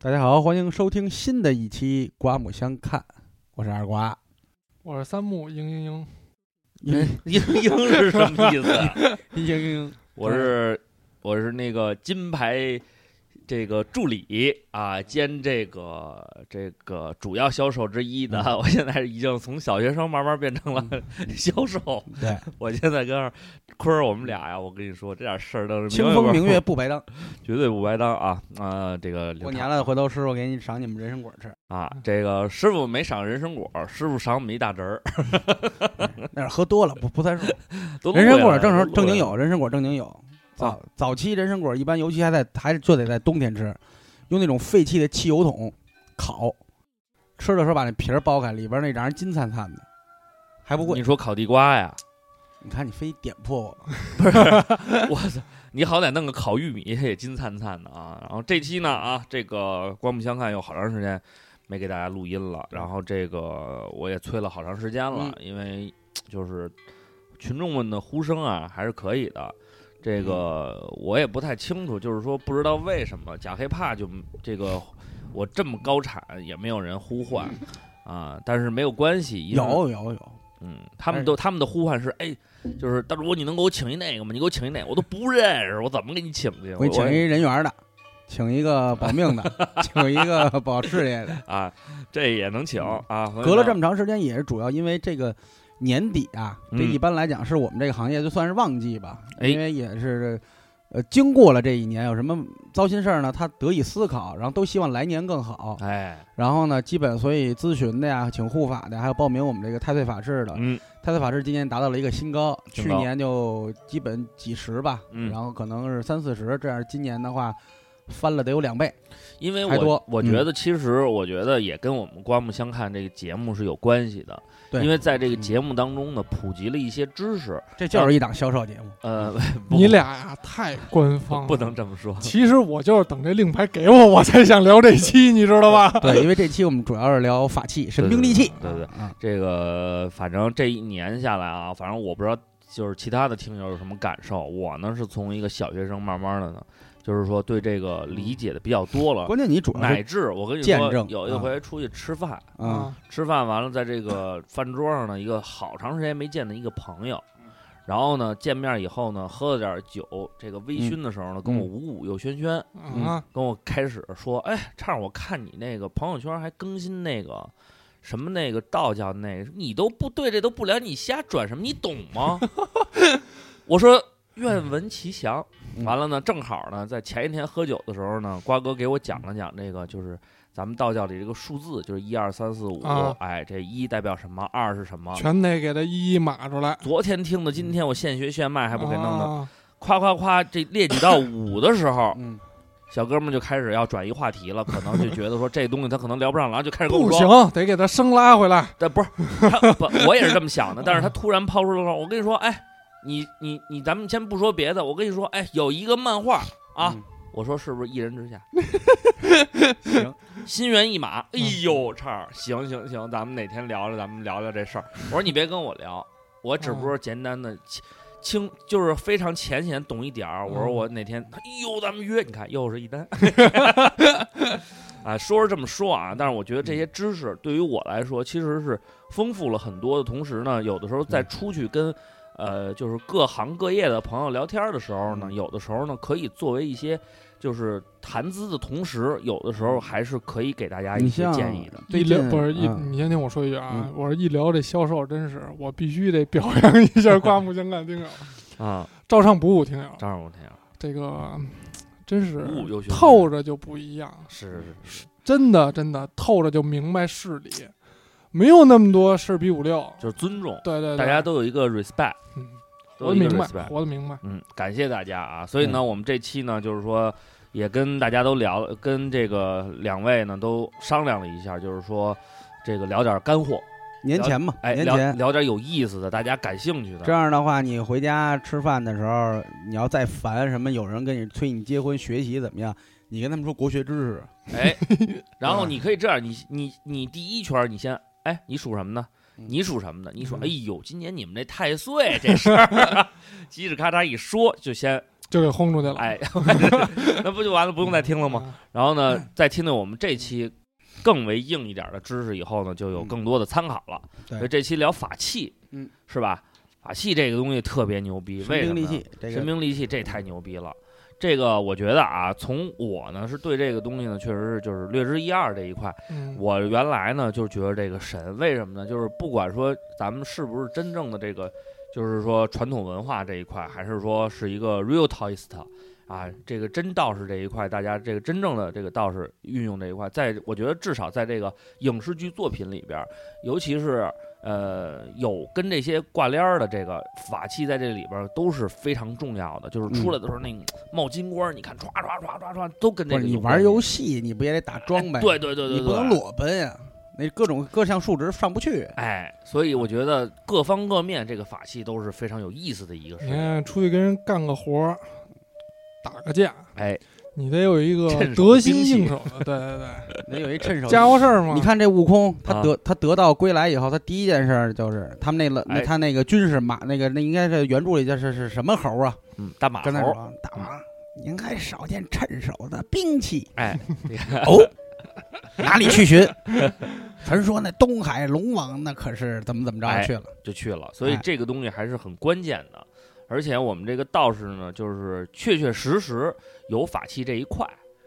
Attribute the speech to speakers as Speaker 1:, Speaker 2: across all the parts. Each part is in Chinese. Speaker 1: 大家好，欢迎收听新的一期《刮目相看》，我是二瓜。
Speaker 2: 我是三木，嘤嘤嘤，
Speaker 1: 嘤
Speaker 3: 英英是什么意思啊？
Speaker 1: 嘤嘤，
Speaker 3: 我是我是那个金牌这个助理啊，兼这个这个主要销售之一的。
Speaker 1: 嗯
Speaker 3: 我现在已经从小学生慢慢变成了销售。
Speaker 1: 对，
Speaker 3: 我现在跟二坤儿我们俩呀，我跟你说这点事儿都是
Speaker 1: 清风明
Speaker 3: 明
Speaker 1: 月
Speaker 3: 月
Speaker 1: 不白当。
Speaker 3: 绝对不白当啊啊！这个
Speaker 1: 过年了，回头师傅给你赏你们人参果吃，
Speaker 3: 啊，这个师傅没赏人参果，师傅赏我们一大侄儿。
Speaker 1: 那是喝多了，不不算数。
Speaker 3: 都
Speaker 1: 人参
Speaker 3: 录下
Speaker 1: 果
Speaker 3: 来
Speaker 1: 正
Speaker 3: 了
Speaker 1: 常正经，有，人参果正经有。
Speaker 3: 啊
Speaker 1: 早早期人参果一般，尤其还在还是就得在冬天吃，用那种废弃的汽油桶烤，吃的时候把那皮儿剥开，里边那瓤儿金灿灿的，还不
Speaker 3: 录下来
Speaker 1: 贵
Speaker 3: 你。说烤地瓜呀？
Speaker 1: 你看你非点破我，
Speaker 3: 我操！你好歹弄个烤玉米也金灿灿的啊！然后这期呢啊，这个刮目相看有好长时间没给大家录音了，然后这个我也催了好长时间了，因为就是群众们的呼声啊还是可以的。这个我也不太清楚，就是说不知道为什么假黑怕就这个我这么高产也没有人呼唤啊，但是没有关系，因为
Speaker 1: 有有有，
Speaker 3: 嗯，他们都他们的呼唤是哎，就是大主播，你能给我请一那个吗？你给我请一那个，我都不认识，我怎么给你请去？
Speaker 1: 我给你请一人缘的，请一个保命 的，请一个保事业的。
Speaker 3: 啊，这也能请
Speaker 1: 嗯
Speaker 3: 啊。
Speaker 1: 隔了这
Speaker 3: 么
Speaker 1: 么长时间，也是主要因为这个年底啊，这
Speaker 3: 嗯
Speaker 1: 一般来讲是我们这个行业就算是旺季吧，
Speaker 3: 哎
Speaker 1: 因为也是呃经过了这一年有什么糟心事儿呢，他得以思考，然后都希望来年更好。
Speaker 3: 哎，
Speaker 1: 然后呢，基本所以咨询的呀，请护法的，还有报名我们这个太岁法师的，
Speaker 3: 嗯，
Speaker 1: 太岁法师今年达到了一个新高，
Speaker 3: 新
Speaker 1: 去
Speaker 3: 高
Speaker 1: 年就基本几十吧，
Speaker 3: 嗯
Speaker 1: 然后可能是三四十，这样今年的话翻了得有两倍。
Speaker 3: 因为
Speaker 1: 还多
Speaker 3: 我我
Speaker 1: 嗯
Speaker 3: 觉得其实我觉得也跟我们刮目相看这个节目是有关系的，
Speaker 1: 对嗯
Speaker 3: 因为在这个节目当中呢，普及了一些知识。
Speaker 1: 这就是一档销售节目。
Speaker 3: 呃，不
Speaker 2: 你俩呀 太官
Speaker 1: 嗯
Speaker 2: 方了，啊
Speaker 3: 不能。这么说，
Speaker 2: 其实我就是等这令牌给我，我才想聊这期，你知道吧？
Speaker 1: 对，因为这期我们主要是聊法器、神兵利器。
Speaker 3: 对对对
Speaker 1: 啊，
Speaker 3: 这个反正这一年下来啊，反正我不知道就是其他的听友有什么感受，我呢是从一个小学生慢慢的呢，就是说对这个理解的比较多了，
Speaker 1: 嗯关键你主要
Speaker 3: 乃
Speaker 1: 是
Speaker 3: 至我跟你
Speaker 1: 见
Speaker 3: 说
Speaker 1: 证，
Speaker 3: 有一回出去吃饭，
Speaker 1: 啊，
Speaker 3: 吃饭完了在这个饭桌上呢，一个好长时间没见的一个朋友。
Speaker 1: 嗯
Speaker 3: 然后呢，见面以后呢，喝了点酒，这个微醺的时候呢，跟我五五又轩轩，
Speaker 1: 嗯
Speaker 2: 啊，
Speaker 3: 跟我开始说，哎，畅儿，我看你那个朋友圈还更新那个什么那个道教那个，你都不对这都不了解，你瞎转什么？你懂吗？ 我说愿闻其详。
Speaker 1: 嗯
Speaker 3: 完了呢，正好呢，在前一天喝酒的时候呢，瓜哥给我讲了讲这个，就是咱们道教里这个数字，就是一二三四五
Speaker 2: 啊，
Speaker 3: 哎，这一代表什么，二是
Speaker 1: 啊
Speaker 3: 什么。
Speaker 2: 全得给他一一码出来，
Speaker 3: 昨天听的，今天我现学现卖，还不给弄的，
Speaker 2: 啊
Speaker 3: 夸夸夸，这列举到五的时候，
Speaker 1: 嗯，
Speaker 3: 小哥们就开始要转移话题了，可能就觉得说这东西他可能聊不上了，然后就开始跟我
Speaker 2: 不
Speaker 3: 说，
Speaker 2: 行，得给他生拉回来。
Speaker 3: 但不是，他不，我也是这么想的，但是他突然抛出了说，我跟你说，哎，你你你，咱们先不说别的，我跟你说，哎，有一个漫画啊，
Speaker 1: 嗯
Speaker 3: 我说是不是一人之下？
Speaker 1: 行，嗯
Speaker 3: 心猿意马，哎呦，畅儿，行行行，咱们哪天聊聊，咱们聊聊这事儿。我说你别跟我聊，我只不过
Speaker 1: 哦
Speaker 3: 是简单的轻轻，就是非常浅显懂一点儿。
Speaker 1: 哦
Speaker 3: 我说
Speaker 2: 嗯
Speaker 3: 我哪天，哎呦，咱们约，你看又 是一单。啊，说是这么说啊，但是我觉得这
Speaker 1: 嗯
Speaker 3: 些知识对于我来说其实是丰富了很多的，同时呢，有的时候在
Speaker 1: 嗯
Speaker 3: 出去跟。呃，就是各行各业的朋友聊天的时候呢，
Speaker 1: 嗯
Speaker 3: 有的时候呢可以作为一些就是谈资的同时，有的时候还是可以给大家一
Speaker 1: 你
Speaker 3: 些
Speaker 1: 像
Speaker 3: 建议的。
Speaker 1: 最
Speaker 2: 一聊
Speaker 1: 近
Speaker 2: 不是一，
Speaker 1: 嗯
Speaker 2: 你先听我说一句啊
Speaker 1: 嗯，
Speaker 2: 我是一聊这销售，真是我必须得表扬一下刮目相 看听友，
Speaker 3: 啊，
Speaker 2: 照上不误听友，
Speaker 3: 张荣天啊，
Speaker 2: 这个真是
Speaker 3: 不误有学问
Speaker 2: 透着就不一样，
Speaker 3: 是是是，
Speaker 2: 真的真的透着就明白事理，没有那么多事比五六。
Speaker 3: 就是尊重，
Speaker 2: 对对，对
Speaker 3: 大家都有一个 respect，
Speaker 2: 嗯
Speaker 3: 都
Speaker 2: 活
Speaker 3: 有
Speaker 2: 得
Speaker 3: 一个
Speaker 2: 明白，嗯
Speaker 3: respect。
Speaker 2: 活得明白。
Speaker 3: 嗯，感谢大家啊！所以呢，我们这期呢，就是说也跟大家都聊，跟这个两位呢都商量了一下，就是说这个聊点干货，
Speaker 1: 年前嘛，
Speaker 3: 哎，
Speaker 1: 年
Speaker 3: 聊
Speaker 1: 前。
Speaker 3: 聊点有意思的，大家感兴趣
Speaker 1: 这
Speaker 3: 的。
Speaker 1: 样的话，你回家吃饭的时候，你要再烦什么，有人跟你催你结婚、学习怎么样，你跟他们说国学知识，
Speaker 3: 哎，然
Speaker 1: 嗯
Speaker 3: 后你可以这样，你你你第一圈你先，哎，你属什么呢？
Speaker 1: 嗯
Speaker 3: 你属什么呢？你说，
Speaker 2: 嗯
Speaker 3: 哎呦，今年你们这太岁这事儿，叽里咔嚓一说，就先
Speaker 2: 就给轰出去了。
Speaker 3: 哎， 那不就完了，不用再听了吗？
Speaker 2: 嗯？
Speaker 3: 然后呢，在听到我们这期更为硬一点的知识以后呢，就有更多的参考了。
Speaker 1: 嗯对
Speaker 3: 所以这期聊法器，
Speaker 1: 嗯，
Speaker 3: 是吧？法器这个东西特别牛逼，为
Speaker 1: 神兵
Speaker 3: 什么
Speaker 1: 利
Speaker 3: 呢？
Speaker 1: 器，这
Speaker 3: 神
Speaker 1: 个
Speaker 3: 兵利器这太牛逼了。这个我觉得啊，从我呢是对这个东西呢，确实是就是略知一二这一块。
Speaker 2: 嗯
Speaker 3: 我原来呢就是觉得这个神，为什么呢？就是不管说咱们是不是真正的这个，就是说传统文化这一块，还是说是一个 real taoist 啊，这个真道士这一块，大家这个真正的这个道士运用这一块，在我觉得至少在这个影视剧作品里边，尤其是呃有跟这些挂帘儿的这个法器在这里边儿都是非常重要的，就是出来的时候那个冒金光儿，你看唰唰唰唰唰都跟
Speaker 1: 不
Speaker 3: 这
Speaker 1: 是嗯
Speaker 3: 个
Speaker 1: 你
Speaker 3: 有
Speaker 1: 玩
Speaker 3: 关
Speaker 1: 游
Speaker 3: 系
Speaker 1: 戏，你不也得打装备？
Speaker 3: 哎对对对对对，
Speaker 1: 你不能裸奔呀，那各种各项数值上不去。
Speaker 3: 哎，所以我觉得各方各面这个法器都是非常有意思的一个事
Speaker 2: 你
Speaker 3: 情。
Speaker 2: 看出去跟人干个活儿，打个架，
Speaker 3: 哎，
Speaker 2: 你得有一个
Speaker 3: 趁手
Speaker 2: 得心
Speaker 3: 兵器
Speaker 2: 应手的，对对对，
Speaker 1: 得有一趁手。
Speaker 2: 家伙事儿嘛。
Speaker 1: 你看这悟空，他
Speaker 3: 啊
Speaker 1: 得他得道归来以后，他第一件事儿就是他们那了，那
Speaker 3: 哎
Speaker 1: 他那个军士马那个那应该是原著里叫是是什么猴啊？
Speaker 3: 嗯，大马
Speaker 1: 跟他
Speaker 3: 猴，
Speaker 1: 说大王，你应该少见趁手的兵器
Speaker 3: 哎，你看，
Speaker 1: 哦，哪里去寻？ 传说那东海龙王那可是怎么怎么着
Speaker 3: 哎
Speaker 1: 去了？
Speaker 3: 就去了。所以这个东西还是很关键的。而且我们这个道士呢，就是确确实实有法器这一块。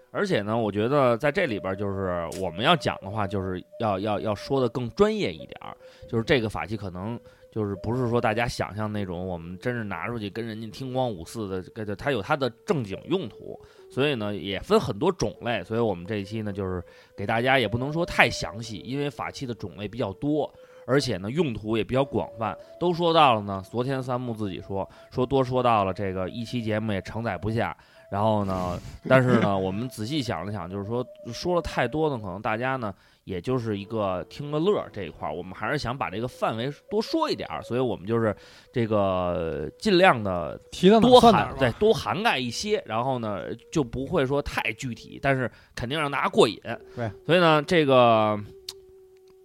Speaker 3: 而且呢，我觉得在这里边，就是我们要讲的话，就是要要要说的更专业一点儿。就是这个法器可能就是不是说大家想象那种我们真是拿出去跟人家听光五四的，这个它有它的正经用途。所以呢，也分很多种类。所以我们这一期呢，就是给大家也不能说太详细，因为法器的种类比较多。而且呢，用途也比较广泛，都说到了呢。昨天三木自己说说多说到了，这个一期节目也承载不下。然后呢，但是呢，我们仔细想了想，就是说说了太多呢，可能大家呢也就是一个听个乐儿这一块儿，我们还是想把这个范围多说一点儿，所以我们就是这个尽量的
Speaker 2: 提到哪
Speaker 3: 多
Speaker 2: 儿算哪
Speaker 3: 涵
Speaker 2: 儿吧。
Speaker 3: 对多涵盖一些，然后呢就不会说太具体，但是肯定让大家过瘾。
Speaker 1: 对，
Speaker 3: 所以呢，这个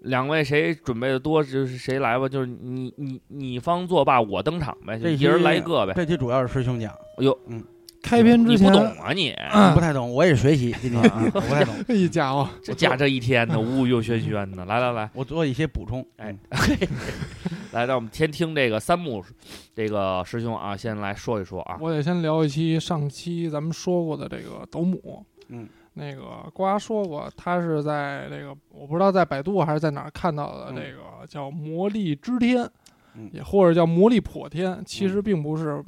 Speaker 3: 两位谁准备的多，就是谁来吧，就是你你你方作罢，我登场呗，就
Speaker 1: 这
Speaker 3: 一人
Speaker 1: 期
Speaker 3: 来一个呗。
Speaker 1: 这期主要是师兄讲，
Speaker 2: 开篇之前
Speaker 3: 你不，懂啊你，
Speaker 2: 嗯
Speaker 1: 我不太懂，我也学 习今天啊，我不太懂，
Speaker 2: 一家伙，
Speaker 3: 这家这一天 呢，呜呜又轩轩的，来来来。
Speaker 1: 我做一些补充。
Speaker 3: 哎
Speaker 1: 嗯，
Speaker 3: 来，让我们先听这个三木这个师兄啊，先来说一说啊。
Speaker 2: 我得先聊一期上期咱们说过的这个斗姆。
Speaker 1: 嗯，
Speaker 2: 那个瓜说过，他是在这个我不知道在百度还是在哪儿看到的
Speaker 1: 嗯
Speaker 2: 这个叫《魔力之天》，
Speaker 1: 嗯
Speaker 2: 也或者叫《魔力破天》，其实并不是。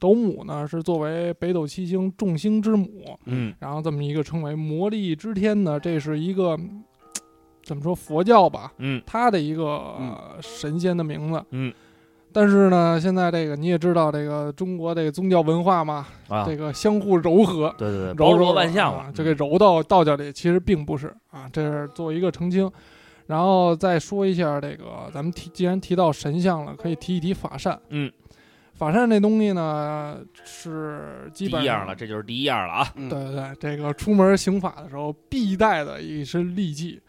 Speaker 2: 斗姆呢是作为北斗七星众星之母，
Speaker 3: 嗯
Speaker 2: 然后这么一个称为魔力之天呢，这是一个嘖怎么说佛教吧，
Speaker 3: 嗯，
Speaker 2: 他的一个、
Speaker 1: 嗯
Speaker 2: 呃神仙的名字。
Speaker 3: 嗯，
Speaker 2: 但是呢，现在这个你也知道，这个中国这个宗教文化嘛，
Speaker 3: 啊，
Speaker 2: 这个相互柔和，
Speaker 3: 对对对，包
Speaker 2: 柔
Speaker 3: 罗
Speaker 2: 柔
Speaker 3: 万象了嗯
Speaker 2: 啊，，就给柔到道教里，其实并不是啊，这是做一个澄清。然后再说一下这个，咱们提既然提到神像了，可以提一提法善。
Speaker 3: 嗯，
Speaker 2: 法善这东西呢是
Speaker 3: 第
Speaker 2: 基本
Speaker 3: 一样
Speaker 2: 上
Speaker 3: 了，这就是第一样了啊。
Speaker 1: 嗯
Speaker 2: 对对对，这个出门行法的时候必带的一身利器。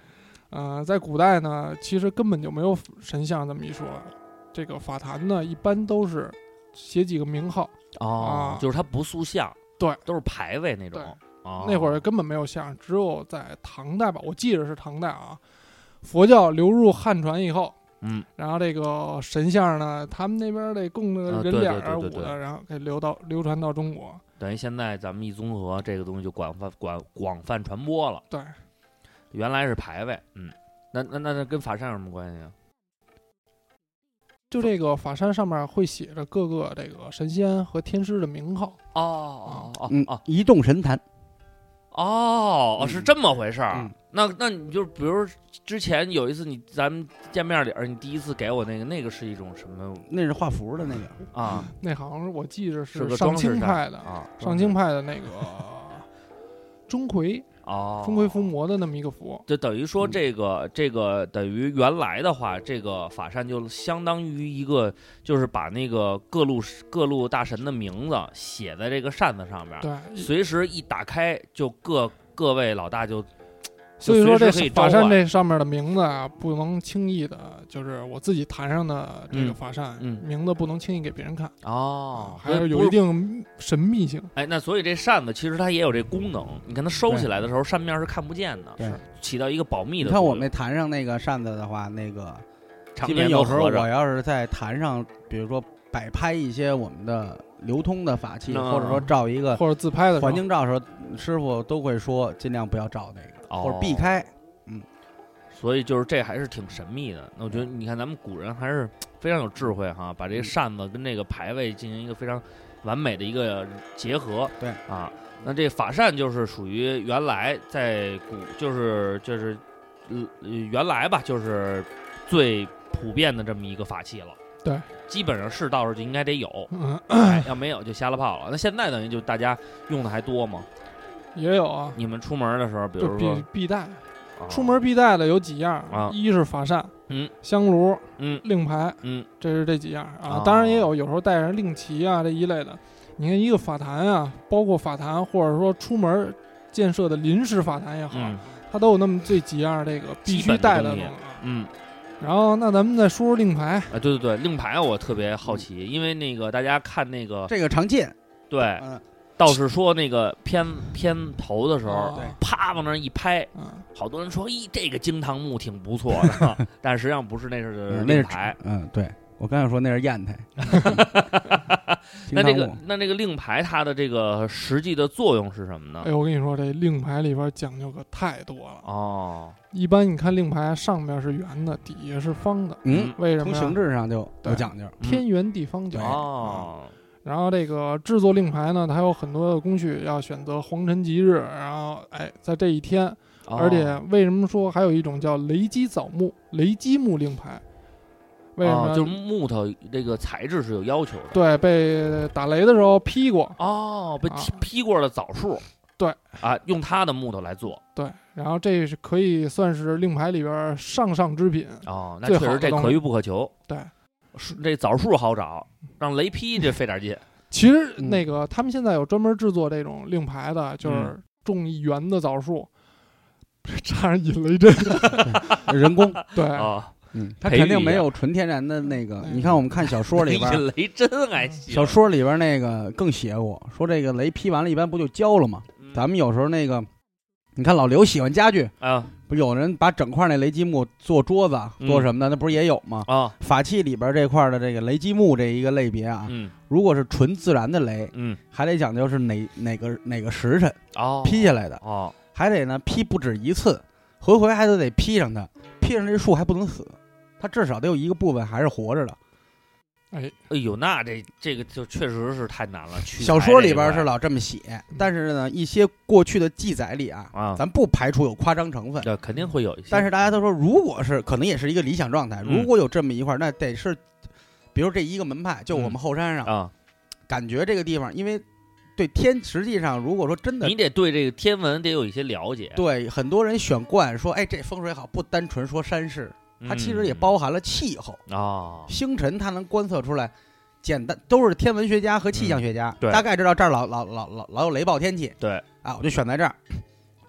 Speaker 2: 呃，在古代呢，其实根本就没有神像这么一说。这个法坛呢，一般都是写几个名号，
Speaker 3: 哦
Speaker 2: 啊，
Speaker 3: 就是它不塑像，
Speaker 2: 对，
Speaker 3: 都是牌位那种
Speaker 2: 对。
Speaker 3: 哦，
Speaker 2: 那会儿根本没有像，只有在唐代吧，我记着是唐代啊。佛教流入汉传以后，
Speaker 3: 嗯，
Speaker 2: 然后这个神像呢，他们那边得供
Speaker 3: 啊
Speaker 2: 个
Speaker 3: 对
Speaker 2: 人脸
Speaker 3: 对对
Speaker 2: 儿
Speaker 3: 对
Speaker 2: 舞
Speaker 3: 对
Speaker 2: 的，然后给流到流传到中国。
Speaker 3: 等于现在咱们一综合，这个东西就广泛广广泛传播了。
Speaker 2: 对，
Speaker 3: 原来是牌位，嗯，那那那那跟法善有什么关系啊？
Speaker 2: 就这个法山上面会写着各个这个神仙和天师的名号。
Speaker 3: 哦哦
Speaker 1: 嗯
Speaker 3: 哦，
Speaker 1: 移动神坛，
Speaker 3: 哦哦，
Speaker 1: 嗯
Speaker 3: 是这么回事儿
Speaker 1: 嗯。
Speaker 3: 那那你就比如之前有一次你咱们见面里儿，你第一次给我那个那个是一种什么
Speaker 1: 那是画符的那个，
Speaker 3: 啊
Speaker 2: 那好像是我记着
Speaker 3: 是个
Speaker 2: 嗯上
Speaker 3: 装饰
Speaker 2: 清
Speaker 3: 上
Speaker 2: 派的，
Speaker 3: 啊？
Speaker 2: 上清派的那个 钟馗，
Speaker 3: 哦，
Speaker 2: 钟馗伏魔的那么一个符。
Speaker 3: 就等于说
Speaker 1: 嗯
Speaker 3: 这个、这个等于原来的话，这个法善就相当于一个，就是把那个各路各路大神的名字写啊在这个扇子上面，
Speaker 2: 对，
Speaker 3: 随时一打开就各各位老大就
Speaker 2: 所以说
Speaker 3: 就
Speaker 2: 这
Speaker 3: 随时可以召
Speaker 2: 法
Speaker 3: 唤
Speaker 2: 扇这上面的名字啊，不能轻易的，就是我自己弹上的这个
Speaker 3: 嗯
Speaker 2: 法扇、
Speaker 3: 嗯
Speaker 2: 名字不能轻易给别人看，
Speaker 3: 哦，
Speaker 2: 还是
Speaker 3: 不
Speaker 2: 有一定神秘性。
Speaker 3: 哎，那所以这扇子其实它也有这功能，你看它收起来的时候，扇面是看不见的，
Speaker 1: 对
Speaker 3: 是起到一个保密
Speaker 1: 你
Speaker 3: 的
Speaker 1: 看
Speaker 3: 作
Speaker 1: 我
Speaker 3: 用。
Speaker 1: 没弹上那个扇子的话，那个
Speaker 3: 常
Speaker 1: 基
Speaker 3: 年
Speaker 1: 本
Speaker 3: 都
Speaker 1: 有时候
Speaker 3: 合着
Speaker 1: 我要是在弹上，比如说摆拍一些我们的流通的法器，
Speaker 3: 嗯
Speaker 1: 或者说照一个
Speaker 2: 或者自拍的时候
Speaker 1: 环境照的时候，师傅都会说尽量不要照那个，
Speaker 3: 哦
Speaker 1: 或者避开。
Speaker 3: 所以就是这还是挺神秘的。那我觉得你看咱们古人还是非常有智慧哈，把
Speaker 2: 嗯
Speaker 3: 这个扇子跟这个牌位进行一个非常完美的一个结合。
Speaker 1: 对
Speaker 3: 啊，那这法扇就是属于原来在古就是就是呃原来吧，就是最普遍的这么一个法器了。
Speaker 2: 对，
Speaker 3: 基本上是到时就应该得有，
Speaker 2: 嗯，
Speaker 3: 哎，要没有就瞎了炮了。那现在等于就大家用的还多吗？
Speaker 2: 也有啊，
Speaker 3: 你们出门的时候，比
Speaker 2: 就
Speaker 3: 如说
Speaker 2: 必必带。
Speaker 3: 啊
Speaker 2: 出门必带的有几样
Speaker 3: 啊
Speaker 2: 一是法扇，
Speaker 3: 嗯，
Speaker 2: 香炉，
Speaker 3: 嗯
Speaker 2: 令牌，
Speaker 3: 嗯，
Speaker 2: 这是这几样啊
Speaker 3: 哦。
Speaker 2: 当然也有有时候带上令旗啊这一类的。你看一个法坛啊，包括法坛或者说出门建设的临时法坛也好，
Speaker 3: 嗯
Speaker 2: 它都有那么这几样这个必须带的东西
Speaker 3: 基本的。嗯。
Speaker 2: 然后那咱们再说说令牌，
Speaker 3: 啊，对对对，令牌我特别好奇，因为那个大家看那个
Speaker 1: 这个常见，
Speaker 3: 对
Speaker 1: 嗯，
Speaker 3: 道士说那个片片头的时候
Speaker 2: 哦，对
Speaker 3: 啪往那儿一拍，
Speaker 2: 嗯，
Speaker 3: 好多人说，咦，这个惊堂木挺不错 的，但实际上不是，那是
Speaker 1: 嗯那
Speaker 3: 令
Speaker 1: 是
Speaker 3: 牌。
Speaker 1: 嗯，对我刚想说那是砚 台。清
Speaker 3: 那这个
Speaker 1: 汤
Speaker 3: 那这个令牌它的这个实际的作用是什么
Speaker 2: 哎
Speaker 3: 呢？
Speaker 2: 呦，我跟你说这令牌里边讲究可太多了。
Speaker 3: 哦，
Speaker 2: 一般你看令牌上面是圆的，底下是方的，
Speaker 1: 嗯，
Speaker 2: 为什
Speaker 1: 从
Speaker 2: 么
Speaker 1: 形
Speaker 2: 呀？
Speaker 1: 制上就有
Speaker 2: 对
Speaker 1: 讲究。
Speaker 2: 天圆地方角。
Speaker 3: 嗯哦，
Speaker 2: 然后这个制作令牌呢，它有很多的工序，要选择黄辰吉日，然后哎，在这一天，
Speaker 3: 哦
Speaker 2: 而且为什么说还有一种叫雷击枣木、雷击木令牌？为什么
Speaker 3: 哦
Speaker 2: 呢？
Speaker 3: 就是木头这个材质是有要求的。
Speaker 2: 对被打雷的时候劈过，
Speaker 3: 哦，被
Speaker 2: 啊
Speaker 3: 劈劈过的枣树。
Speaker 2: 对
Speaker 3: 啊，用它的木头来做。
Speaker 2: 对，然后这是可以算是令牌里边上上之品。
Speaker 3: 哦，那
Speaker 2: 最
Speaker 3: 确
Speaker 2: 好
Speaker 3: 实
Speaker 2: 的
Speaker 3: 这
Speaker 2: 东
Speaker 3: 可
Speaker 2: 西
Speaker 3: 遇不可求。
Speaker 2: 对
Speaker 3: 是，这枣树好找，让雷劈这费点劲。
Speaker 2: 其实
Speaker 1: 嗯
Speaker 2: 那个他们现在有专门制作这种令牌的，就是种一圆的枣树， 插上引雷针。
Speaker 1: 人工，
Speaker 2: 对，
Speaker 3: 啊，
Speaker 1: 嗯，它
Speaker 3: 培育
Speaker 1: 肯定
Speaker 3: 一
Speaker 1: 没
Speaker 3: 下
Speaker 1: 有纯天然的那个。
Speaker 2: 嗯
Speaker 1: 你看我们看小 说里边儿，嗯
Speaker 3: 引雷针还行。
Speaker 1: 小说里边那个更邪乎，说这个雷劈完了，一般不就焦了吗？
Speaker 3: 嗯
Speaker 1: 咱们有时候那个，你看老刘喜欢家具，
Speaker 3: 啊
Speaker 1: 不有人把整块那雷击木做桌子啊、
Speaker 3: 嗯
Speaker 1: 做什么的，那不是也有吗？
Speaker 3: 啊，
Speaker 1: 法器里边这块的这个雷击木这一个类别啊，
Speaker 3: 嗯
Speaker 1: 如果是纯自然的雷，
Speaker 3: 嗯，
Speaker 1: 还得讲究是哪哪个哪个时辰
Speaker 3: 哦，
Speaker 1: 劈下来的，
Speaker 3: 哦，
Speaker 1: 还得呢劈不止一次，回回还都得劈上它，劈上这树还不能死，它至少得有一个部分还是活着的。
Speaker 3: 哎呦，那这这个就确实是太难了。取
Speaker 1: 小
Speaker 3: 材
Speaker 1: 说
Speaker 3: 这
Speaker 1: 里
Speaker 3: 一
Speaker 1: 边
Speaker 3: 块
Speaker 1: 是老这么写，但是呢，一些过去的记载里啊，
Speaker 3: 啊，
Speaker 1: 咱不排除有夸张成分，
Speaker 3: 对，肯定会有一些。
Speaker 1: 但是大家都说，如果是可能也是一个理想状态，
Speaker 3: 嗯
Speaker 1: 如果有这么一块儿，那得是，比如这一个门派，就我们后山上，
Speaker 3: 啊，
Speaker 1: 感觉这个地方，因为对天，实际上如果说真的
Speaker 3: 你。得对这个天文得有一些了解。
Speaker 1: 对很多人选冠说，哎，这风水好，不单纯说山势，
Speaker 3: 嗯，
Speaker 1: 它其实也包含了气候、
Speaker 3: 啊，
Speaker 1: 星辰，它能观测出来。简单都是天文学家和气象学家，
Speaker 3: 嗯对
Speaker 1: 大概知道这儿老老老老老有雷暴天气，
Speaker 3: 对
Speaker 1: 啊，我就选在这儿，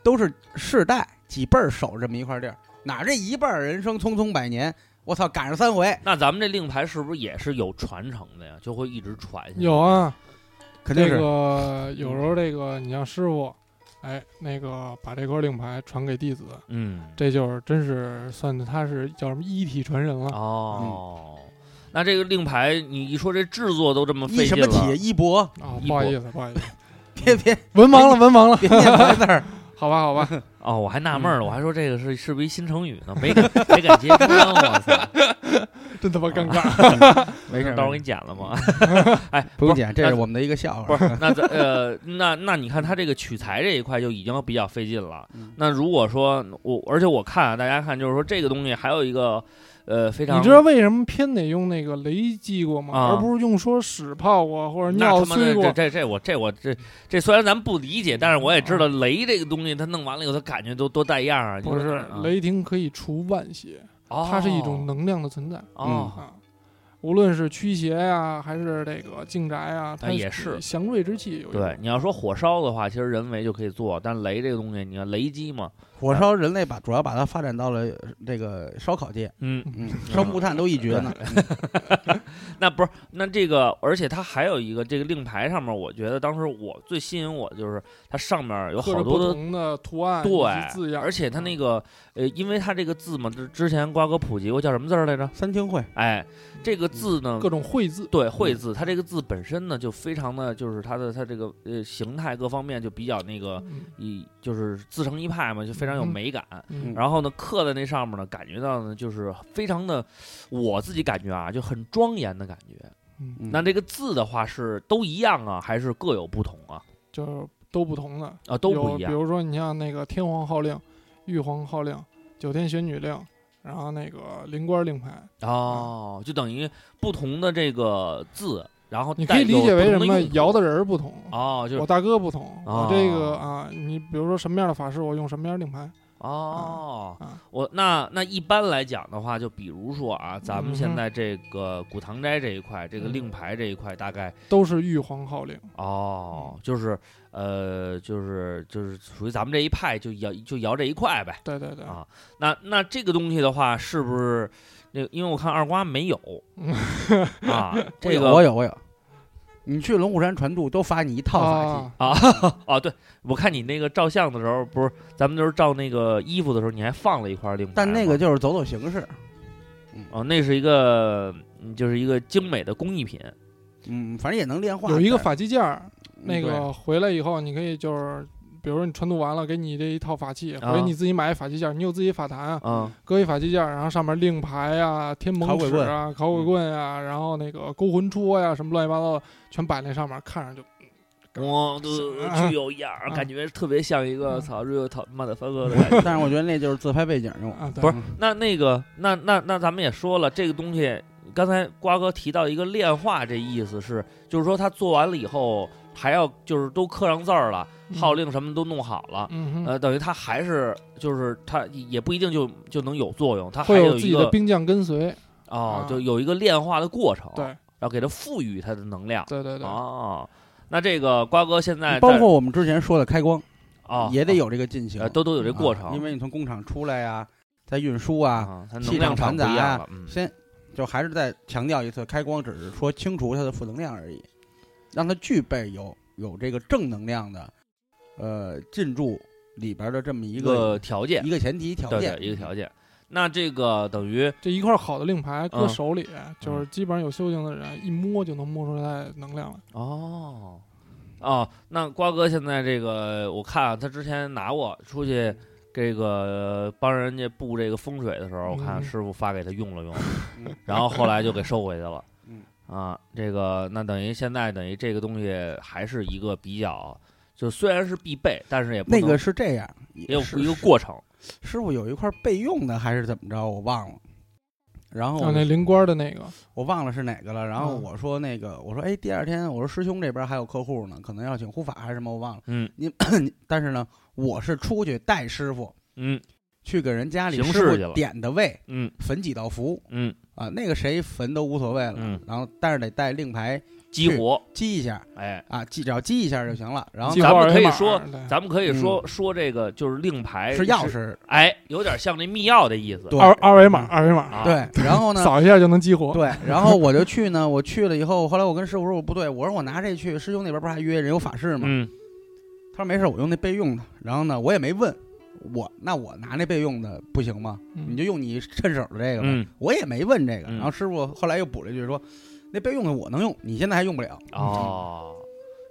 Speaker 1: 都是世代几辈儿守这么一块地儿，哪这一辈儿人生匆匆百年，我操，赶上三回，
Speaker 3: 那咱们这令牌是不是也是有传承的呀？就会一直传下去。
Speaker 2: 有啊，
Speaker 1: 肯定
Speaker 2: 这
Speaker 1: 是、
Speaker 2: 个有时候这个你像师傅，哎，那个把这块令牌传给弟子，
Speaker 3: 嗯，
Speaker 2: 这就是真是算他是叫什么一体传人
Speaker 3: 啊
Speaker 2: 了。
Speaker 3: 哦，那这个令牌，你一说这制作都这么费
Speaker 1: 一什
Speaker 3: 劲
Speaker 1: 么
Speaker 3: 了，
Speaker 1: 体一博，
Speaker 2: 啊，
Speaker 3: 一
Speaker 2: 不好
Speaker 3: 博
Speaker 2: 意思，不好意思，
Speaker 1: 别别
Speaker 2: 文盲了，文盲了，
Speaker 1: 别念白字 儿，
Speaker 2: 好吧，好吧，
Speaker 3: 哦，我还纳闷儿了，我还说这个是是不是一新成语呢？没敢没敢揭穿，我操！
Speaker 2: 真他 妈尴尬。
Speaker 1: 没事
Speaker 3: 到时候
Speaker 1: 儿
Speaker 3: 给你剪了吗？哎，
Speaker 1: 不用剪，这
Speaker 3: 那
Speaker 1: 是我们的一个笑
Speaker 3: 不
Speaker 1: 话。
Speaker 3: 是， 那咱呃，那那你看他这个取材这一块就已经比较费劲了。
Speaker 1: 嗯
Speaker 3: 那如果说我，而且我看啊，大家看，就是说这个东西还有一个呃非常，
Speaker 2: 你知道为什么偏得用那个雷击过吗？
Speaker 3: 啊
Speaker 2: 而不是用说屎泡过或者
Speaker 3: 那
Speaker 2: 尿
Speaker 3: 他妈
Speaker 2: 碎
Speaker 3: 的
Speaker 2: 过
Speaker 3: 这？这这我这我这这虽然咱不理解，但是我也知道雷这个东西，它弄完了以后，它感觉都多带样啊。
Speaker 2: 不是，
Speaker 3: 嗯，
Speaker 2: 雷霆可以除万邪，
Speaker 3: 哦
Speaker 2: 它是一种能量的存在
Speaker 3: 哦
Speaker 2: 啊。无论是驱邪呀、还是这个净宅啊，它
Speaker 3: 哎也是
Speaker 2: 祥瑞之气有一
Speaker 3: 对，
Speaker 2: 种。
Speaker 3: 你要说火烧的话，其实人为就可以做，但雷这个东西，你看雷击嘛，
Speaker 1: 火烧人类把主要把它发展到了这个烧烤界，
Speaker 3: 嗯，
Speaker 1: 嗯，烧木炭都一绝呢。 嗯
Speaker 3: 那不是那这个，而且它还有一个这个令牌上面，我觉得当时我最吸引我的就是它上面有
Speaker 2: 各
Speaker 3: 好
Speaker 2: 种不
Speaker 3: 多的。
Speaker 2: 同的图案以及
Speaker 3: 对，
Speaker 2: 字样，嗯
Speaker 3: 而且它那个，呃，因为它这个字嘛，之之前瓜哥普及过叫什么字儿来着？
Speaker 1: 三 清会
Speaker 3: 哎，这个字呢，
Speaker 2: 嗯各种嗯绘字，
Speaker 3: 对会字，它这个字本身呢就非常的，就是它的它这个呃形态各方面就比较那个
Speaker 2: 嗯
Speaker 3: 一就是自成一派嘛，就非常有
Speaker 2: 嗯
Speaker 3: 美感。
Speaker 2: 嗯
Speaker 3: 然后呢，刻在那上面呢，感觉到呢就是非常的，我自己感觉啊，就很庄严的感觉。
Speaker 2: 嗯，
Speaker 1: 嗯
Speaker 3: 那这个字的话是都一样啊，还是各有不同啊？
Speaker 2: 就都不同的，
Speaker 3: 啊，都不一
Speaker 2: 有比
Speaker 3: 样。
Speaker 2: 如说，你像那个天皇号令、玉皇号令、九天玄女令，然后那个灵官令牌，
Speaker 3: 哦，就等于不同的这个字，然后
Speaker 2: 你可
Speaker 3: 啊带
Speaker 2: 以理
Speaker 3: 有
Speaker 2: 解
Speaker 3: 不
Speaker 2: 为
Speaker 3: 同
Speaker 2: 什
Speaker 3: 的
Speaker 2: 么
Speaker 3: 用途
Speaker 2: 摇的人儿不同。
Speaker 3: 哦，就是
Speaker 2: 我大哥不同，我
Speaker 3: 哦
Speaker 2: 这个啊，你比如说什么样的法师，我用什么样的令牌，
Speaker 3: 哦
Speaker 2: 啊，
Speaker 3: 我那那一般来讲的话，就比如说啊，咱们
Speaker 2: 嗯
Speaker 3: 现
Speaker 2: 哼
Speaker 3: 在这个古唐斋这一块，这个
Speaker 2: 嗯
Speaker 3: 令牌这一块，大概
Speaker 2: 都是玉皇号令。
Speaker 1: 嗯
Speaker 3: 哦，就是呃，就是就是属于咱们这一派，就摇就摇这一块呗。
Speaker 2: 对对对，
Speaker 3: 啊那那这个东西的话，是不是那？因为我看二瓜没 有
Speaker 2: 嗯
Speaker 3: 啊，
Speaker 1: 我
Speaker 3: 这
Speaker 1: 有我
Speaker 3: 个
Speaker 1: 有我有，你去龙虎山传渡都发你一套法器，
Speaker 2: 啊
Speaker 3: 啊哦，对我看你那个照相的时候，不是咱们就是照那个衣服的时候，你还放了一块令牌吗，
Speaker 1: 但那个就是走走形式。
Speaker 3: 哦，那是一个嗯就是一个精美的工 艺品。
Speaker 1: 嗯，反正也能炼化。
Speaker 2: 啊有一个
Speaker 1: 但
Speaker 2: 法器件儿，那
Speaker 1: 嗯对
Speaker 2: 个回来以后，你可以就是，比如说你传读完了，给你这一套法器，
Speaker 3: 啊
Speaker 2: 或者你自己买一法器件儿，你有自己法坛啊，
Speaker 3: 嗯，
Speaker 2: 搁一法器件儿，然后上面令牌啊、天
Speaker 1: 烤
Speaker 2: 盟
Speaker 1: 鬼
Speaker 2: 尺啊、烤
Speaker 3: 嗯
Speaker 2: 鬼棍啊，然后那个勾魂戳呀、什么乱七八糟的，全摆那上面，看上就
Speaker 3: 我都
Speaker 2: 啊
Speaker 3: 具有一样儿，
Speaker 2: 啊
Speaker 3: 感觉特别像一个
Speaker 1: 嗯
Speaker 2: 啊
Speaker 3: 操瑞他妈的翻哥的 感觉。
Speaker 1: 但是我觉得那就是自拍背景用。
Speaker 2: 啊，对
Speaker 3: 嗯不是那那个那那那咱们也说了，这个东西刚才瓜哥提到一个炼化，这意思是就是说他做完了以后还要就是都刻上字儿了，号，令什么都弄好了。
Speaker 2: 嗯嗯嗯哼，
Speaker 3: 呃，等于他还是就是他也不一定就就能有作用，他还
Speaker 2: 会有自
Speaker 3: 有一
Speaker 2: 己的
Speaker 3: 个
Speaker 2: 兵将跟随，
Speaker 3: 哦，
Speaker 2: 啊
Speaker 3: 就有一个炼化的过程，
Speaker 2: 对
Speaker 3: 要给它赋予它的能量。
Speaker 2: 对对对，
Speaker 3: 哦，那这个瓜哥现在
Speaker 1: 包
Speaker 3: 在
Speaker 1: 括我们之前说的开光，
Speaker 3: 哦
Speaker 1: 也得有这个进行
Speaker 3: 呃，，都都有这过程，
Speaker 1: 啊因为你从工厂出来呀，在运输啊，
Speaker 3: 啊，它
Speaker 1: 气
Speaker 3: 能
Speaker 1: 量
Speaker 3: 量
Speaker 1: 传
Speaker 3: 场不一
Speaker 1: 达啊
Speaker 3: 样了，嗯，
Speaker 1: 先就还是再强调一次，开光只是说清除它的负能量而已，让它具备有有这个正能量的，呃，进驻里边的这么一
Speaker 3: 一
Speaker 1: 个
Speaker 2: 啊
Speaker 3: 个条件
Speaker 1: 一，个前提条
Speaker 3: 对
Speaker 1: 件嗯
Speaker 3: 对，，一个条件。那这个等于
Speaker 2: 这一块好的令牌搁
Speaker 3: 嗯
Speaker 2: 手里，就是基本上有修行的人一摸就能摸出来能量了。
Speaker 3: 哦哦，那瓜哥现在这个，我看、啊、他之前拿过出去。这个帮人家布这个风水的时候，我看
Speaker 2: 嗯
Speaker 3: 师傅发给他用了用，
Speaker 1: 嗯
Speaker 3: 然后后来就给收回去了。
Speaker 1: 嗯
Speaker 3: 啊，这个那等于现在等于这个东西还是一个比较，就虽然是必备，但是也不
Speaker 1: 那
Speaker 3: 能
Speaker 1: 个是这样，
Speaker 3: 也有
Speaker 1: 是
Speaker 3: 一个过程。
Speaker 1: 师傅有一块备用的还是怎么着，我忘了。然
Speaker 3: 哦
Speaker 1: 后
Speaker 2: 啊，那灵官的那个，
Speaker 1: 我忘了是哪个了，然后
Speaker 2: 嗯
Speaker 1: 我说那个，我说哎，第二天我说师兄这边还有客户呢，可能要请护法还是什么，我忘了。
Speaker 3: 嗯
Speaker 1: 但是呢，我是出去带师傅
Speaker 3: 嗯
Speaker 1: 去给人家里
Speaker 3: 行事
Speaker 1: 师
Speaker 3: 去
Speaker 1: 傅
Speaker 3: 了
Speaker 1: 点的位，
Speaker 3: 嗯
Speaker 1: 焚几道符
Speaker 3: 嗯，
Speaker 1: 啊，那个谁焚都无所谓了。
Speaker 3: 嗯
Speaker 1: 然后但是得带令牌
Speaker 3: 激
Speaker 1: 是
Speaker 3: 活，
Speaker 1: 击一下
Speaker 3: 哎，
Speaker 1: 啊，击只要击一下就行了。然后
Speaker 2: 激
Speaker 3: 咱
Speaker 2: 活
Speaker 3: 们
Speaker 2: 二
Speaker 3: 可
Speaker 2: 维
Speaker 3: 以
Speaker 2: 码
Speaker 3: 说
Speaker 2: 对
Speaker 3: 咱们可以说、说这个就是令牌
Speaker 1: 嗯是钥，匙，
Speaker 3: 哎，有点像那密钥的意思。
Speaker 1: 对
Speaker 2: 二二维码，二维码
Speaker 3: 啊，
Speaker 1: 对，然后呢，
Speaker 2: 扫一下就能激活。
Speaker 1: 对，然后我就去呢，我去了以后，后来我跟师傅说，我不对，我说我拿这去，师兄那边不是还约人有法事吗？
Speaker 3: 嗯
Speaker 1: 他说没事，我用那备用的。然后呢，我也没问，我那我拿那备用的不行吗？
Speaker 2: 嗯
Speaker 1: 你就用你趁手的这个吧。
Speaker 3: 嗯
Speaker 1: 我也没问这个。
Speaker 3: 嗯
Speaker 1: 然后师傅后来又补了一句说，那备用的我能用，你现在还用不了。
Speaker 3: 哦，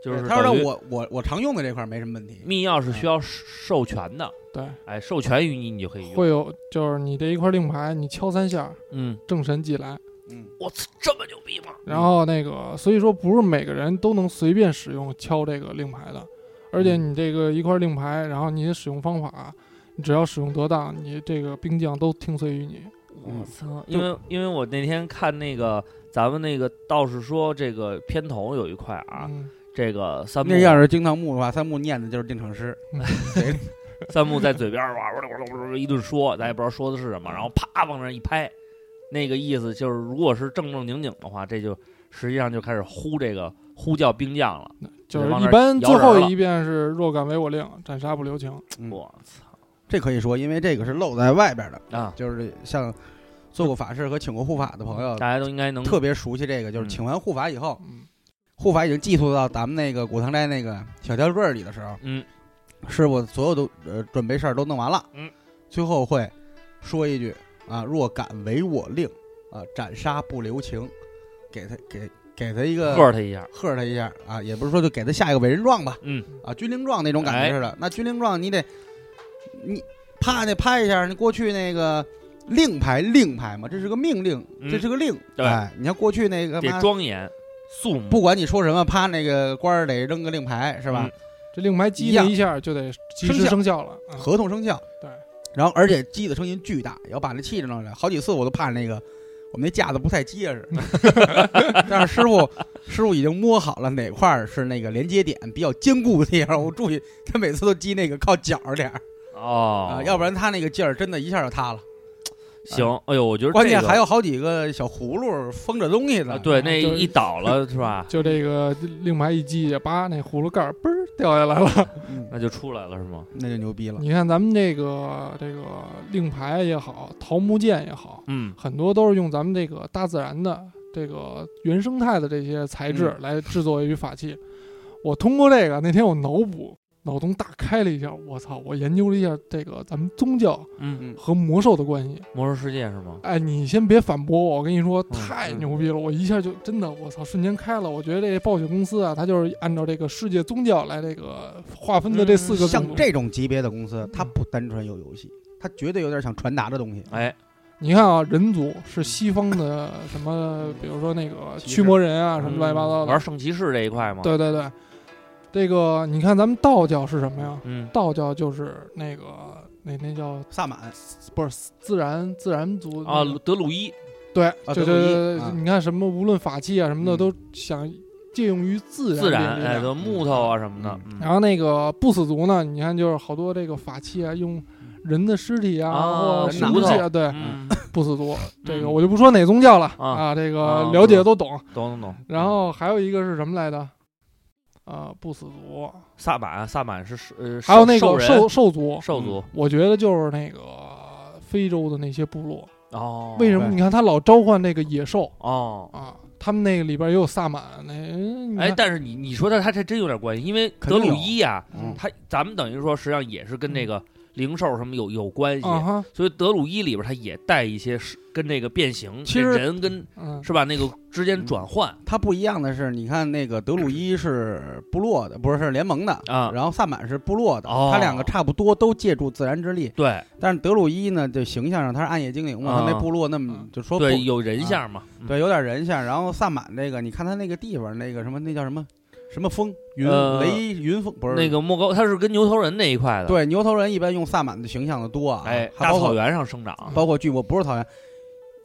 Speaker 3: 就是
Speaker 1: 他说
Speaker 3: 等于
Speaker 1: 我我我常用的这块没什么问题。
Speaker 3: 密钥是需要授权的，
Speaker 2: 对，
Speaker 3: 哎，授权于你，你就可以用。
Speaker 2: 会有就是你这一块令牌，你敲三下，
Speaker 3: 嗯，
Speaker 2: 正神即来。
Speaker 1: 嗯，
Speaker 3: 我操，这么牛逼吗？
Speaker 2: 然后那个，所以说不是每个人都能随便使用敲这个令牌的，而且
Speaker 3: 嗯
Speaker 2: 你这个一块令牌，然后你的使用方法，你只要使用得当，你这个兵将都听随于你。
Speaker 1: 嗯
Speaker 3: 我操！因为因为我那天看那个咱们那个道士说这个片头有一块啊，
Speaker 2: 嗯，
Speaker 3: 这个三木
Speaker 1: 那要是经堂木的话，三木念的就是定场诗。嗯
Speaker 3: 三木在嘴边儿哇哇哇哇哇哇一顿说，咱也不知道说的是什么，然后啪往那儿一拍，那个意思就是，如果是正正经经的话，这就实际上就开始呼这个呼叫兵将了。
Speaker 2: 就是
Speaker 3: 往
Speaker 2: 一
Speaker 3: 那儿
Speaker 2: 般
Speaker 3: 摇
Speaker 2: 最
Speaker 3: 人
Speaker 2: 后
Speaker 3: 了
Speaker 2: 一遍是若敢违我令，斩杀不留情。
Speaker 1: 嗯
Speaker 3: 我操
Speaker 1: 这可以说，因为这个是露在外边的，
Speaker 3: 啊！
Speaker 1: 就是像做过法事和请过护法的朋友，
Speaker 3: 大家都应该能
Speaker 1: 特别熟悉这个。就是
Speaker 3: 嗯
Speaker 1: 请完护法以后，
Speaker 2: 嗯，
Speaker 1: 护法已经寄宿到咱们那个古堂斋那个小吊坠儿里的时候，
Speaker 3: 嗯，
Speaker 1: 师傅所有都呃准备事儿都弄完了，
Speaker 3: 嗯，
Speaker 1: 最后会说一句啊，若敢违我令啊，斩杀不留情，给他给给他一
Speaker 2: 呃
Speaker 1: 个
Speaker 3: 喝他一下，
Speaker 1: 喝他一下啊，也不是说就给他下一个委任状吧，
Speaker 3: 嗯，
Speaker 1: 啊，军令状那种
Speaker 3: 哎
Speaker 1: 感觉似的。那军令状你得，你啪那拍一下，你过去那个令牌令牌嘛，这是个命令，
Speaker 3: 嗯
Speaker 1: 这是个令。
Speaker 3: 对
Speaker 1: 哎，你看过去那个
Speaker 3: 得
Speaker 1: 妈，
Speaker 3: 庄严肃穆，
Speaker 1: 不管你说什么，啪那个官儿得扔个令牌
Speaker 3: 嗯
Speaker 1: 是吧？
Speaker 2: 这令牌击
Speaker 1: 一样
Speaker 2: 那一下就得及
Speaker 1: 生
Speaker 2: 时
Speaker 1: 效
Speaker 2: 生效了。啊
Speaker 1: 合同生效。
Speaker 2: 对。
Speaker 1: 然后，而且鸡的声音巨大，要把那气着弄来。好几次我都怕那个我们那架子不太结 实，但是师傅师傅已经摸好了哪块儿是那个连接点比较坚固的地方。我注意他每次都击那个靠角儿点儿
Speaker 3: 哦
Speaker 1: 啊，，要不然他那个劲儿真的一下就塌了。
Speaker 3: 行。哎呦，我觉得
Speaker 1: 关键
Speaker 3: 这个
Speaker 1: 还有好几个小葫芦封着东西
Speaker 3: 啊，
Speaker 1: 呢。
Speaker 3: 对，
Speaker 2: 嗯
Speaker 3: 那
Speaker 2: 就是
Speaker 3: 一倒了是吧？
Speaker 2: 就这个令牌一击，叭，那葫芦盖儿嘣儿掉下来 了。
Speaker 1: 嗯，
Speaker 3: 那就出来了是吗？
Speaker 1: 那就牛逼了。
Speaker 2: 你看咱们这个这个令牌也好，桃木剑也好，
Speaker 3: 嗯，
Speaker 2: 很多都是用咱们这个大自然的这个原生态的这些材质
Speaker 3: 嗯
Speaker 2: 来制作一法器。我通过这个，那天我脑补脑洞大开了一下，我操！我研究了一下这个咱们宗教
Speaker 3: 嗯，
Speaker 2: 和魔兽的关系。
Speaker 3: 魔兽世界是吗？
Speaker 2: 哎，你先别反驳我，我跟你说，
Speaker 3: 嗯
Speaker 2: 太
Speaker 3: 嗯
Speaker 2: 牛逼了！我一下就真的，我操，瞬间开了。我觉得这暴雪公司啊，它就是按照这个世界宗教来这个划分的这四个种
Speaker 1: 嗯像
Speaker 2: 族。
Speaker 1: 这种级别的公
Speaker 2: 嗯
Speaker 1: 司，它不单纯有游戏，它绝对有点想传达的东西。
Speaker 3: 哎，
Speaker 2: 你看啊，人族是西方的什么，比如说那个
Speaker 1: 骑士
Speaker 2: 驱魔人啊，什么乱七八糟的
Speaker 3: 嗯玩。圣骑士这一块吗？，
Speaker 2: 对对对，这个你看咱们道教是什么呀？
Speaker 3: 嗯，
Speaker 2: 道教就是那个那那叫
Speaker 1: 萨满
Speaker 2: 不是自然自然族
Speaker 3: 啊，
Speaker 2: 那个
Speaker 3: 德鲁伊，
Speaker 2: 对，
Speaker 1: 啊
Speaker 2: 就
Speaker 1: 德鲁伊
Speaker 2: 就
Speaker 1: 啊
Speaker 2: 你看什么，无论法器啊什么的，
Speaker 1: 嗯
Speaker 2: 都想借用于自然这
Speaker 3: 自然，
Speaker 2: 个力
Speaker 3: 哎，
Speaker 2: 量嗯
Speaker 3: 的木头啊什么的，嗯
Speaker 2: 然后那个不死族呢，你看就是好多这个法器啊，用
Speaker 3: 嗯
Speaker 2: 人的尸体
Speaker 3: 啊
Speaker 2: 啊或什
Speaker 1: 骨
Speaker 2: 么
Speaker 1: 头
Speaker 2: 器啊，对，
Speaker 3: 嗯，
Speaker 2: 不死族这个我就不说哪宗教了
Speaker 3: 啊
Speaker 2: 啊，这个
Speaker 3: 啊
Speaker 2: 了解的都懂。
Speaker 3: 懂懂懂。
Speaker 2: 然后还有一个是什么来的？啊，不死族，
Speaker 3: 萨满，萨满是呃，
Speaker 2: 还有那个
Speaker 3: 人
Speaker 2: 兽兽族，
Speaker 3: 兽族
Speaker 2: 我觉得就是那个非洲的那些部落，
Speaker 3: 哦，
Speaker 2: 嗯为什么？
Speaker 1: 对
Speaker 2: 你看他老召唤那个野兽
Speaker 3: 哦，
Speaker 2: 啊，他们那个里边也有萨满，那你
Speaker 3: 哎，
Speaker 2: 看
Speaker 3: 但是你你说的他这真有点关系，因为
Speaker 1: 肯
Speaker 3: 德
Speaker 1: 定有
Speaker 3: 鲁伊呀，
Speaker 1: 嗯
Speaker 3: 他咱们等于说实际上也是跟这个灵兽什么有有关系，
Speaker 2: 啊
Speaker 1: 嗯
Speaker 2: 哈，
Speaker 3: 所以德鲁伊里边他也带一些是跟这个变形，
Speaker 2: 其实
Speaker 3: 这人跟
Speaker 2: 嗯，
Speaker 3: 是吧那个之间转换
Speaker 1: 它不一样的是，你看那个德鲁伊是部落的，不是是联盟的，
Speaker 3: 啊，
Speaker 1: 然后萨满是部落的，
Speaker 3: 哦
Speaker 1: 它两个差不多都借助自然之力。
Speaker 3: 对
Speaker 1: 但是德鲁伊呢，就形象上他是暗夜精灵嘛，
Speaker 3: 啊
Speaker 1: 他那部落那么
Speaker 2: 嗯
Speaker 1: 就说不
Speaker 3: 对，有人像嘛，嗯
Speaker 1: 对有点人像。然后萨满这个，你看他那个地方，那个什么那叫什么什么风云、
Speaker 3: 呃
Speaker 1: 雷云风不是
Speaker 3: 那个莫高，他是跟牛头人那一块的，，
Speaker 1: 对牛头人一般用萨满的形象的多啊，
Speaker 3: 哎，
Speaker 1: 还
Speaker 3: 大
Speaker 1: 包
Speaker 3: 草
Speaker 1: 括嗯
Speaker 3: 原上生长，
Speaker 1: 包括据我不是草原，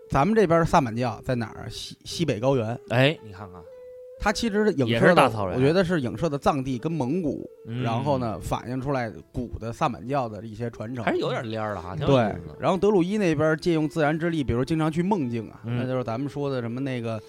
Speaker 1: 咱们这边萨满教在哪儿？西西北高原，
Speaker 3: 哎，你看看，
Speaker 1: 它其实影
Speaker 3: 也
Speaker 1: 射的
Speaker 3: 是大草原
Speaker 1: 我觉得是影射的藏地跟蒙古，
Speaker 3: 嗯
Speaker 1: 然后，呢反映出来古的萨满教的一些传承
Speaker 3: 还。是有点蔫儿的哈，挺有
Speaker 1: 对
Speaker 3: 意思，的
Speaker 1: 然后德鲁伊那边借用自然之力，比如经常去梦境啊，
Speaker 3: 嗯
Speaker 1: 那就是咱们说的什么那个，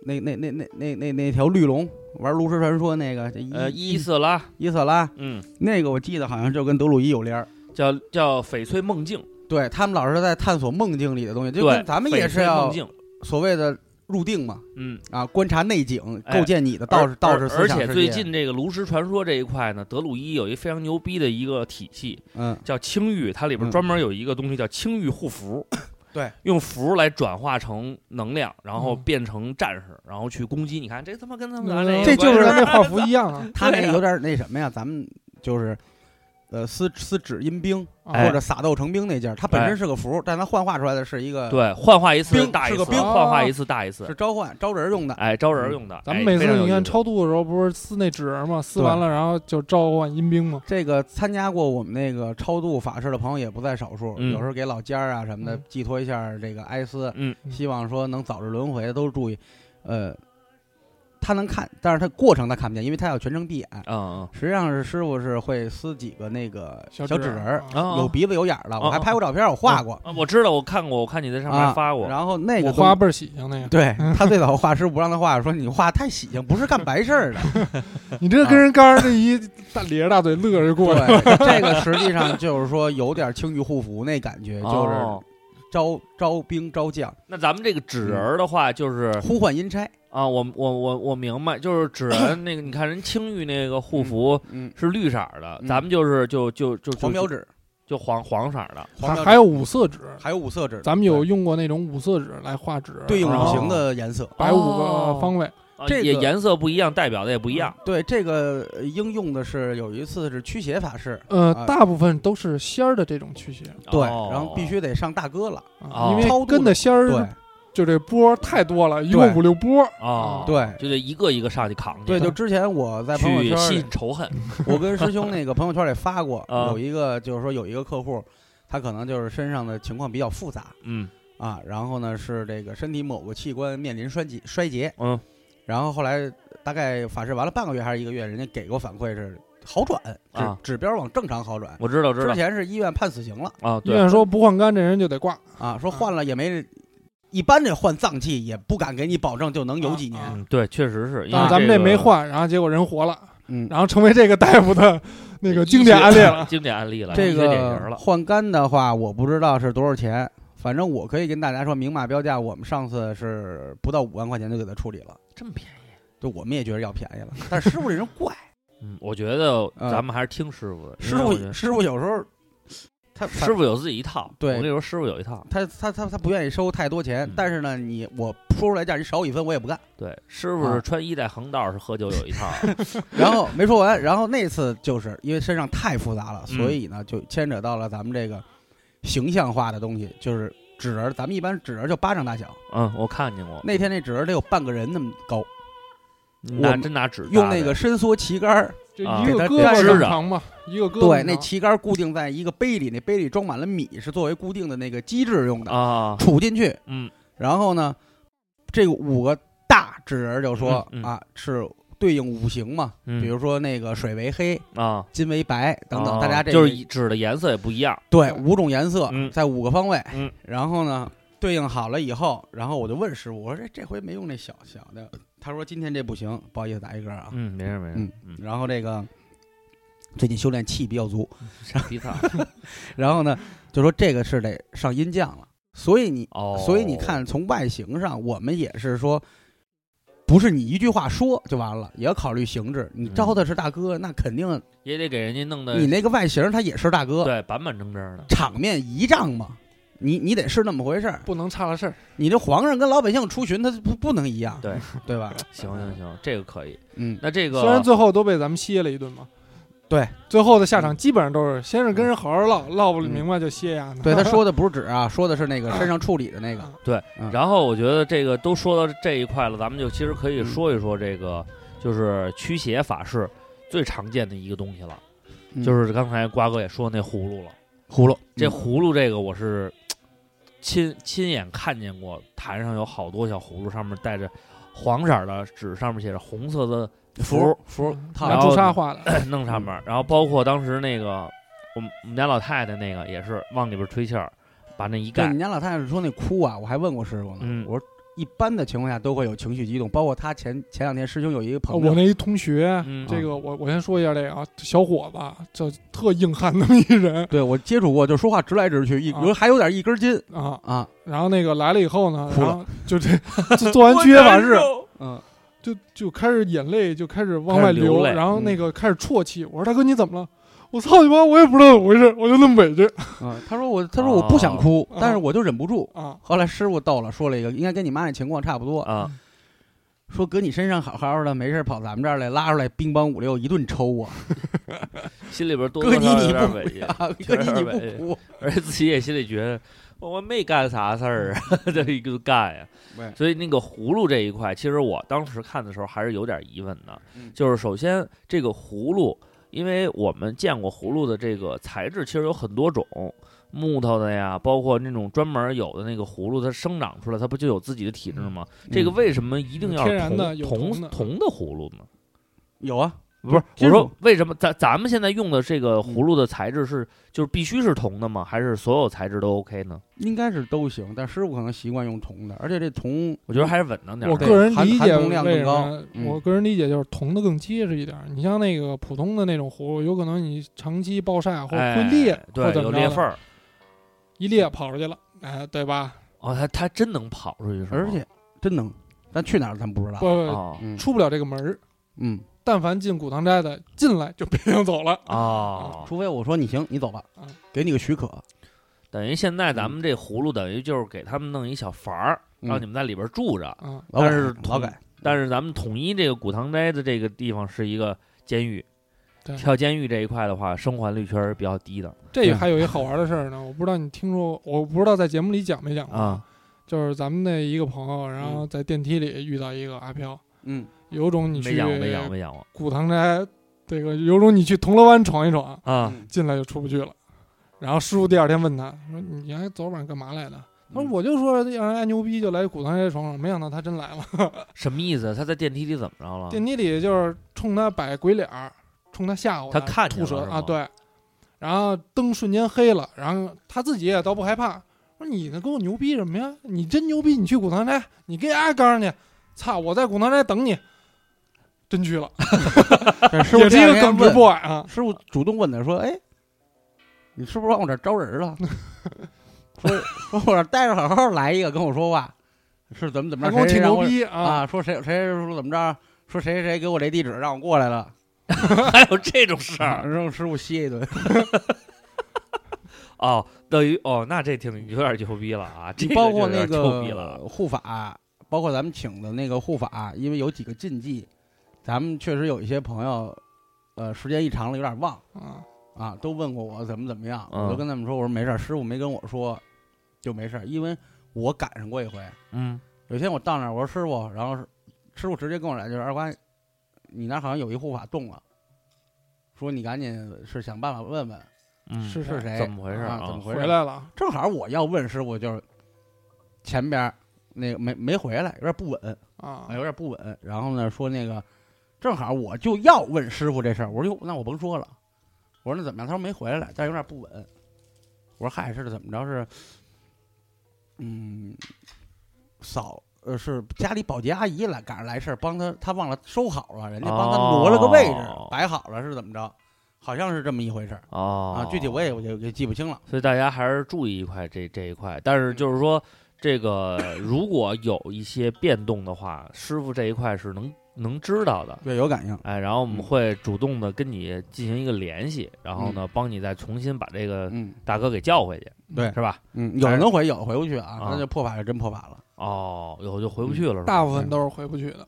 Speaker 1: 那那那那那那那条绿龙玩炉石传说那个，这伊
Speaker 3: 呃，伊瑟拉，
Speaker 1: 伊瑟拉
Speaker 3: 嗯，
Speaker 1: 那个，我记得好像就跟德鲁伊有联儿。
Speaker 3: 叫叫翡翠梦境，
Speaker 1: 对他们老是在探索梦境里的东西，就
Speaker 3: 对
Speaker 1: 跟，咱们
Speaker 3: 翡
Speaker 1: 也是
Speaker 3: 翠梦
Speaker 1: 要
Speaker 3: 境，
Speaker 1: 所谓的入定嘛，
Speaker 3: 嗯，
Speaker 1: 啊，观察内景，
Speaker 3: 哎
Speaker 1: 构建你的道士道士
Speaker 3: 而
Speaker 1: 思
Speaker 3: 而
Speaker 1: 想
Speaker 3: 且
Speaker 1: 世
Speaker 3: 最
Speaker 1: 界
Speaker 3: 近这个炉石传说这一块呢，德鲁伊有一非常牛逼的一个体系，
Speaker 1: 嗯，
Speaker 3: 叫青玉，它里边
Speaker 1: 嗯
Speaker 3: 专门有一个东西叫青玉 护符，
Speaker 1: 对，
Speaker 3: 用符来转化成能量，然后
Speaker 2: 嗯
Speaker 3: 变成战士，然后去攻击。你看这他妈跟他们咱
Speaker 2: 那
Speaker 1: 这
Speaker 3: 个
Speaker 1: 就是，
Speaker 2: 跟
Speaker 3: 关系
Speaker 2: 那画幅一样啊
Speaker 1: 他那
Speaker 3: 对
Speaker 1: 个
Speaker 3: 呀
Speaker 1: 有点那什么呀，咱们就是。呃，撕撕纸阴兵
Speaker 2: 啊
Speaker 3: 哎
Speaker 1: 或者撒豆成兵那劲儿，它本身是个符，但它幻化出来的是一个
Speaker 3: 哎对，幻化一次
Speaker 1: 兵
Speaker 3: 大一
Speaker 1: 是
Speaker 3: 次，
Speaker 1: 个兵
Speaker 3: 幻化一次大一
Speaker 1: 是
Speaker 3: 次，
Speaker 1: 召唤招人用的，嗯
Speaker 3: 哎，招人用的。
Speaker 2: 咱
Speaker 3: 哎
Speaker 2: 们每次
Speaker 3: 非常有
Speaker 2: 你看
Speaker 3: 意思
Speaker 2: 超度的时候，不是撕那纸人嘛，撕完了然后就召唤阴兵嘛。
Speaker 1: 这个参加过我们那个超度法事的朋友也不在少数，
Speaker 3: 嗯
Speaker 1: 有时候给老家儿啊什么的
Speaker 2: 嗯
Speaker 1: 寄托一下这个哀思，
Speaker 3: 嗯
Speaker 1: 希望说能早日轮回，都注意，呃，他能看，但是他过程他看不见，因为他要全程闭眼。
Speaker 3: 嗯
Speaker 1: 实际上是师傅是会撕几个那个小
Speaker 2: 纸
Speaker 1: 纸人
Speaker 2: 儿
Speaker 1: 儿，
Speaker 2: 啊，
Speaker 3: 啊
Speaker 1: 有鼻子有眼儿的。
Speaker 3: 啊
Speaker 1: 我还拍过照片，我画过。啊
Speaker 3: 啊，我知道，我看过，我看你在上面还发过，哦
Speaker 1: 然后那个
Speaker 2: 我花
Speaker 1: 东
Speaker 2: 倍儿喜庆那个，
Speaker 1: 对 他最早画师不让他画，说你画太喜庆，不是干白事 儿的。
Speaker 2: 你这跟人刚这一大咧着大嘴乐着过来，
Speaker 1: 对，这个实际上就是说有点青玉护符那感觉，就是嗯
Speaker 3: 哦
Speaker 1: 招招兵招将，
Speaker 3: 那咱们这个纸人儿的话，就是
Speaker 1: 呼唤阴差。
Speaker 3: 啊，我我我我明白，就 是纸人那个，你看人青玉那个护符
Speaker 1: 嗯，
Speaker 3: 是绿色儿的，
Speaker 1: 嗯
Speaker 3: 咱们就是就就就就
Speaker 1: 黄标纸，
Speaker 3: 就黄黄色儿的，
Speaker 1: 黄标
Speaker 2: 还
Speaker 1: 纸
Speaker 2: 有五色纸，
Speaker 1: 还有五色纸，
Speaker 2: 咱们有用过那种五色纸来画纸，
Speaker 1: 对应
Speaker 3: 哦
Speaker 1: 五行的颜色。
Speaker 2: 摆五个
Speaker 3: 哦
Speaker 2: 方位，
Speaker 3: 啊
Speaker 1: 这
Speaker 3: 也
Speaker 1: 个
Speaker 3: 颜色不一样，代表的也不一样。
Speaker 1: 对，这个呃应用的是有一次是驱邪法师，
Speaker 2: 呃，
Speaker 1: 啊
Speaker 2: 大部分都是仙儿的这种驱邪，
Speaker 1: 嗯对，
Speaker 3: 哦
Speaker 1: 然后必须得上大哥了，
Speaker 2: 啊
Speaker 3: 哦
Speaker 2: 因
Speaker 1: 超
Speaker 2: 为
Speaker 1: 度
Speaker 2: 跟
Speaker 1: 的
Speaker 2: 的仙
Speaker 1: 对
Speaker 2: 儿就这波太多了，一共
Speaker 1: 对
Speaker 2: 五六波，
Speaker 3: 哦，
Speaker 1: 嗯对
Speaker 3: 就得一个一个上去扛去，
Speaker 1: 对，就之前我在朋友
Speaker 3: 去
Speaker 1: 圈
Speaker 3: 吸
Speaker 1: 里
Speaker 3: 引仇恨。
Speaker 1: 我跟师兄那个朋友圈里发过，
Speaker 3: 啊
Speaker 1: 有一个就是说有一个客户，他可能就是身上的情况比较复杂
Speaker 3: 嗯
Speaker 1: 啊，然后呢是这个身体某个器官面临衰竭衰竭，
Speaker 3: 嗯，
Speaker 1: 然后后来大概法事完了半个月还是一个月，人家给过反馈是好转，指、
Speaker 3: 啊
Speaker 1: 指标往正常好转。
Speaker 3: 我知道知
Speaker 1: 之
Speaker 3: 道
Speaker 1: 前是医院判死刑了
Speaker 3: 啊，
Speaker 2: 医
Speaker 3: 对
Speaker 2: 院说不换肝这人就得挂，
Speaker 1: 啊，说换了也没，一般这换脏器也不敢给你保证就能有几年，
Speaker 2: 啊
Speaker 3: 嗯对，确实是，因
Speaker 2: 但
Speaker 3: 为
Speaker 2: 是咱们
Speaker 3: 这
Speaker 2: 这
Speaker 3: 个
Speaker 2: 没换，然后结果人活了，
Speaker 1: 嗯。
Speaker 2: 然后成为这个大夫的那个 经典案例了。
Speaker 3: 经典案例了，
Speaker 1: 这
Speaker 3: 一典型
Speaker 1: 个
Speaker 3: 了。
Speaker 1: 换肝的话，我不知道是多少钱，反正我可以跟大家说，明码标价，我们上次是不到五万块钱就给他处理了，
Speaker 3: 这么便宜。
Speaker 1: 就我们也觉得要便宜了。但是师傅这人怪，
Speaker 3: 嗯，我觉得
Speaker 1: 呃
Speaker 3: 咱们还是听师傅的。
Speaker 1: 师
Speaker 3: 因为我觉
Speaker 1: 傅
Speaker 3: 得
Speaker 1: 师傅有时候他他
Speaker 3: 师傅有自己一套，
Speaker 1: 对
Speaker 3: 我跟你说，师傅有一套。
Speaker 1: 他他他他不愿意收太多钱
Speaker 3: 嗯，
Speaker 1: 但是呢，你我说出来价，你少一分我也不干。
Speaker 3: 对，师
Speaker 1: 啊
Speaker 3: 傅是穿衣带横道，是喝酒有 一套。
Speaker 1: 然后没说完，然后那次就是因为身上太复杂了，
Speaker 3: 嗯
Speaker 1: 所以呢就牵扯到了咱们这个形象化的东西，就是纸人儿，咱们一般纸人儿就巴掌大小，
Speaker 3: 嗯，我看见过，
Speaker 1: 那天那纸人儿得有半个人那么高。
Speaker 3: 你拿
Speaker 1: 我
Speaker 3: 真拿纸
Speaker 1: 用
Speaker 3: 扎
Speaker 1: 那
Speaker 3: 的
Speaker 1: 个伸缩旗杆儿，
Speaker 2: 就
Speaker 3: 啊
Speaker 2: 一
Speaker 1: 给
Speaker 2: 个
Speaker 1: 他
Speaker 2: 胳膊
Speaker 3: 支
Speaker 2: 正
Speaker 3: 着
Speaker 2: 常嘛，一个胳膊
Speaker 1: 对，
Speaker 2: 正
Speaker 1: 那
Speaker 2: 常
Speaker 1: 旗杆儿固定在一个杯里，那杯里装满了米，是作为固定的那个机制用的，
Speaker 3: 啊，
Speaker 1: 杵进去。
Speaker 3: 嗯，
Speaker 1: 然后呢，这五个大纸人儿就说
Speaker 3: 嗯嗯
Speaker 1: 啊，是对应五行嘛，
Speaker 3: 嗯
Speaker 1: 比如说那个水为黑，
Speaker 3: 啊
Speaker 1: 金为白等等，
Speaker 3: 啊
Speaker 1: 大家这
Speaker 3: 就是
Speaker 1: 个
Speaker 3: 一纸的颜色也不一样。
Speaker 1: 对五种颜色
Speaker 3: 嗯
Speaker 1: 在五个方位
Speaker 3: 嗯，
Speaker 1: 然后呢对应好了以后，然后我就问师傅，我说这这回没用那小小的，他说今天这不行，不好意思打一嗝啊。
Speaker 3: 嗯，没事没事
Speaker 1: 嗯，
Speaker 3: 嗯，
Speaker 1: 然后这个最近修炼气比较足，
Speaker 3: 傻逼 操。
Speaker 1: 然后呢，就说这个是得上阴将了，所以你，
Speaker 3: 哦，
Speaker 1: 所以你看，从外形上，我们也是说，不是你一句话说就完了，也要考虑形制。你
Speaker 3: 嗯
Speaker 1: 招的是大哥，那肯定
Speaker 3: 也得给人家弄的
Speaker 1: 你那个外形他也是大哥，
Speaker 3: 对板板正正的。
Speaker 1: 场面仪仗嘛，你你得是那么回事儿。
Speaker 2: 不能差了事儿。
Speaker 1: 你这皇上跟老百姓出巡，他不不能一样，
Speaker 3: 对
Speaker 1: 对 吧？
Speaker 3: 行行行，这个可以。
Speaker 1: 嗯，
Speaker 3: 那这个
Speaker 2: 虽然最后都被咱们歇了一顿嘛，
Speaker 1: 对，嗯
Speaker 2: 最后的下场基本上都是先是跟人好好唠，唠不明白就歇呀。
Speaker 1: 对， 他说的不是纸啊，说的是那个身上处理的那 个。
Speaker 3: 然后我觉得这个都说到这一块了，咱们就其实可
Speaker 1: 嗯
Speaker 3: 以说一说这个，就是驱邪法事最常见的一个东西了，
Speaker 1: 嗯
Speaker 3: 就是刚才瓜哥也说那葫芦了。
Speaker 1: 葫芦，嗯
Speaker 3: 这葫芦这个我是亲亲眼看见过，坛上有好多小葫芦，上面带着黄色儿的纸，上面写着红色的符
Speaker 1: 符符套
Speaker 2: 拿
Speaker 3: 然后
Speaker 2: 朱砂画的，
Speaker 3: 弄上
Speaker 1: 嗯
Speaker 3: 面儿， 然后包括当时那个我们我们家老太太那个也是往里边吹气儿，把那一
Speaker 1: 对，
Speaker 3: 盖
Speaker 1: 你家老太太说那哭啊，我还问过师傅呢。
Speaker 3: 嗯
Speaker 1: 我说一般的情况下都会有情绪激动，包括他前前两天师兄有一个朋
Speaker 2: 啊我
Speaker 1: 友，
Speaker 2: 那一同学
Speaker 3: 嗯，
Speaker 2: 这个我我先说一下这个啊，小伙子，这特硬汉那么一人
Speaker 1: 对我接触过，就说话直来直去，一
Speaker 2: 啊
Speaker 1: 有还有点一根筋
Speaker 2: 啊。
Speaker 1: 啊，
Speaker 2: 然后那个来了以后呢，
Speaker 1: 哭了
Speaker 2: 然后就这就做完驱邪法事，
Speaker 1: 嗯，
Speaker 2: 就就开始眼泪就开始往外
Speaker 3: 开始流泪嗯
Speaker 2: 然后那个开始啜泣。我说大哥你怎么了？我操你妈！我也不知道怎么回事，我就那么委屈
Speaker 1: 啊他说我他说我不想哭，
Speaker 2: 啊
Speaker 1: 但是我就忍不住。
Speaker 2: 啊。
Speaker 1: 后来师傅逗了，说了一个，应该跟你妈那情况差不多，
Speaker 3: 啊，
Speaker 1: 说搁你身上好好的，没事跑咱们这儿来，拉出来乒乓五六一顿抽 啊，
Speaker 3: 心里边多多
Speaker 1: 哥
Speaker 3: 少
Speaker 1: 你
Speaker 3: 少有
Speaker 1: 你
Speaker 3: 点
Speaker 1: 不
Speaker 3: 委屈，
Speaker 1: 哥你你不哭，
Speaker 3: 而且自己也心里觉得我我没干啥事儿啊， 这一个干呀
Speaker 1: 喂。
Speaker 3: 所以那个葫芦这一块，其实我当时看的时候还是有点疑问的
Speaker 1: 嗯，
Speaker 3: 就是首先这个葫芦因为我们见过葫芦的这个材质，其实有很多种，木头的呀，包括那种专门有的那个葫芦，它生长出来，它不就有自己的体质吗？这个
Speaker 1: 嗯
Speaker 3: 为什么一定
Speaker 2: 嗯
Speaker 3: 要
Speaker 2: 天然的
Speaker 3: 是
Speaker 2: 有
Speaker 3: 铜
Speaker 2: 铜的
Speaker 3: 铜的葫芦呢？
Speaker 1: 有啊，
Speaker 3: 不是，
Speaker 1: 金
Speaker 3: 我
Speaker 1: 属
Speaker 3: 说为什么咱咱们现在用的这个葫芦的材质是就是必须是铜的吗？还是所有材质都 OK 呢？
Speaker 1: 应该是都行，但师傅可能习惯用铜的，而且这铜
Speaker 3: 我觉得还是稳当点儿
Speaker 2: 我
Speaker 3: 的。
Speaker 1: 对
Speaker 2: 个人
Speaker 1: 含
Speaker 2: 理
Speaker 1: 含
Speaker 2: 解
Speaker 1: 铜量
Speaker 2: 为
Speaker 1: 更
Speaker 2: 什
Speaker 1: 高
Speaker 2: 么
Speaker 1: 嗯
Speaker 2: 我个人理解就是铜的更结实一点儿。你像那个普通的那种葫芦，有可能你长期暴晒或者会裂
Speaker 3: 哎，
Speaker 2: 或者
Speaker 3: 对，
Speaker 2: 怎
Speaker 3: 有
Speaker 2: 么
Speaker 3: 裂
Speaker 2: 着
Speaker 3: 缝
Speaker 2: 的，
Speaker 3: 儿。
Speaker 2: 一裂跑出去了，哎，对吧？
Speaker 3: 哦，它它真能跑出去是吗？
Speaker 1: 而且真能，但去哪儿咱不知道
Speaker 2: 不。不，
Speaker 3: 哦
Speaker 1: 嗯
Speaker 2: 出不了这个门儿。
Speaker 1: 嗯，
Speaker 2: 但凡进古唐斋的，进来就别想走了。
Speaker 3: 哦，
Speaker 1: 除非我说你行，你走吧
Speaker 2: 嗯，
Speaker 1: 给你个许可，
Speaker 3: 等于现在咱们这葫芦等于就是给他们弄一小房儿，
Speaker 1: 嗯
Speaker 3: 让你们在里边住着。
Speaker 2: 啊，
Speaker 1: 老改
Speaker 3: 但是
Speaker 1: 劳改。
Speaker 3: 但是咱们统一这个古唐斋的这个地方是一个监狱
Speaker 2: 对，
Speaker 3: 跳监狱这一块的话，生还率确实比较低的
Speaker 2: 这个还有一好玩的事儿呢，我不知道你听说，我不知道在节目里讲没讲过，
Speaker 3: 啊。嗯
Speaker 2: 就是咱们那一个朋友，然后在电梯里遇到一个阿飘，
Speaker 1: 嗯，
Speaker 2: 有种你
Speaker 3: 没
Speaker 2: 去
Speaker 3: 养过，没养过，没养过
Speaker 2: 古唐斋，这个有种你去铜锣湾闯一闯，
Speaker 3: 啊。
Speaker 1: 嗯
Speaker 2: 进来就出不去了。然后师傅第二天问他说：“你还昨晚上干嘛来的？”他说：“
Speaker 1: 嗯
Speaker 2: 我就说让人家牛逼就来古唐斋闯闯，没想到他真来了。
Speaker 1: 啊
Speaker 3: 什么意思？他在电梯里怎么着了？
Speaker 2: 电梯里就是冲他摆鬼脸儿，冲他吓唬
Speaker 3: 他看见
Speaker 2: 吐
Speaker 3: 了
Speaker 2: 舌
Speaker 3: 是
Speaker 2: 啊，
Speaker 3: 吗
Speaker 2: 对。然后灯瞬间黑了，然后他自己也倒不害怕，说你呢跟我牛逼什么呀？你真牛逼，你去古唐斋，你跟阿刚去，操，我在古唐斋等你。” 真去了，
Speaker 1: 但是师傅
Speaker 2: 也是
Speaker 1: 第
Speaker 2: 一
Speaker 1: 二
Speaker 2: 个
Speaker 1: 天
Speaker 2: 耿直
Speaker 1: 问
Speaker 2: boy 啊，
Speaker 1: 师傅主动问他说：“哎，你是不是往我这儿招人了？ 说说我这儿待着好好来一个，跟我说话，是怎么怎么
Speaker 2: 还
Speaker 1: 着？
Speaker 2: 跟我
Speaker 1: 谁谁
Speaker 2: 挺
Speaker 1: 让
Speaker 2: 牛
Speaker 1: 我
Speaker 2: 逼啊！
Speaker 1: 啊？说谁谁谁说怎么着？说谁谁谁给我这地址让我过来了，
Speaker 3: 还有这种事
Speaker 2: 啊
Speaker 3: 儿
Speaker 1: 然后师傅歇一顿。
Speaker 3: 哦，等于哦，那这挺有点牛逼了啊！这
Speaker 1: 你
Speaker 3: 个
Speaker 1: 包括
Speaker 3: 就有
Speaker 1: 那
Speaker 3: 点牛逼了
Speaker 1: 个护法，包括咱们请的那个护法，因为有几个禁忌，咱们确实有一些朋友，呃，时间一长了有点忘
Speaker 2: 啊，
Speaker 1: 啊，都问过我怎么怎么样，
Speaker 3: 嗯
Speaker 1: 我都跟他们说，我说没事儿，师傅没跟我说，就没事儿，因为我赶上过一回，
Speaker 3: 嗯
Speaker 1: 有一天我到那儿，我说师傅，然后是师傅直接跟我来就是二瓜，你那儿好像有一护法动了，说你赶紧是想办法问问
Speaker 3: 嗯，
Speaker 2: 是
Speaker 1: 是谁，
Speaker 3: 怎么回事
Speaker 1: 啊
Speaker 3: 啊
Speaker 1: 怎么回
Speaker 2: 回
Speaker 1: 事？
Speaker 2: 来了，
Speaker 1: 正好我要问师傅，就是前边儿那个没没回来，有点不稳，
Speaker 2: 啊
Speaker 1: 啊，有点不稳。然后呢，说那个正好我就要问师傅这事儿，我说哟，那我甭说了，我说那怎么样？他说没回来，但是有点不稳。我说嗨，是怎么着？是嗯，嫂呃是家里保洁阿姨来赶上来事儿，帮他他忘了收好了，人家帮他挪了个位置，
Speaker 3: 哦
Speaker 1: 摆好了是怎么着？好像是这么一回事儿
Speaker 3: 哦
Speaker 1: 啊，具体我也也也记不清了。
Speaker 3: 所以大家还是注意一块这这一块，但
Speaker 1: 嗯
Speaker 3: 是就是说，这个如果有一些变动的话，师傅这一块是能能知道的，
Speaker 1: 对，有感应。
Speaker 3: 哎，然后我们
Speaker 1: 嗯
Speaker 3: 会主动的跟你进行一个联系，然后呢，帮你再重新把这个
Speaker 1: 嗯
Speaker 3: 大哥给叫回去，
Speaker 1: 对
Speaker 3: 是吧？
Speaker 1: 嗯嗯，有能回，有的回不去啊，
Speaker 3: 啊
Speaker 1: 那就破法就真破法了。
Speaker 3: 哦，有就回不
Speaker 1: 嗯
Speaker 3: 去了，是吧
Speaker 2: 大部分都是回不去的。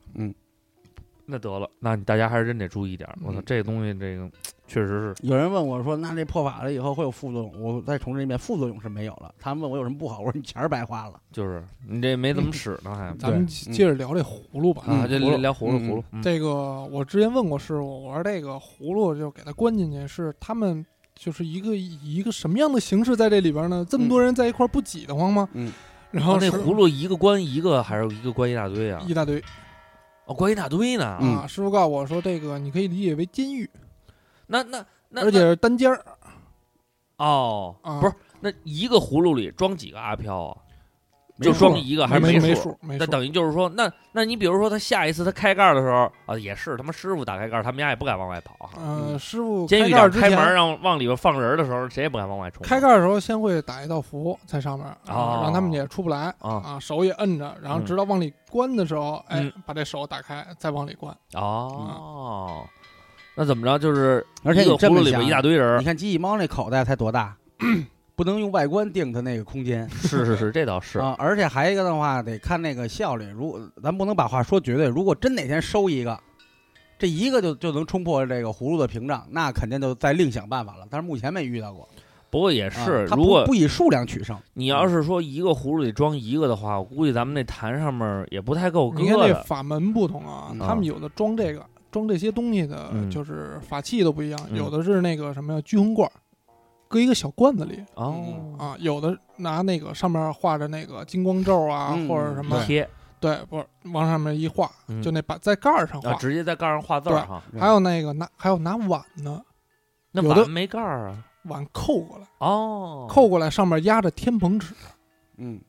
Speaker 3: 那得了，那你大家还是真得注意点儿，我操，
Speaker 2: 嗯
Speaker 3: 这东西这个确实是
Speaker 1: 有人问我说：“那这破法了以后会有副作用？”我再重申一遍，副作用是没有了。他们问我有什么不好，我说你钱儿白花了。
Speaker 3: 就是你这没怎么使呢，还
Speaker 2: 咱们
Speaker 1: 嗯
Speaker 2: 接着聊这葫芦吧。
Speaker 1: 嗯
Speaker 3: 啊，这
Speaker 1: 葫芦
Speaker 3: 聊葫芦
Speaker 1: 嗯
Speaker 3: 葫芦，嗯
Speaker 2: 这个我之前问过师傅，我说这个葫芦就给它关进去，是他们就是一个以一个什么样的形式在这里边呢？这么多
Speaker 3: 嗯
Speaker 2: 人在一块儿不挤得慌吗？
Speaker 1: 嗯，
Speaker 2: 然
Speaker 3: 哦
Speaker 2: 后师
Speaker 3: 那葫芦一个关一个，还是一个关一大堆啊？
Speaker 2: 一大堆
Speaker 3: 哦，关一大堆呢。
Speaker 1: 嗯
Speaker 2: 啊！师傅告诉我说，这个你可以理解为监狱，
Speaker 3: 那那那，
Speaker 2: 而且是单间儿
Speaker 3: 那哦，
Speaker 2: 啊，
Speaker 3: 不是那一个葫芦里装几个阿飘啊？
Speaker 1: 没
Speaker 3: 就
Speaker 1: 数
Speaker 3: 装一个还是
Speaker 2: 没
Speaker 3: 数？
Speaker 2: 数没
Speaker 3: 那
Speaker 2: 数，
Speaker 3: 等于就是说，那那你比如说他下一次他开盖的时候啊，也是他妈师傅打开盖，他们家也不敢往外跑哈。
Speaker 2: 呃，师傅
Speaker 3: 嗯监狱
Speaker 2: 盖
Speaker 3: 长
Speaker 2: 儿之
Speaker 3: 开门
Speaker 2: 前。
Speaker 3: 让往里边放人的时候，谁也不敢往外冲。
Speaker 2: 开盖儿的时候，先会打一道符在上面，
Speaker 3: 哦
Speaker 2: 啊，让他们也出不来
Speaker 3: 啊
Speaker 2: 啊，手也摁着，然后
Speaker 3: 嗯
Speaker 2: 直到往里关的时候，哎
Speaker 3: 嗯，
Speaker 2: 把这手打开，再往里关。
Speaker 3: 哦，那怎么着？就是
Speaker 1: 而且
Speaker 3: 一个
Speaker 1: 你这
Speaker 3: 葫芦
Speaker 1: 么
Speaker 3: 里边
Speaker 1: 想，
Speaker 3: 一大堆
Speaker 1: 你
Speaker 3: 人。
Speaker 1: 看机器猫那口袋才多大， 不能用外观定它那个空间
Speaker 3: 是是是，这倒是。
Speaker 1: 啊。而且还一个的话，得看那个效率。如果咱不能把话说绝对，如果真哪天收一个，这一个就就能冲破这个葫芦的屏障，那肯定就再另想办法了。但是目前没遇到过。
Speaker 3: 不过也
Speaker 1: 啊
Speaker 3: 是，
Speaker 1: 它
Speaker 3: 如
Speaker 1: 不
Speaker 3: 果
Speaker 1: 不以数量取胜，
Speaker 3: 你要是说一个葫芦里装一个的话，我估计咱们那坛上面也不太够搁
Speaker 2: 你看这
Speaker 3: 的。
Speaker 2: 法门不同啊，
Speaker 1: 嗯
Speaker 2: 他们有的装这个，装这些东西的，
Speaker 3: 嗯
Speaker 2: 就是法器都不一样，
Speaker 3: 嗯
Speaker 2: 有的是那个什么呀，聚魂罐儿，搁一个小罐子里
Speaker 1: 嗯
Speaker 3: 哦，
Speaker 2: 啊，有的拿那个上面画着那个金光咒啊，
Speaker 1: 嗯
Speaker 2: 或者什么，
Speaker 3: 贴
Speaker 2: 对，不是往上面一画，
Speaker 3: 嗯
Speaker 2: 就那把在盖儿上画。
Speaker 3: 啊，直接在盖上画字儿
Speaker 2: 对
Speaker 3: 哈。
Speaker 2: 还有那个拿，还有拿碗呢，
Speaker 3: 那
Speaker 2: 有的
Speaker 3: 碗没盖儿啊？
Speaker 2: 碗扣过来，
Speaker 3: 哦，
Speaker 2: 扣过来上面压着天蓬纸，
Speaker 1: 嗯，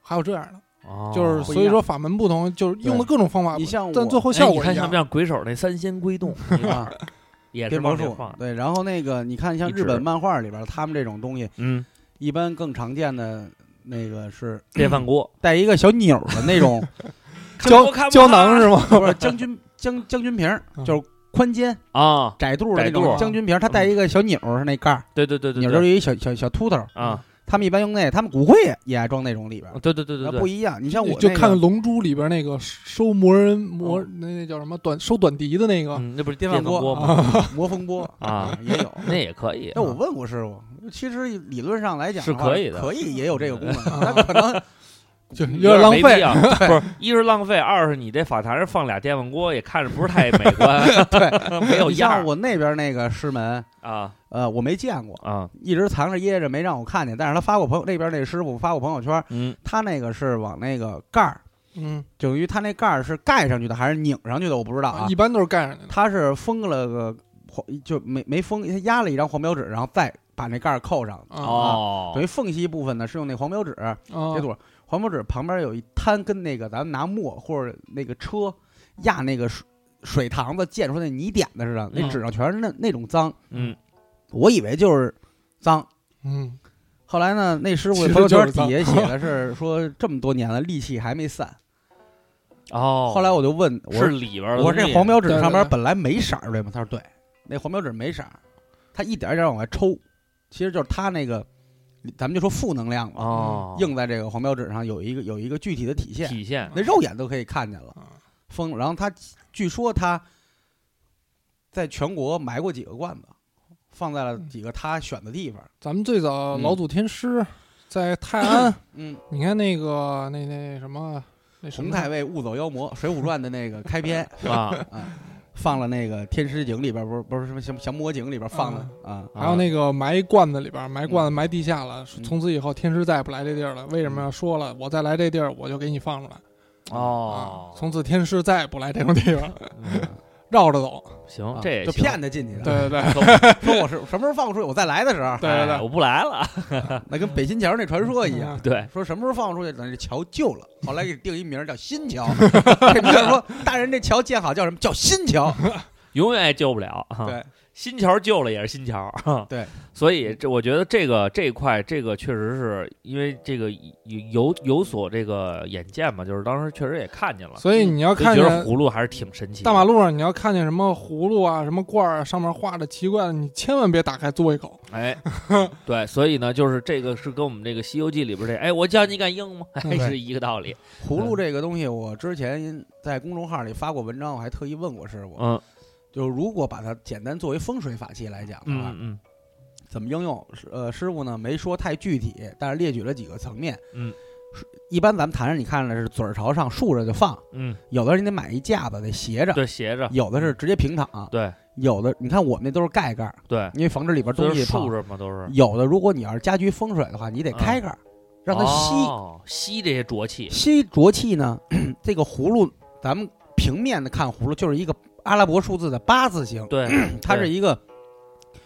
Speaker 2: 还有这样的，
Speaker 3: 哦，
Speaker 2: 就是
Speaker 1: 不一
Speaker 2: 所以
Speaker 1: 样
Speaker 2: 说法门不同，就是用的各种方法不
Speaker 1: 你
Speaker 2: 一样，
Speaker 1: 像我
Speaker 2: 但最后
Speaker 3: 哎
Speaker 2: 效
Speaker 3: 你
Speaker 2: 果
Speaker 3: 看
Speaker 2: 一
Speaker 3: 像
Speaker 2: 样
Speaker 3: 不。像鬼手那三仙归洞
Speaker 1: 啊，
Speaker 3: 也是
Speaker 1: 变
Speaker 3: 往
Speaker 1: 魔
Speaker 3: 里
Speaker 1: 术
Speaker 3: 放，
Speaker 1: 对，然后那个你看像
Speaker 3: 一
Speaker 1: 日本
Speaker 3: 直
Speaker 1: 漫画里边，他们这种东西
Speaker 3: 嗯，
Speaker 1: 一般更常见的那个是
Speaker 3: 电饭锅
Speaker 1: 带一个小钮儿的那 种，
Speaker 3: 看不看
Speaker 2: 胶胶
Speaker 3: 不啊看
Speaker 2: 囊是吗？
Speaker 1: 不是将军将将军瓶儿，
Speaker 2: 嗯
Speaker 1: 就是宽肩
Speaker 3: 啊，
Speaker 1: 窄肚的那
Speaker 3: 窄肚
Speaker 1: 种
Speaker 3: 啊
Speaker 1: 将军瓶儿，它带一个小钮儿是那盖儿，
Speaker 3: 对对对对
Speaker 1: 钮儿就是
Speaker 3: 对，
Speaker 1: 一小小小秃头儿
Speaker 3: 啊。
Speaker 1: 他们一般用那，他们骨灰也也爱装那种里边儿，
Speaker 3: 对对对对
Speaker 1: 嗯那
Speaker 3: 对，
Speaker 1: 不一样。你像我
Speaker 2: 就
Speaker 1: 那个哦
Speaker 2: 看《龙珠》里边那个收魔人魔，那那叫什么短收短笛的那个，
Speaker 3: 嗯，那不是
Speaker 1: 电
Speaker 3: 饭
Speaker 1: 饭锅
Speaker 3: 锅吗？
Speaker 2: 啊，
Speaker 1: 魔风波
Speaker 3: 啊，
Speaker 1: 也 有。
Speaker 3: 那也可以。
Speaker 1: 那我问过师傅，其实理论上来讲
Speaker 3: 是
Speaker 1: 的话
Speaker 3: 可以的
Speaker 1: 可以也有这个功能，
Speaker 2: 嗯
Speaker 1: 那可能
Speaker 2: 就
Speaker 1: 嗯
Speaker 2: 有
Speaker 3: 有
Speaker 2: 点浪
Speaker 3: 没必
Speaker 2: 费。
Speaker 3: 要不是一是浪费，二是你这法坛上放俩电饭锅也看着不是太美观，对， 没哎有
Speaker 1: 你
Speaker 3: 样
Speaker 1: 像
Speaker 3: 儿
Speaker 1: 我那边那个师门，
Speaker 3: 啊
Speaker 1: 呃，我没见过，
Speaker 3: 啊
Speaker 1: 一直藏着掖着没让我看见。但是他发过朋友那边那师傅发过朋友圈，
Speaker 3: 嗯
Speaker 1: 他那个是往那个盖儿，
Speaker 2: 嗯，
Speaker 1: 就等于他那盖儿是盖上去的还是拧上去的，我不知道啊
Speaker 2: 一。般都是盖上去的。
Speaker 1: 他是封了个黄，就没没封，他压了一张黄标纸，然后再把那盖儿扣上，
Speaker 2: 啊
Speaker 3: 哦
Speaker 1: 等于缝隙部分呢是用那黄标纸
Speaker 2: 啊
Speaker 1: 接住了。黄标纸旁边有一滩跟那个咱们拿墨或者那个车压那个水水塘子溅出那泥点子似的，那
Speaker 2: 嗯
Speaker 1: 纸上全是那那种脏，
Speaker 3: 嗯
Speaker 1: 我以为就是脏。
Speaker 2: 嗯，
Speaker 1: 后来呢，那师傅
Speaker 2: 其实
Speaker 1: 朋友
Speaker 2: 就
Speaker 1: 圈
Speaker 2: 是
Speaker 1: 底下
Speaker 2: 脏
Speaker 1: 写的是说这么多年了，戾气还没散。
Speaker 3: 哦，
Speaker 1: 后来我就问我
Speaker 3: 是
Speaker 1: 说
Speaker 3: 里边儿的
Speaker 1: 我说这
Speaker 3: 东西
Speaker 1: 黄标纸
Speaker 2: 对对
Speaker 1: 上边
Speaker 2: 对
Speaker 1: 本来没色儿对吗？他说对，那黄标纸没色儿，他一点儿一点儿往外抽，其实就是他那个，咱们就说负能量吧，
Speaker 3: 哦
Speaker 1: 映在这个黄标纸上有一个有一个具体的体现，
Speaker 3: 体现
Speaker 1: 那肉眼都可以看见了
Speaker 2: 嗯，
Speaker 1: 疯了。然后他据说他在全国埋过几个罐子，放在了
Speaker 2: 嗯
Speaker 1: 几个他选的地方。
Speaker 2: 咱们最早
Speaker 1: 嗯
Speaker 2: 老祖天师在泰 安，
Speaker 1: 嗯，
Speaker 2: 你看那个那那什么那什
Speaker 1: 洪
Speaker 2: 么
Speaker 1: 太啊尉误走妖魔，《水浒传》的那个开 篇
Speaker 3: 啊
Speaker 1: 啊，放了那个天师井里边，不是不是什么降降魔井里边放的啊。
Speaker 2: 还有那个埋罐子里边，埋罐子埋地下了。
Speaker 1: 嗯
Speaker 2: 从此以后，天师再也不来这地儿了。为什么要说了？我再来这地儿，我就给你放出来。啊，
Speaker 3: 哦
Speaker 2: 从此天师再也不来这种地方，
Speaker 3: 嗯
Speaker 2: 绕着走。
Speaker 3: 行
Speaker 1: 啊，
Speaker 3: 哦这也
Speaker 1: 就
Speaker 3: 行
Speaker 1: 骗他进去的，
Speaker 2: 对对对
Speaker 1: 说我是什么时候放出去，我再来的时候，
Speaker 2: 对
Speaker 3: 哎
Speaker 2: 对嗯对，
Speaker 3: 我不来了，
Speaker 1: 那跟北新桥那传说一样，
Speaker 3: 对，
Speaker 1: 说什么时候放出去，等这桥旧了，后来给定一名儿叫新桥。 这名儿说大人这桥建好叫什么？叫新桥。
Speaker 3: 永远也救不了。哈
Speaker 1: 对，
Speaker 3: 新桥救了也是新桥。哈
Speaker 1: 对，
Speaker 3: 所以这我觉得这个这一块，这个确实是因为这个有有有所这个眼见嘛，就是当时确实也看见了，
Speaker 2: 所以你要
Speaker 3: 就觉
Speaker 2: 看
Speaker 3: 得
Speaker 2: 见
Speaker 3: 葫芦还是挺神奇的。
Speaker 2: 大马路上，你要看见什么葫芦啊、什么罐儿啊，上面画着奇怪的，你千万别打开嘬一口。
Speaker 3: 哎，对，所以呢，就是这个是跟我们这个《西游记》里边这，哎，我叫你敢应吗？还
Speaker 2: 对
Speaker 3: 是一个道理。
Speaker 1: 葫芦这个东西，我之前在公众号里发过文章，我还特意问过师傅，
Speaker 3: 嗯
Speaker 1: 就是如果把它简单作为风水法器来讲的话，
Speaker 3: 嗯
Speaker 1: 怎么应用？是呃，师傅呢没说太具体，但是列举了几个层面。
Speaker 3: 嗯
Speaker 1: 是，一般咱们坛上你看的是嘴儿朝上竖着就放，
Speaker 3: 嗯
Speaker 1: 有的人你得买一架子得斜着
Speaker 3: 嗯，，对，斜着，
Speaker 1: 有的是直接平躺，
Speaker 3: 对
Speaker 1: 有的你看我们那都是盖盖儿，
Speaker 3: 对，
Speaker 1: 因为防止里边
Speaker 3: 都
Speaker 1: 东西
Speaker 3: 是
Speaker 1: 跑
Speaker 3: 竖着嘛，都是
Speaker 1: 有的，如果你要是家居风水的话，你得开盖儿，让它吸、
Speaker 3: 哦吸这些浊气。
Speaker 1: 吸浊气呢。这个葫芦，咱们平面的看葫芦就是一个阿拉伯数字的八字形，
Speaker 3: 对，
Speaker 1: 它是
Speaker 3: 对
Speaker 1: 一个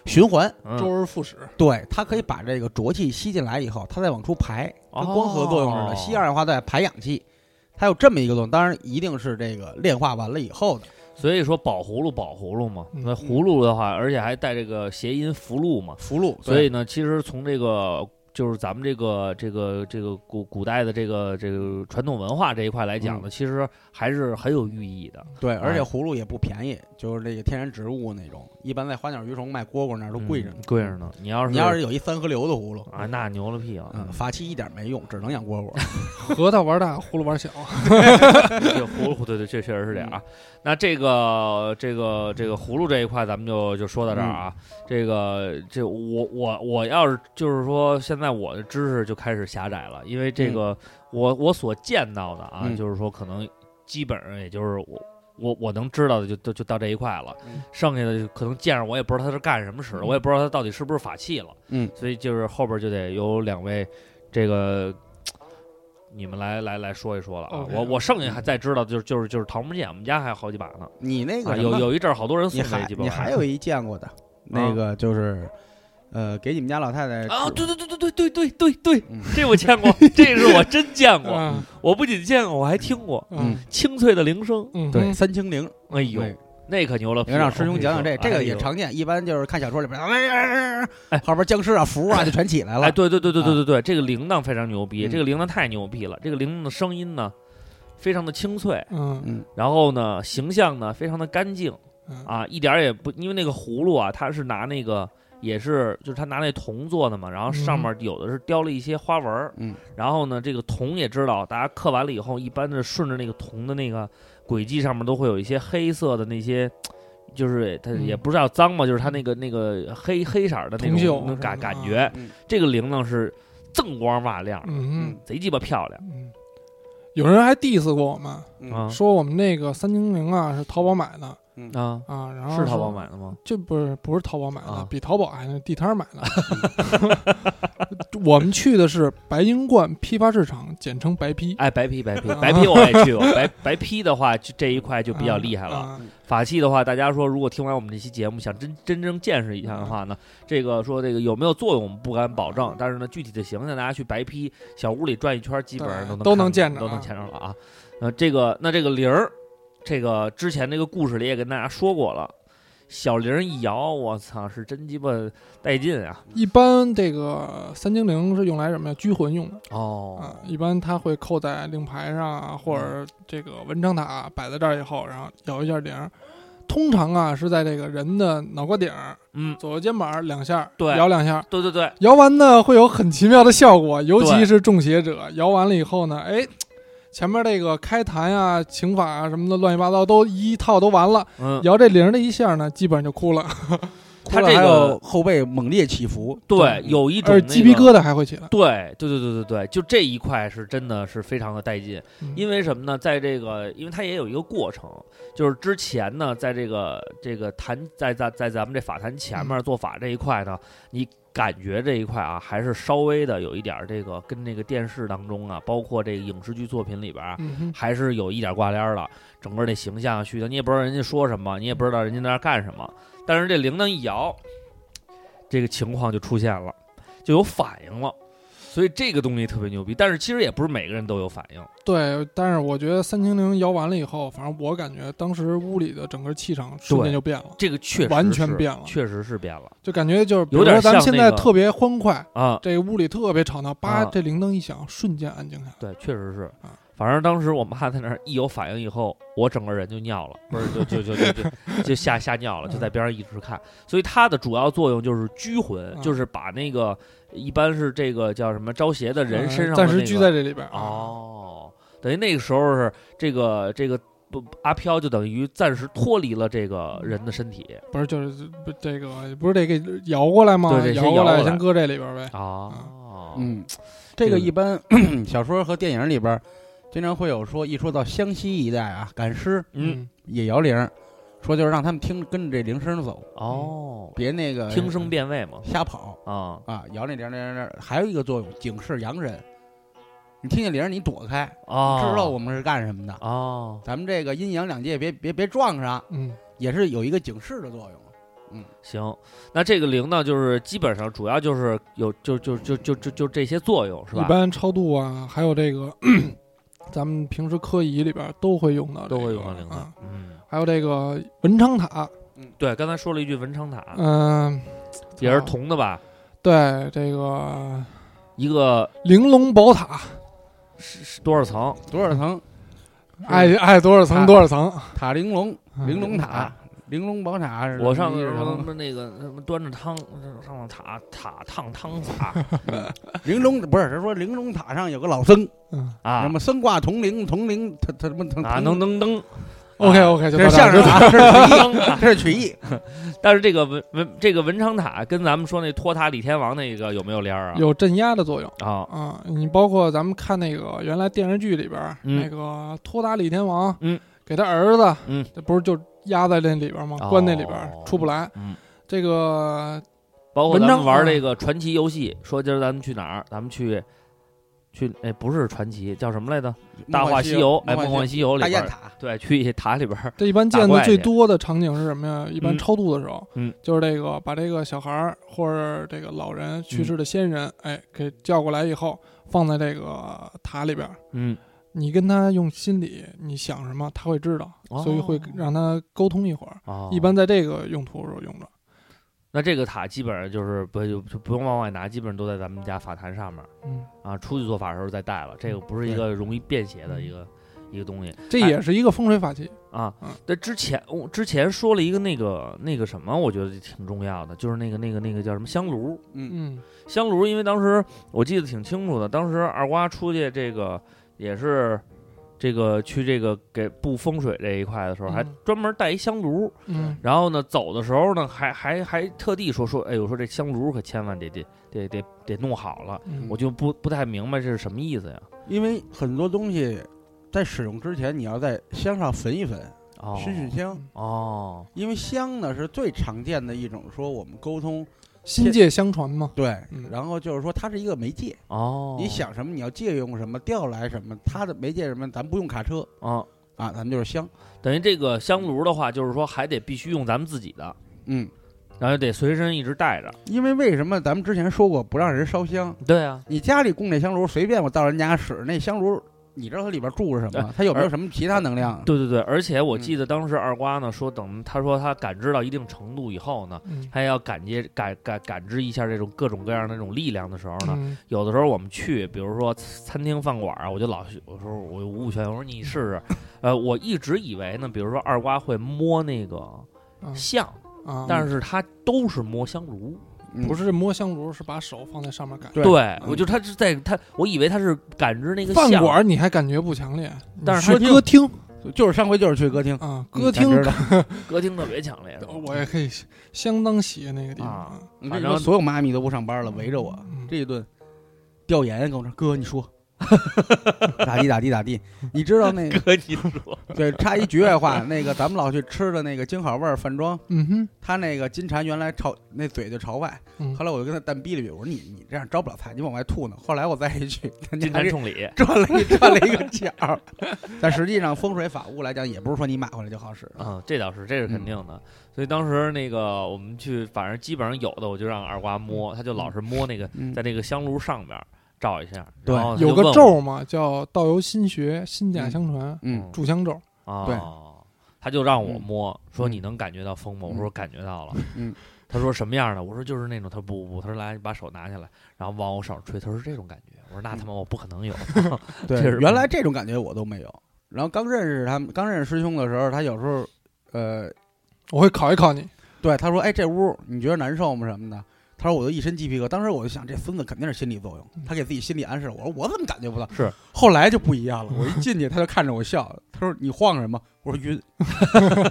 Speaker 1: 循环，
Speaker 3: 嗯
Speaker 2: 周而复始，
Speaker 1: 对，它可以把这个浊气吸进来以后，它再往出排，跟光合作用似
Speaker 3: 哦
Speaker 1: 的，吸二氧化碳排氧气。它有这么一个作用，当然一定是这个炼化完了以后的
Speaker 3: 所以说宝葫芦宝葫芦嘛，
Speaker 2: 嗯
Speaker 3: 那葫芦的话，而且还带这个谐音福禄嘛，
Speaker 1: 符箓，
Speaker 3: 所以呢，其实从这个就是咱们这个这个这个古古代的这个这个传统文化这一块来讲
Speaker 1: 嗯
Speaker 3: 呢，其实还是很有寓意的。
Speaker 1: 对，而且葫芦也不便宜，就是这个天然植物那种，一般在花鸟鱼虫卖蝈蝈那儿都贵着呢
Speaker 3: 嗯。贵着呢。你要是
Speaker 1: 你要是有一三河流的葫芦，
Speaker 3: 啊，那牛了屁啊！
Speaker 1: 嗯，法器一点没用，只能养蝈蝈。
Speaker 2: 核桃玩大，葫芦玩小。
Speaker 3: 这葫芦，对对，这确实是这样啊。那这个这个这个葫芦这一块，咱们就就说到这儿啊。
Speaker 1: 嗯
Speaker 3: 这个这我我我要是就是说，现在我的知识就开始狭窄了，因为这个、我我所见到的啊，
Speaker 1: 嗯
Speaker 3: 就是说可能基本上也就是我我我能知道的就就就到这一块了，
Speaker 1: 嗯
Speaker 3: 剩下的就可能见着我也不知道它是干什么使的，我也不知道它到底是不是法器了。
Speaker 1: 嗯，
Speaker 3: 所以就是后边就得有两位这个你们来来来说一说了啊。
Speaker 2: OK，
Speaker 3: 我
Speaker 2: 好
Speaker 3: 我剩下还再知道就是就是就是桃木剑，我们家还有好几把呢。
Speaker 1: 你那个
Speaker 3: 啊，
Speaker 1: 什
Speaker 3: 有
Speaker 1: 么
Speaker 3: 有一阵儿好多人送
Speaker 1: 你
Speaker 3: 这
Speaker 1: 还
Speaker 3: 几把玩
Speaker 1: 你
Speaker 3: 意儿。啊
Speaker 1: 还有一见过的，那个就是，呃，给你们家老太太
Speaker 3: 啊，
Speaker 1: 煮
Speaker 3: 对对对对对对对对
Speaker 1: 嗯
Speaker 3: 这我见过，这是我真见过。
Speaker 2: 嗯
Speaker 3: 我不仅见过，我还听过
Speaker 2: 嗯
Speaker 3: 清脆的铃声。
Speaker 2: 嗯，
Speaker 1: 对三清灵，
Speaker 3: 哎呦，
Speaker 1: 对
Speaker 3: 那可牛了屁
Speaker 1: 你
Speaker 3: 了！
Speaker 1: 让师兄讲讲这，
Speaker 3: 啊我跟
Speaker 1: 这
Speaker 3: 你说哎
Speaker 1: 个也。常见，一般就是看小说里边，哎哎哎哎，后边僵尸啊、符啊就全起来
Speaker 3: 哎呦，哎
Speaker 1: 了，
Speaker 3: 对对对
Speaker 2: 啊
Speaker 3: 对对对对，这个铃铛非常牛逼，
Speaker 1: 嗯
Speaker 3: 这个铃铛太牛逼了，这个铃铛的声音呢，非常的清脆，
Speaker 2: 嗯
Speaker 1: 嗯
Speaker 3: 然后呢，形象呢非常的干净
Speaker 2: 嗯
Speaker 3: 啊，一点儿也不，因为那个葫芦啊，它是拿那个。也是，就是他拿那铜做的嘛，然后
Speaker 2: 嗯
Speaker 3: 上面有的是雕了一些花纹儿
Speaker 1: 嗯，
Speaker 3: 然后呢，这个铜也知道，大家刻完了以后，一般是顺着那个铜的那个轨迹上面都会有一些黑色的那些，就是它也
Speaker 2: 嗯
Speaker 3: 不知道脏嘛，就是它那个那个黑黑色儿的那
Speaker 2: 铜锈
Speaker 3: 种那种感
Speaker 2: 是吧
Speaker 3: 感觉
Speaker 1: 嗯。
Speaker 3: 这个铃铛是锃光瓦亮，
Speaker 2: 嗯
Speaker 3: 贼鸡巴漂亮
Speaker 2: 嗯，有人还 diss 过我们，
Speaker 1: 嗯
Speaker 3: 啊
Speaker 2: 说我们那个三精灵啊是淘宝买的
Speaker 3: 啊！
Speaker 2: 啊，然后
Speaker 3: 是淘
Speaker 2: 说
Speaker 3: 宝买的吗？
Speaker 2: 这不是不是淘宝买的，
Speaker 3: 啊
Speaker 2: 比淘宝还那地摊儿买的。
Speaker 3: 嗯
Speaker 2: 我们去的是白银观批发市场，简称白批。
Speaker 3: 哎，白皮白皮
Speaker 2: 啊
Speaker 3: 白皮我也去过，白白皮的话，就这一块就比较
Speaker 2: 啊
Speaker 3: 厉害了。
Speaker 2: 啊
Speaker 3: 法器的话，大家说如果听完我们这期节目，想真真正见识一下的话呢，这个说这个有没有作用，我们不敢保
Speaker 2: 嗯
Speaker 3: 证，但是呢，具体的形象大家去白批小屋里转一圈，基本上
Speaker 2: 对
Speaker 3: 能
Speaker 2: 都
Speaker 3: 能
Speaker 2: 能见着
Speaker 3: 都
Speaker 2: 啊
Speaker 3: 能见着了啊。呃，这个那这个铃儿，这个之前这个故事里也跟大家说过了，小铃儿一摇，我操，是真鸡巴带劲啊！
Speaker 2: 一般这个三精灵是用来什么呀？拘魂用的
Speaker 3: 哦嗯
Speaker 2: 啊。一般它会扣在令牌上啊，或者这个文昌塔摆在这儿以后，然后摇一下铃儿。通常啊是在这个人的脑瓜顶儿、
Speaker 3: 嗯，
Speaker 2: 左右肩膀儿两下儿，
Speaker 3: 对
Speaker 2: 摇两下儿。
Speaker 3: 对对对，
Speaker 2: 摇完呢会有很奇妙的效果，尤其
Speaker 3: 对
Speaker 2: 是中邪者摇完了以后呢，哎，前面这个开坛啊、请法啊什么的乱七八糟都一套都完了，
Speaker 3: 嗯，
Speaker 2: 摇这铃儿的一下呢，基本上就哭了，
Speaker 1: 哭
Speaker 3: 他
Speaker 1: 了
Speaker 3: 这
Speaker 1: 还有
Speaker 3: 个
Speaker 1: 后背猛烈起伏，
Speaker 3: 对嗯有一种
Speaker 2: 而
Speaker 3: 那
Speaker 2: 且鸡皮
Speaker 3: 个
Speaker 2: 疙瘩还会起来。
Speaker 3: 对对对对对对，就这一块是真的是非常的带劲，
Speaker 2: 嗯
Speaker 3: 因为什么呢？在这个，因为它也有一个过程，就是之前呢，在这个这个坛，在在在咱们这法坛前面做法这一块呢，你感觉这一块啊，还是稍微的有一点儿这个跟那个电视当中啊，包括这个影视剧作品里边啊，
Speaker 2: 嗯哼，
Speaker 3: 还是有一点挂帘儿的，整个这形象虚的，你也不知道人家说什么，你也不知道人家在那儿干什么。但是这铃铛一摇，这个情况就出现了，就有反应了。所以这个东西特别牛逼，但是其实也不是每个人都有反应。
Speaker 2: 对，但是我觉得三清零摇完了以后，反正我感觉当时屋里的整个气场瞬间就变了，
Speaker 3: 这个确实
Speaker 2: 完全
Speaker 3: 是
Speaker 2: 变了
Speaker 3: 确实是变了
Speaker 2: 就感觉就是，比
Speaker 3: 有
Speaker 2: 如
Speaker 3: 点
Speaker 2: 说咱们
Speaker 3: 像
Speaker 2: 现在
Speaker 3: 那个
Speaker 2: 特别欢快，
Speaker 3: 啊！
Speaker 2: 这个屋里特别吵闹，叭，
Speaker 3: 啊
Speaker 2: 这铃铛一响，瞬间安静下来。
Speaker 3: 对，确实是
Speaker 2: 啊。
Speaker 3: 反正当时我妈在那儿一有反应以后，我整个人就尿了，不是就就就就就就吓吓尿了，就
Speaker 2: 嗯
Speaker 3: 在边上一直看。所以它的主要作用就是拘魂，
Speaker 2: 嗯
Speaker 3: 就是把那个一般是这个叫什么招邪的人身
Speaker 2: 呃
Speaker 3: 上的
Speaker 2: 暂时
Speaker 3: 那
Speaker 2: 拘
Speaker 3: 个
Speaker 2: 在这里边。
Speaker 3: 哦，等于那个时候是这个这个不阿飘就等于暂时脱离了这个
Speaker 2: 嗯
Speaker 3: 人的身体
Speaker 2: 不是，就是不这个不是得给摇过来吗？
Speaker 3: 对得先
Speaker 2: 摇过
Speaker 3: 摇过来
Speaker 2: 先搁这里边呗。
Speaker 3: 哦，
Speaker 1: 嗯，这个一般 小说和电影里边经常会有说，一说到湘西一带啊，赶尸
Speaker 3: 嗯，
Speaker 1: 也摇铃，说就是让他们听跟着这铃声走，
Speaker 3: 哦，
Speaker 1: 别那
Speaker 2: 嗯
Speaker 1: 个
Speaker 3: 听声辨位嘛
Speaker 1: 瞎跑
Speaker 3: 啊
Speaker 1: 啊，摇那铃铃铃。还有一个作用，警示洋人，你听见铃儿你躲开，
Speaker 3: 哦，
Speaker 1: 知道我们是干什么的。
Speaker 3: 哦，
Speaker 1: 咱们这个阴阳两界别别别撞上，
Speaker 2: 嗯，
Speaker 1: 也是有一个警示的作用。
Speaker 3: 行，那这个铃铛就是基本上主要就是有就就就就就就这些作用是
Speaker 2: 嗯一
Speaker 3: 吧？
Speaker 2: 般超度啊，还有这个咱们平时科仪里边都会用到这个、
Speaker 3: 都会用到啊铃铛
Speaker 2: 啊，
Speaker 3: 嗯，
Speaker 2: 还有这个文昌塔，
Speaker 3: 对，刚才说了一句文昌塔，
Speaker 2: 嗯、
Speaker 3: 也是铜的吧？
Speaker 2: 对这个
Speaker 3: 一个
Speaker 2: 玲珑宝塔，
Speaker 3: 是是多少层？
Speaker 1: 多少层？
Speaker 3: 嗯
Speaker 2: 爱爱多少层多少层，
Speaker 1: 塔玲珑，
Speaker 2: 嗯
Speaker 1: 玲珑塔，玲珑宝塔是
Speaker 3: 我上
Speaker 1: 一
Speaker 3: 次
Speaker 1: 个什
Speaker 3: 什
Speaker 1: 么
Speaker 3: 么那个什么端着汤上了塔塔烫汤洒
Speaker 1: 玲珑不是，他说玲珑塔上有个老僧，
Speaker 2: 嗯
Speaker 1: 什
Speaker 3: 啊
Speaker 1: 么僧挂铜铃，铜铃他他什么他
Speaker 3: 啊能能能
Speaker 2: ，OK OK 就
Speaker 1: 这
Speaker 2: 到
Speaker 1: 是
Speaker 2: 这儿
Speaker 1: 相声
Speaker 2: 就
Speaker 1: 啊，这是曲艺，
Speaker 3: 能啊！
Speaker 1: 这是曲艺。
Speaker 3: 但是这个文文这个文昌塔跟咱们说那托塔李天王那个有没有联儿啊？
Speaker 2: 有镇压的作用。
Speaker 3: 啊，
Speaker 2: 啊，你包括咱们看那个原来电视剧里边儿、
Speaker 3: 嗯
Speaker 2: 那个托塔李天王，
Speaker 3: 嗯，
Speaker 2: 给他儿子，
Speaker 3: 嗯，
Speaker 2: 这不是就压在那里边吗？
Speaker 3: 哦
Speaker 2: 关那里边出不来。
Speaker 3: 嗯，
Speaker 2: 这个
Speaker 3: 包括
Speaker 2: 文
Speaker 3: 咱们
Speaker 2: 章啊
Speaker 3: 玩这个传奇游戏，说今儿咱们去哪儿？咱们去去，哎，不是传奇，叫什么来着？《大话西游》哎，《梦
Speaker 1: 梦
Speaker 3: 幻
Speaker 1: 幻
Speaker 3: 西游》
Speaker 1: 大
Speaker 3: 里
Speaker 1: 雁
Speaker 3: 边儿，
Speaker 1: 塔，
Speaker 3: 对，去塔里 边儿，
Speaker 2: 这一般
Speaker 3: 打
Speaker 2: 见的
Speaker 3: 怪
Speaker 2: 最
Speaker 3: 去
Speaker 2: 多的场景是什么呀？一般
Speaker 3: 嗯
Speaker 2: 超度的时候，
Speaker 3: 嗯
Speaker 2: 就是这个把这个小孩儿或者这个老人去
Speaker 3: 嗯
Speaker 2: 世的先人，哎，给叫过来以后，放在这个塔里边儿，
Speaker 3: 嗯，
Speaker 2: 你跟他用心理，你想什么，他会知道，
Speaker 3: 哦
Speaker 2: 所以会让他沟通一会儿。
Speaker 3: 哦，
Speaker 2: 一般在这个用途时候用着。
Speaker 3: 那这个塔基本上就是不就就不用往外拿，基本上都在咱们家法坛上面儿
Speaker 2: 嗯，
Speaker 3: 啊。出去做法的时候再带了，这个不是一个容易便携的一个一个东西
Speaker 2: 嗯这也是一个风水法器。
Speaker 3: 啊
Speaker 2: 嗯。
Speaker 3: 但之前我之前说了一个那个那个什么，我觉得挺重要的，就是那个那个那个叫什么香炉，
Speaker 1: 嗯，
Speaker 2: 嗯
Speaker 3: 香炉，因为当时我记得挺清楚的，当时二瓜出去这个也是这个去这个给布风水这一块的时候，
Speaker 2: 嗯
Speaker 3: 还专门带一香炉。
Speaker 2: 嗯，
Speaker 3: 然后呢，走的时候呢，还还还特地说说，哎呦，我说这香炉可千万得得得得得弄好了。
Speaker 2: 嗯
Speaker 3: 我就不不太明白这是什么意思呀？
Speaker 1: 因为很多东西在使用之前，你要在香上焚一焚，
Speaker 3: 哦
Speaker 1: 熏熏香。
Speaker 3: 哦，
Speaker 1: 因为香呢是最常见的一种说我们沟通
Speaker 2: 心界相传嘛。
Speaker 1: 对
Speaker 2: 嗯，
Speaker 1: 然后就是说它是一个媒介，
Speaker 3: 哦，
Speaker 1: 你想什么你要借用什么调来什么，它的媒介是什么，咱不用卡车
Speaker 3: 啊，
Speaker 1: 啊，咱们就是香，
Speaker 3: 等于这个香炉的话，就是说还得必须用咱们自己的，
Speaker 1: 嗯，
Speaker 3: 然后得随身一直带着。
Speaker 1: 因为为什么咱们之前说过不让人烧香？
Speaker 3: 对啊，
Speaker 1: 你家里供那香炉，随便我到人家使那香炉，你知道它里边住着什
Speaker 3: 呃
Speaker 1: 么？它有没有什么其他能量？啊
Speaker 3: 对对对，而且我
Speaker 1: 嗯
Speaker 3: 记得当时二瓜呢说，等他说他感知到一定程度以后呢，
Speaker 2: 嗯
Speaker 3: 他要感觉感感感知一下这种各种各样的那种力量的时候呢，
Speaker 2: 嗯
Speaker 3: 有的时候我们去，比如说餐厅饭馆啊，我就老有时候我就五五全，我说你试试，呃，我一直以为呢，比如说二瓜会摸那个
Speaker 2: 啊
Speaker 3: 像，
Speaker 2: 啊，
Speaker 3: 但是他都是摸香炉，
Speaker 1: 嗯
Speaker 2: 不是摸香炉，是把手放在上面感。
Speaker 1: 对
Speaker 3: 对
Speaker 1: 嗯
Speaker 3: 我就他是在他，我以为他是感知那个
Speaker 2: 饭
Speaker 3: 像
Speaker 2: 馆儿你还感觉不强烈，
Speaker 3: 但
Speaker 2: 你
Speaker 3: 是
Speaker 2: 说
Speaker 3: 它
Speaker 2: 歌厅
Speaker 1: 就是上回就是去歌厅，
Speaker 2: 啊，
Speaker 1: 嗯
Speaker 2: 歌厅
Speaker 1: 咱
Speaker 2: 哦
Speaker 1: 知道
Speaker 3: 歌厅特别强烈，
Speaker 2: 我也可以相当喜欢那个地方
Speaker 3: 啊。
Speaker 1: 你
Speaker 3: 反
Speaker 1: 这
Speaker 3: 正
Speaker 1: 说所有妈咪都不上班了，围着我
Speaker 2: 嗯
Speaker 1: 这一顿调研，跟我说哥你说 咋地咋地咋地，你知道 那
Speaker 3: 哥 你说，
Speaker 1: 对插一局外话，那个咱们老去吃的那个京好味儿饭庄，
Speaker 2: 嗯哼，
Speaker 1: 他那个金蝉原来朝那嘴就朝外，
Speaker 2: 嗯
Speaker 1: 后来我就跟他蛋逼了一句，我说你你这样招不了菜，你往外吐呢。后来我再一去，他
Speaker 3: 金
Speaker 1: 家
Speaker 3: 蝉
Speaker 1: 这
Speaker 3: 冲礼，
Speaker 1: 转 了一转了一个角儿，但实际上风水法务来讲，也不是说嗯你买回来就好使。
Speaker 3: 啊，这倒是，这是肯定的。所以当时那个我们去，反正基本上有的我就让二瓜摸，他就老是摸那个
Speaker 1: 嗯
Speaker 3: 在那个香炉上边儿照一下，
Speaker 1: 对
Speaker 3: 然后他哦就
Speaker 2: 有个
Speaker 3: 问
Speaker 2: 咒嘛，叫“道由心学，心甲
Speaker 1: 嗯
Speaker 2: 相传
Speaker 3: 哦
Speaker 1: 嗯”，
Speaker 2: 祝香咒。
Speaker 3: 我
Speaker 1: 对
Speaker 3: 哦，他就让我
Speaker 1: 嗯
Speaker 3: 摸，说
Speaker 1: 嗯
Speaker 3: 你能感觉到风吗？我
Speaker 1: 嗯
Speaker 3: 说感觉到了。
Speaker 1: 嗯，
Speaker 3: 他说什么样的？我说就是那种。他说不不不，他说来，你把手拿下来，然后往我手上吹。他说是这种感觉。我说
Speaker 1: 嗯
Speaker 3: 那他妈我不可 能有。
Speaker 1: 对
Speaker 3: 确实，
Speaker 1: 原来这种感觉我都没有。然后刚认识他们，刚认识师兄的时候，他有时候，呃，
Speaker 2: 我会考一考你，
Speaker 1: 对他说：“哎，这屋你觉得难受吗？什么的？”他说：“我就一身鸡皮疙瘩。”当时我就想，这孙子肯定是心理作用，
Speaker 2: 嗯
Speaker 1: 他给自己心理暗示。我说：“我怎么感觉不到？”
Speaker 3: 是，
Speaker 1: 后来就不一样了。我一进去，他就看着我笑，他说：“你晃什么？”我说：“晕。”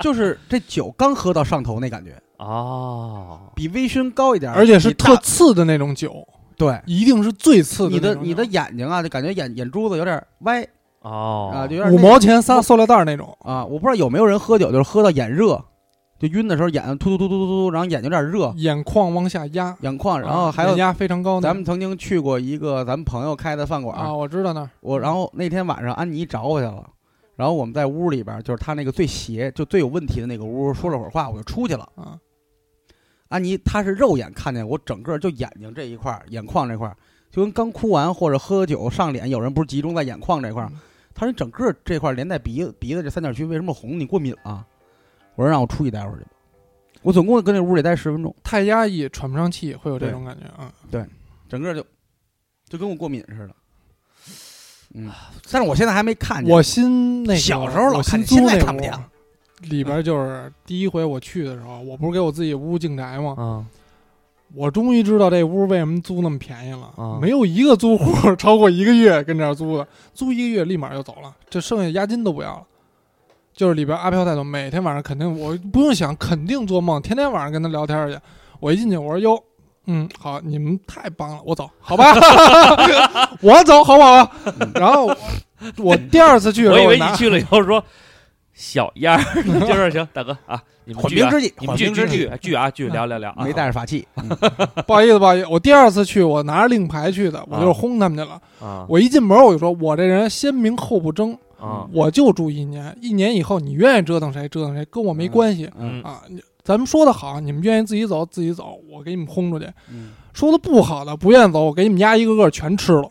Speaker 1: 就是这酒刚喝到上头那感觉，
Speaker 3: 哦，
Speaker 1: 比微醺高一点，
Speaker 2: 而且是
Speaker 1: 比大
Speaker 2: 特次的那种酒，
Speaker 1: 对。
Speaker 2: 一定是最次
Speaker 1: 你
Speaker 2: 的那
Speaker 1: 的
Speaker 2: 种酒。
Speaker 1: 你的眼睛啊，就感觉眼眼珠子有点歪
Speaker 3: 哦，
Speaker 1: 啊，就有点
Speaker 2: 五
Speaker 1: 那个
Speaker 2: 毛钱仨塑料袋儿那种，
Speaker 1: 啊。我不知道有没有人喝酒，就是喝到眼热，就晕的时候眼突突突突突突，然后眼有点热，
Speaker 2: 眼眶往下压，
Speaker 1: 眼眶，然后还有
Speaker 2: 嗯啊眼压非常高那种。
Speaker 1: 咱们曾经去过一个咱们朋友开的饭馆，
Speaker 2: 啊，我知道那儿
Speaker 1: 我然后那天晚上安妮找我去了，然后我们在屋里边，就是他那个最邪就最有问题的那个屋，说了会儿话，我就出去了。
Speaker 2: 啊，
Speaker 1: 安妮她是肉眼看见我整个就眼睛这一块儿，眼眶这块儿，就跟刚哭完或者喝酒上脸，有人不是集中在眼眶这块儿
Speaker 2: 嗯，
Speaker 1: 她说你整个这块儿连带鼻子鼻子这三角区为什么红？你过敏啊？我说让我出去待会儿去吧。我总共跟那屋里待十分钟，
Speaker 2: 太压抑，喘不上气，会有这种感觉啊。
Speaker 1: 整个就就跟我过敏似的。嗯，但是我现在还没看见。
Speaker 2: 我新那个
Speaker 1: 小时候老
Speaker 2: 我
Speaker 1: 看
Speaker 2: 新
Speaker 1: 见
Speaker 2: 租
Speaker 1: 现在
Speaker 2: 那
Speaker 1: 看不见
Speaker 2: 屋
Speaker 1: 了
Speaker 2: 里边就是第一回我去的时候，我不是给我自己屋净宅吗？
Speaker 3: 嗯，
Speaker 2: 我终于知道这屋为什么租那么便宜了，
Speaker 3: 啊
Speaker 2: 没有一个租户 超过一个月跟这儿租的，租一个月立马就走了，这剩下押金都不要了。就是里边阿飘带头，每天晚上肯定我不用想，肯定做梦，天天晚上跟他聊天去。我一进去，我说哟，嗯，好， 你们太棒了，我走，好吧，我走，好不好？然后我第二次去的时候，
Speaker 3: 我以为你
Speaker 2: 拿
Speaker 3: 去了以后说小样 儿，就是行，大哥啊，你们
Speaker 1: 缓
Speaker 3: 聚
Speaker 1: 兵
Speaker 3: 啊，
Speaker 1: 之计，
Speaker 3: 你
Speaker 1: 缓
Speaker 3: 们聚
Speaker 1: 兵之
Speaker 3: 聚
Speaker 1: 计
Speaker 3: 聚，聚啊聚，聊聊聊啊，
Speaker 1: 没带着法器，嗯
Speaker 2: 不好意思，不好意思，我第二次去，我拿着令牌去的，我就是轰他们去了。
Speaker 3: 啊
Speaker 2: 我一进门我就说，我这人先明后不争，
Speaker 3: 啊，
Speaker 2: 我就住一年，一年以后你愿意折腾谁折腾谁，跟我没关系、
Speaker 1: 嗯
Speaker 2: 啊。你咱们说的好，你们愿意自己走自己走，我给你们轰出去；
Speaker 1: 嗯，
Speaker 2: 说的不好的，不愿意走，我给你们家一个个全吃了。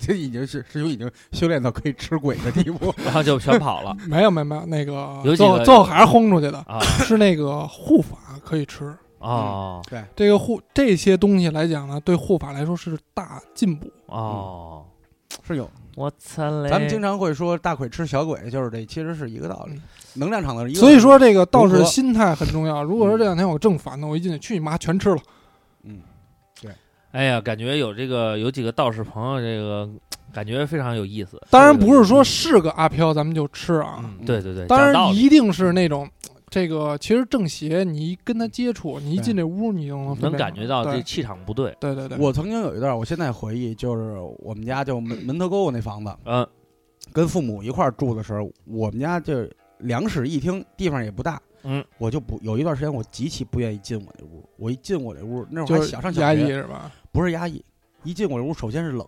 Speaker 1: 这已经是师兄已经修炼到可以吃鬼的地步
Speaker 3: 然后就全跑 了
Speaker 2: 没有没有没有，那个
Speaker 3: 有几
Speaker 2: 最后
Speaker 3: 个
Speaker 2: 最后还是轰出去的，
Speaker 3: 啊
Speaker 2: 是那个护法可以吃。
Speaker 3: 哦
Speaker 2: 这个护这些东西来讲呢，对护法来说是大进步。
Speaker 3: 哦，
Speaker 1: 是有。
Speaker 3: 我操嘞！
Speaker 1: 咱们经常会说大鬼吃小鬼，就是这其实是一个道理，能量场的一个。
Speaker 2: 所以说，这个道
Speaker 1: 融
Speaker 2: 士
Speaker 1: 合
Speaker 2: 心态很重要。如果说这两天我正烦呢，我一进去，去你妈，全吃了。
Speaker 1: 嗯，
Speaker 3: 哎呀，感觉有这个有几个道士朋友，这个感觉非常有意思。
Speaker 2: 当然不是说是个阿飘咱们就吃啊，
Speaker 3: 嗯，对对对，
Speaker 2: 当
Speaker 3: 讲道
Speaker 2: 然
Speaker 3: 理
Speaker 2: 一定是那种这个其实正邪，你一跟他接触，你一进这屋，你就能分
Speaker 3: 能
Speaker 2: 辨
Speaker 3: 感觉到
Speaker 2: 对
Speaker 3: 这气场不对。
Speaker 2: 对对对，
Speaker 1: 我曾经有一段，我现在回忆，就是我们家就门门头沟那房子，
Speaker 3: 嗯
Speaker 1: 跟父母一块儿住的时候，我们家就两室一厅，地方也不大。
Speaker 3: 嗯，
Speaker 1: 我就不有一段时间，我极其不愿意进我这屋。我一进我这屋，那会儿还
Speaker 2: 就是
Speaker 1: 小上小
Speaker 2: 压抑
Speaker 1: 学，
Speaker 2: 是吧？
Speaker 1: 不是压抑，一进我这屋，首先是冷，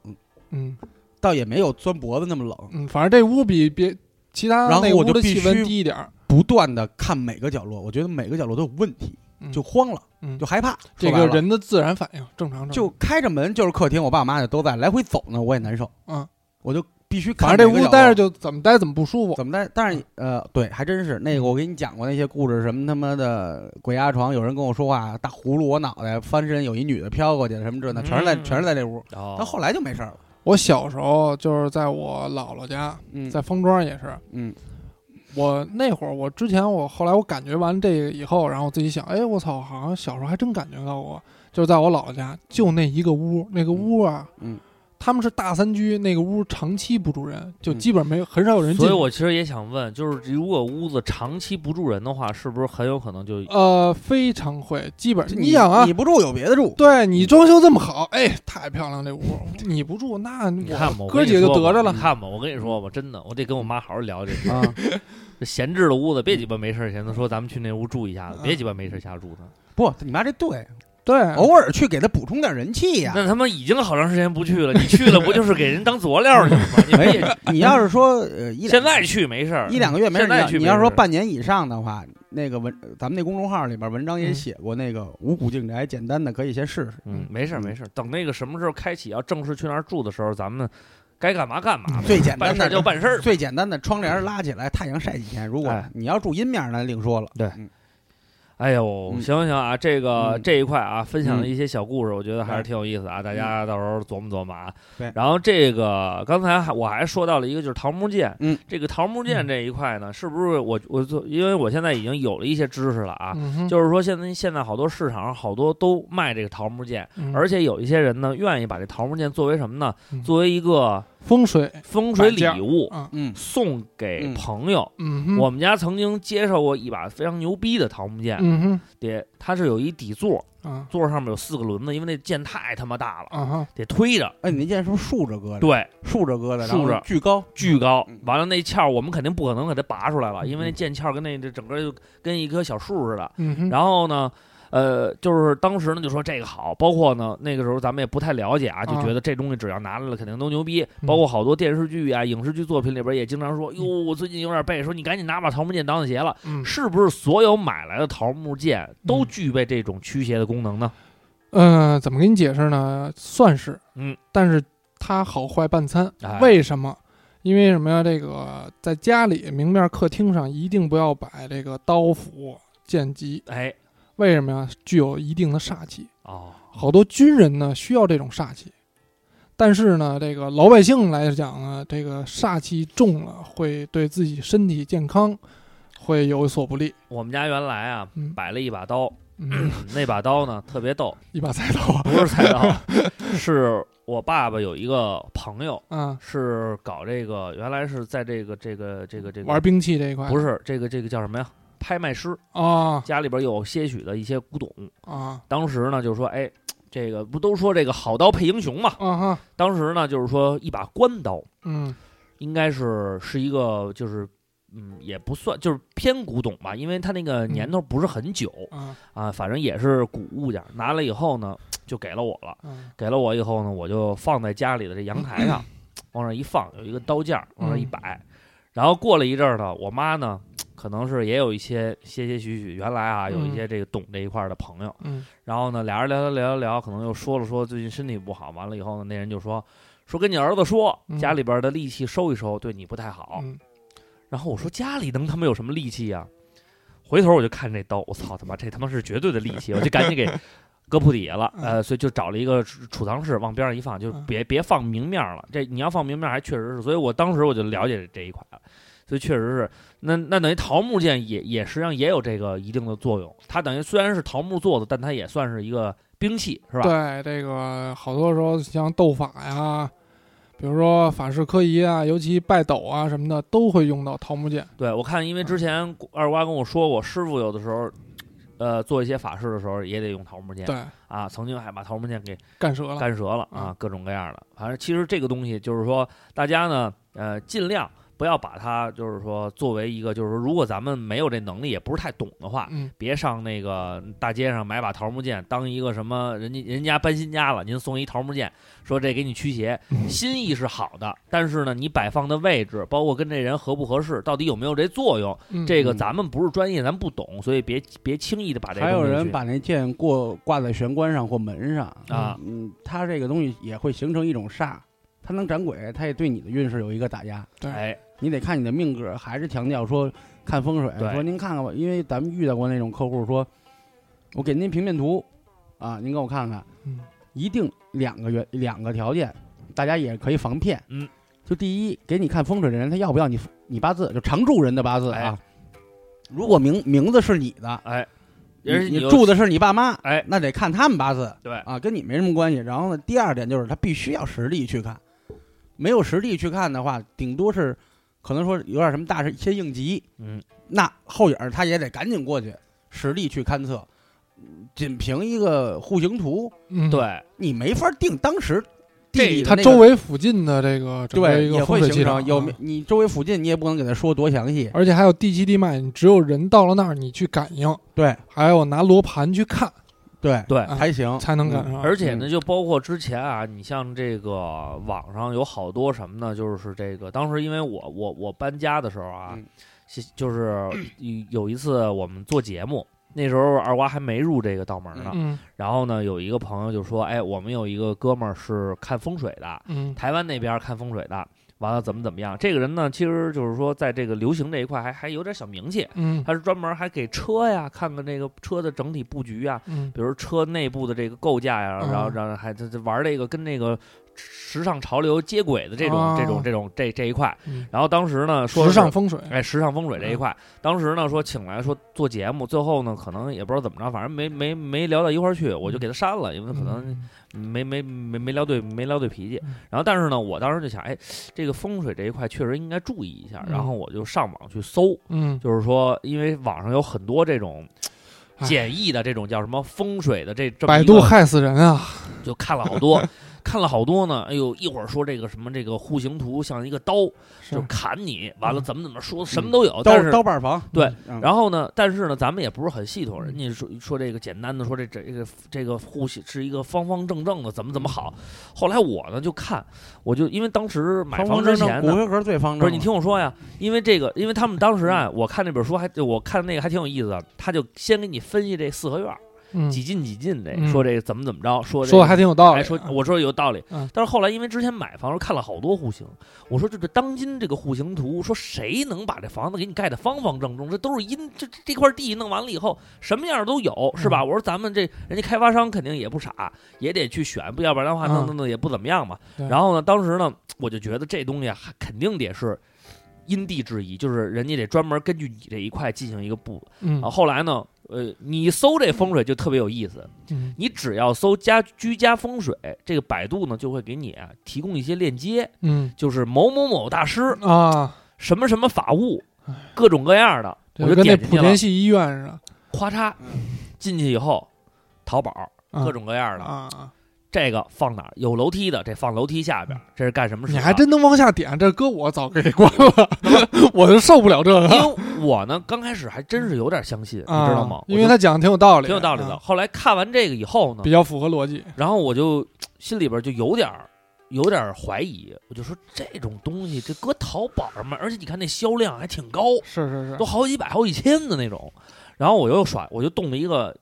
Speaker 2: 嗯
Speaker 1: 倒也没有钻脖子那么冷，
Speaker 2: 嗯，反正这屋比别其他
Speaker 1: 然后
Speaker 2: 那
Speaker 1: 我
Speaker 2: 屋
Speaker 1: 就
Speaker 2: 的
Speaker 1: 必
Speaker 2: 气温
Speaker 1: 须
Speaker 2: 低一点儿，
Speaker 1: 不断的看每个角落，我觉得每个角落都有问题，
Speaker 2: 嗯
Speaker 1: 就慌了，
Speaker 2: 嗯
Speaker 1: 就害怕。
Speaker 2: 这
Speaker 1: 说
Speaker 2: 个
Speaker 1: 白了
Speaker 2: 人的自然反应正常正常
Speaker 1: 就开着门就是客厅，我爸我妈就都在，来回走呢，我也难受。
Speaker 2: 嗯，
Speaker 1: 我就必须看
Speaker 2: 反正这
Speaker 1: 每个
Speaker 2: 屋
Speaker 1: 角
Speaker 2: 待
Speaker 1: 落
Speaker 2: 着就怎么待怎么不舒服。
Speaker 1: 怎么的？但是呃，对，还真是那个，我给你讲过那些故事，什么他妈的鬼压床，有人跟我说话，大葫芦我脑袋翻身，有一女的飘过去，什么这那，全是在、
Speaker 3: 嗯
Speaker 1: 全是在这屋。
Speaker 3: 哦，
Speaker 1: 但后来就没事儿了。
Speaker 2: 我小时候就是在我姥姥家，
Speaker 1: 嗯
Speaker 2: 在方庄也是，
Speaker 1: 嗯
Speaker 2: 我那会儿我之前我后来我感觉完这个以后，然后我自己想，哎，我操，好像小时候还真感觉到过，就是在我姥姥家就那一个屋，那个屋啊，
Speaker 1: 嗯，
Speaker 2: 他们是大三居，那个屋长期不住人，就基本没有很少有人进。
Speaker 3: 所以我其实也想问，就是如果屋子长期不住人的话，是不是很有可能就
Speaker 2: 呃非常会，基本
Speaker 1: 这
Speaker 2: 你想啊
Speaker 1: 你，不住有别的住，
Speaker 2: 对你装修这么好，哎，太漂亮这屋，你不 住那
Speaker 3: 你
Speaker 1: 啊
Speaker 3: 看吧，
Speaker 2: 我
Speaker 3: 我
Speaker 2: 哥
Speaker 3: 跟你
Speaker 2: 几个就
Speaker 3: 说吧
Speaker 2: 得着了
Speaker 3: 你。看吧，我跟你说吧，真的，我得跟我妈好好聊这事
Speaker 1: 啊，
Speaker 3: 这闲置的屋子，别鸡巴没事儿闲的说咱们去那屋住一下子，
Speaker 2: 嗯
Speaker 3: 别鸡巴没事儿瞎住它。
Speaker 1: 不，你妈这对，
Speaker 2: 对，啊
Speaker 1: 偶尔去给他补充点人气哎呀。
Speaker 3: 那他妈已经好长时间不去了，你去了不就是给人当佐料去了吗？你
Speaker 1: 没
Speaker 3: 别
Speaker 1: 你要是说呃哎一两
Speaker 3: 现在去没事儿，
Speaker 1: 一两个月没事
Speaker 3: 现在
Speaker 1: 儿，
Speaker 3: 去
Speaker 1: 你
Speaker 3: 没
Speaker 1: 要
Speaker 3: 事
Speaker 1: 是说
Speaker 3: 儿
Speaker 1: 半年以上的话，那个文咱们那公众号里边文章也写过那个无骨净宅，简单的可以先试试。
Speaker 3: 嗯，没事儿没事儿，等那个什么时候开启，要正式去那儿住的时候，咱们该干嘛干嘛呗，
Speaker 1: 最 简
Speaker 3: 办
Speaker 1: 单
Speaker 3: 事儿
Speaker 1: 的
Speaker 3: 就办事儿。
Speaker 1: 最简单的窗帘拉起来，太阳晒几天。如果
Speaker 3: 哎
Speaker 1: 你要住阴面儿，那另说了。
Speaker 3: 对
Speaker 1: 嗯
Speaker 3: 哎呦，
Speaker 1: 嗯
Speaker 3: 行行啊，这个
Speaker 1: 嗯
Speaker 3: 这一块啊，分享
Speaker 1: 嗯
Speaker 3: 的一些小故事，我觉得还是挺有意思啊，大家到时候琢磨琢磨啊。
Speaker 1: 对
Speaker 3: 然后这个刚才还我还说到了一个，就是桃木剑，
Speaker 1: 嗯，
Speaker 3: 这个桃木剑这一块呢，是不是我我做，因为我现在已经有了一些知识了啊，
Speaker 2: 嗯哼，
Speaker 3: 就是说现在现在好多市场上好多都卖这个桃木剑，
Speaker 2: 嗯
Speaker 3: 而且有一些人呢愿意把这桃木剑作为什么呢
Speaker 2: 嗯？
Speaker 3: 作为一个
Speaker 2: 风水，
Speaker 3: 风水
Speaker 2: 摆件
Speaker 3: 礼物
Speaker 2: 啊，
Speaker 1: 嗯
Speaker 3: 送给
Speaker 1: 嗯
Speaker 3: 朋友。
Speaker 2: 嗯哼，
Speaker 3: 我们家曾经接受过一把非常牛逼的桃木剑，
Speaker 2: 嗯
Speaker 3: 得它是有一底座，
Speaker 2: 哼啊
Speaker 3: 座上面有四个轮子，因为那剑太他妈大了，
Speaker 2: 啊哈，
Speaker 3: 得推着。
Speaker 1: 哎，你那剑是不是竖着搁的？
Speaker 3: 对，
Speaker 1: 竖着搁的，然
Speaker 3: 竖
Speaker 1: 后
Speaker 3: 着
Speaker 1: 巨高。
Speaker 3: 巨高
Speaker 1: 嗯。
Speaker 3: 完了那鞘儿我们肯定不可能给它拔出来了，因为那
Speaker 1: 嗯
Speaker 3: 剑鞘跟那这整个就跟一棵小树似的。
Speaker 2: 嗯哼，
Speaker 3: 然后呢，呃，就是当时呢就说这个好，包括呢那个时候咱们也不太了解啊，就
Speaker 2: 啊
Speaker 3: 觉得这东西只要拿来了肯定都牛逼。
Speaker 2: 嗯
Speaker 3: 包括好多电视剧啊、影视剧作品里边也经常说，哟，我最近有点背，说你赶紧拿把桃木剑挡挡邪了。
Speaker 2: 嗯
Speaker 3: 是不是所有买来的桃木剑都
Speaker 2: 嗯
Speaker 3: 具备这种驱邪的功能呢？
Speaker 2: 嗯，怎么给你解释呢？算是，
Speaker 3: 嗯，
Speaker 2: 但是它好坏半参。
Speaker 3: 哎
Speaker 2: 为什么？因为什么呀？这个在家里明面客厅上一定不要摆这个刀斧剑戟，
Speaker 3: 哎，
Speaker 2: 为什么呀？具有一定的煞气。
Speaker 3: 哦，
Speaker 2: 好多军人呢需要这种煞气，但是呢，这个老百姓来讲呢，这个煞气重了会对自己身体健康会有所不利。
Speaker 3: 我们家原来啊
Speaker 2: 嗯
Speaker 3: 摆了一把刀，
Speaker 2: 嗯，
Speaker 3: 那把刀呢特别逗，
Speaker 2: 一把菜刀
Speaker 3: 不是菜刀，是我爸爸有一个朋友
Speaker 2: 啊，
Speaker 3: 是搞这个，原来是在这个这个这个这个
Speaker 2: 玩兵器这一块
Speaker 3: 不是这个这个叫什么呀？拍卖师
Speaker 2: 啊
Speaker 3: 家里边有些许的一些古董，
Speaker 2: 啊
Speaker 3: 当时呢就说，哎，这个不都说这个好刀配英雄嘛？
Speaker 2: 啊哈，
Speaker 3: 当时呢就是说一把关刀，
Speaker 2: 嗯
Speaker 3: 应该是是一个就是。嗯，也不算，就是偏古董吧，因为它那个年头不是很久、
Speaker 2: 啊
Speaker 3: 啊，反正也是古物件儿。拿了以后呢，就给了我了。
Speaker 2: 啊
Speaker 3: 给了我以后呢，我就放在家里的这嗯阳台上，往上一放，有一个刀架儿往上一摆。然后过了一阵儿呢，我妈呢，可能是也有一些些些许许原来啊有一些这个懂这一块儿的朋友，
Speaker 2: 嗯
Speaker 3: 然后呢俩人聊聊聊聊聊，可能又说了说最近身体不好，完了以后呢，那人就说说跟你儿子说
Speaker 2: 嗯
Speaker 3: 家里边的力气收一收，对你不太好。
Speaker 2: 嗯
Speaker 3: 然后我说家里能他妈有什么力气呀、回头我就看这刀，我操他妈，这他妈是绝对的力 气，我就赶紧给搁铺底下了。呃，所以就找了一个储储藏室，往边上一放，就
Speaker 2: 嗯
Speaker 3: 别别放明面了。这你要放明面，还确实是。所以我当时我就了解这一款了，所以确实是。那那等于桃木剑也也实际上也有这个一定的作用，它等于虽然是桃木做的，但它也算是一个兵器，是吧？
Speaker 2: 对，这个好多时候像斗法呀，比如说法式科仪啊，尤其拜斗啊什么的，都会用到桃木剑。
Speaker 3: 对，我看，因为
Speaker 2: 嗯
Speaker 3: 之前二瓜跟我说过，师傅有的时候，呃，做一些法事的时候也得用桃木剑
Speaker 2: 对，
Speaker 3: 啊，曾经还把桃木剑给
Speaker 2: 干折了。
Speaker 3: 干折了啊
Speaker 2: 嗯，
Speaker 3: 各种各样的。反正其实这个东西就是说，大家呢，呃，尽量不要把它就是说作为一个，就是说，如果咱们没有这能力，也不是太懂的话，
Speaker 2: 嗯，
Speaker 3: 别上那个大街上买把桃木剑当一个什么人家人家搬新家了，您送一桃木剑，说这给你驱邪，
Speaker 2: 嗯
Speaker 3: 心意是好的，但是呢，你摆放的位置，包括跟这人合不合适，到底有没有这作用，
Speaker 2: 嗯
Speaker 3: 这个咱们不是专业，咱不懂，所以别别轻易的把这个
Speaker 1: 还有
Speaker 3: 东西
Speaker 1: 人
Speaker 3: 去
Speaker 1: 把那剑过挂在玄关上或门上
Speaker 3: 啊，
Speaker 1: 嗯，它这个东西也会形成一种煞，它能斩鬼，它也对你的运势有一个打压。
Speaker 2: 对
Speaker 3: 哎
Speaker 1: 你得看你的命格，还是强调说看风水，
Speaker 3: 对
Speaker 1: 说您看看吧，因为咱们遇到过那种客户说，我给您平面图啊，您给我看看，
Speaker 2: 嗯
Speaker 1: 一定两个原两个条件，大家也可以防骗。
Speaker 3: 嗯，
Speaker 1: 就第一，给你看风水的人，他要不要你你八字，就常住人的八字啊。如果名名字是你的，
Speaker 3: 哎，
Speaker 1: 你
Speaker 3: 而且
Speaker 1: 你
Speaker 3: 有
Speaker 1: 住的是你爸妈，
Speaker 3: 哎
Speaker 1: 那得看他们八字。
Speaker 3: 对
Speaker 1: 啊，跟你没什么关系。然后呢，第二点就是他必须要实地去看，没有实地去看的话，顶多是可能说有点什么大事，一些应急，
Speaker 3: 嗯
Speaker 1: 那后影儿他也得赶紧过去实地去勘测，嗯仅凭一个户型图，
Speaker 2: 嗯，
Speaker 3: 对。
Speaker 1: 你没法定当时地
Speaker 3: 这
Speaker 1: 理的
Speaker 2: 它
Speaker 1: 那个
Speaker 2: 周。围附近的这个整个
Speaker 1: 对，
Speaker 2: 一
Speaker 1: 也
Speaker 2: 个
Speaker 1: 会
Speaker 2: 风水气
Speaker 1: 形
Speaker 2: 场
Speaker 1: 成有
Speaker 2: 啊
Speaker 1: 你周围附近，你也不能给他说多详细。
Speaker 2: 而且还有地基地脉，你只有人到了那儿，你去感应，
Speaker 1: 对
Speaker 2: 还有拿罗盘去看，
Speaker 1: 对
Speaker 3: 对
Speaker 2: 啊
Speaker 1: 才行，
Speaker 2: 才能赶
Speaker 1: 嗯
Speaker 2: 上。
Speaker 3: 而且呢，
Speaker 1: 嗯
Speaker 3: 就包括之前啊，你像这个网上有好多什么呢？就是这个，当时因为我我我搬家的时候啊
Speaker 1: 嗯，
Speaker 3: 是就是有有一次我们做节目，那时候二瓜还没入这个道门呢。
Speaker 2: 嗯
Speaker 3: 然后呢，有一个朋友就说：“哎，我们有一个哥们儿是看风水的，
Speaker 2: 嗯
Speaker 3: 台湾那边看风水的，完了怎么怎么样。”这个人呢，其实就是说在这个流行这一块还还有点小名气，
Speaker 2: 嗯
Speaker 3: 他是专门还给车呀看看这个车的整体布局呀，
Speaker 2: 嗯
Speaker 3: 比如车内部的这个构架呀，
Speaker 2: 嗯
Speaker 3: 然后然后还这这玩这个跟那个时尚潮流接轨的这种、
Speaker 2: 啊
Speaker 3: 这种这种这这一块。
Speaker 2: 嗯，
Speaker 3: 然后当时呢说
Speaker 2: 时尚嗯
Speaker 3: 是。
Speaker 2: 风水，
Speaker 3: 哎，时尚风水这一块，当时呢说请来说做节目，最后呢可能也不知道怎么着，反正没没没聊到一块儿去，我就给他删了，因为可能
Speaker 2: 嗯
Speaker 3: 没没没没聊对没聊对脾气
Speaker 2: 嗯。
Speaker 3: 然后但是呢，我当时就想，哎，这个风水这一块确实应该注意一下。
Speaker 2: 嗯
Speaker 3: 然后我就上网去搜，
Speaker 2: 嗯，
Speaker 3: 就是说，因为网上有很多这种
Speaker 2: 哎
Speaker 3: 简易的这种叫什么风水的这这么
Speaker 2: 百
Speaker 3: 一
Speaker 2: 度
Speaker 3: 个
Speaker 2: 害死人啊！
Speaker 3: 就看了好多，看了好多呢。哎呦，一会儿说这个什么这个户型图像一个刀，
Speaker 2: 是
Speaker 3: 就砍你，完了怎么怎么说，什么
Speaker 1: 嗯
Speaker 3: 都有。但
Speaker 1: 刀
Speaker 3: 是
Speaker 1: 刀把房
Speaker 3: 对
Speaker 1: 嗯
Speaker 3: 然后呢，但是呢，咱们也不是很系统。人家说说这个简单的，说这这个这个户型是一个方方正正的，怎么怎么好。
Speaker 1: 嗯
Speaker 3: 后来我呢就看，我就因为当时买
Speaker 1: 方
Speaker 3: 房之
Speaker 1: 正
Speaker 3: 前
Speaker 1: 骨
Speaker 3: 呢。
Speaker 1: 灰盒最方正了，
Speaker 2: 嗯
Speaker 3: 不是你听我说呀，因为这个，因为他们当时啊，我看那本书还，我看那个还挺有意思的。他就先给你分析这四合院儿
Speaker 2: 嗯，
Speaker 3: 几进几进这，
Speaker 2: 嗯
Speaker 3: 说这个怎么怎么着，说这
Speaker 2: 说
Speaker 3: 个
Speaker 2: 的还挺有道理。啊
Speaker 3: 哎，说我说有道理
Speaker 2: 嗯，
Speaker 3: 但是后来因为之前买房时候看了好多户型，我说这这当今这个户型图，说谁能把这房子给你盖得方方正正？这都是阴，这这这块地弄完了以后，什么样都有，是
Speaker 2: 嗯
Speaker 3: 吧？我说咱们这人家开发商肯定也不傻，也得去选，不要不然的话
Speaker 2: 嗯
Speaker 3: 弄弄弄也不怎么样嘛。
Speaker 2: 对
Speaker 3: 然后呢，当时呢，我就觉得这东西还肯定得是。因地制宜，就是人家得专门根据你这一块进行一个布
Speaker 2: 嗯
Speaker 3: 啊。后来呢，呃，你搜这风水就特别有意思，
Speaker 2: 嗯
Speaker 3: 你只要搜家居家风水，这个百度呢就会给你啊提供一些链接，
Speaker 2: 嗯
Speaker 3: 就是某某某大师
Speaker 2: 啊，
Speaker 3: 什么什么法务，各种各样的，
Speaker 2: 这
Speaker 3: 我就
Speaker 2: 跟那
Speaker 3: 点进
Speaker 2: 莆
Speaker 3: 去了
Speaker 2: 田，系医院似的，
Speaker 3: 咔嚓
Speaker 1: 嗯
Speaker 3: 进去以后，淘宝
Speaker 2: 啊
Speaker 3: 各种各样的，
Speaker 2: 啊啊，
Speaker 3: 这个放哪儿？有楼梯的，这放楼梯下边儿。这是干什么事、
Speaker 2: 嗯
Speaker 3: 啊
Speaker 2: 你还，真能往下点，这搁我早给关了，我就受不了这个，
Speaker 3: 因为我呢，刚开始还真是有点相信，
Speaker 2: 啊
Speaker 3: 你知道吗？
Speaker 2: 因为他讲的挺有道
Speaker 3: 我就
Speaker 2: 理，
Speaker 3: 挺有道理的。嗯
Speaker 2: 啊
Speaker 3: 后来看完这个以后呢
Speaker 2: 比，较符合逻辑。
Speaker 3: 然后我就心里边就有点儿有点儿怀疑，我就说这种东西这搁淘宝上面，而且你看那销量还挺高，
Speaker 2: 是是
Speaker 3: 都
Speaker 2: 是，
Speaker 3: 好几百、好几千的那种。然后我又耍，我就动了一个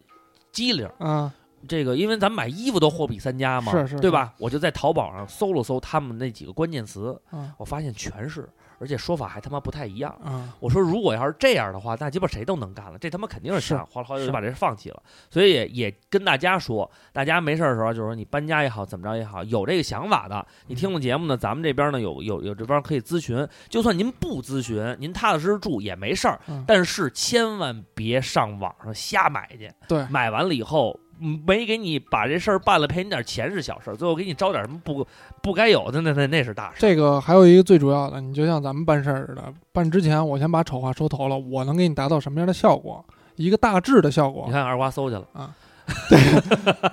Speaker 3: 机灵，
Speaker 2: 嗯，
Speaker 3: 这个因为咱买衣服都货比三家嘛，
Speaker 2: 是是
Speaker 3: 对吧？我就在淘宝上搜了搜他们那几个关键词，
Speaker 2: 啊
Speaker 3: 我发现全是，而且说法还他妈不太一样。
Speaker 2: 啊，
Speaker 3: 我说如果要是这样的话，那鸡巴谁都能干了，这他妈肯定是
Speaker 2: 是
Speaker 3: 干。后来我
Speaker 2: 是
Speaker 3: 就把这事放弃了，所以也也跟大家说，大家没事儿的时候，就是说你搬家也好，怎么着也好，有这个想法的，你听了节目呢，咱们这边呢有有有这边可以咨询，就算您不咨询，您踏踏实实住也没事儿
Speaker 2: 嗯，
Speaker 3: 但是千万别上网上瞎买去，
Speaker 2: 对
Speaker 3: 买完了以后。嗯没给你把这事儿办了，赔你点钱是小事儿，最后给你招点什么不不该有的，那那那是大事儿。
Speaker 2: 这个还有一个最主要的，你就像咱们办事儿似的，办之前我先把丑话说头了，我能给你达到什么样的效果，一个大致的效果
Speaker 3: 你，看二瓜搜去了，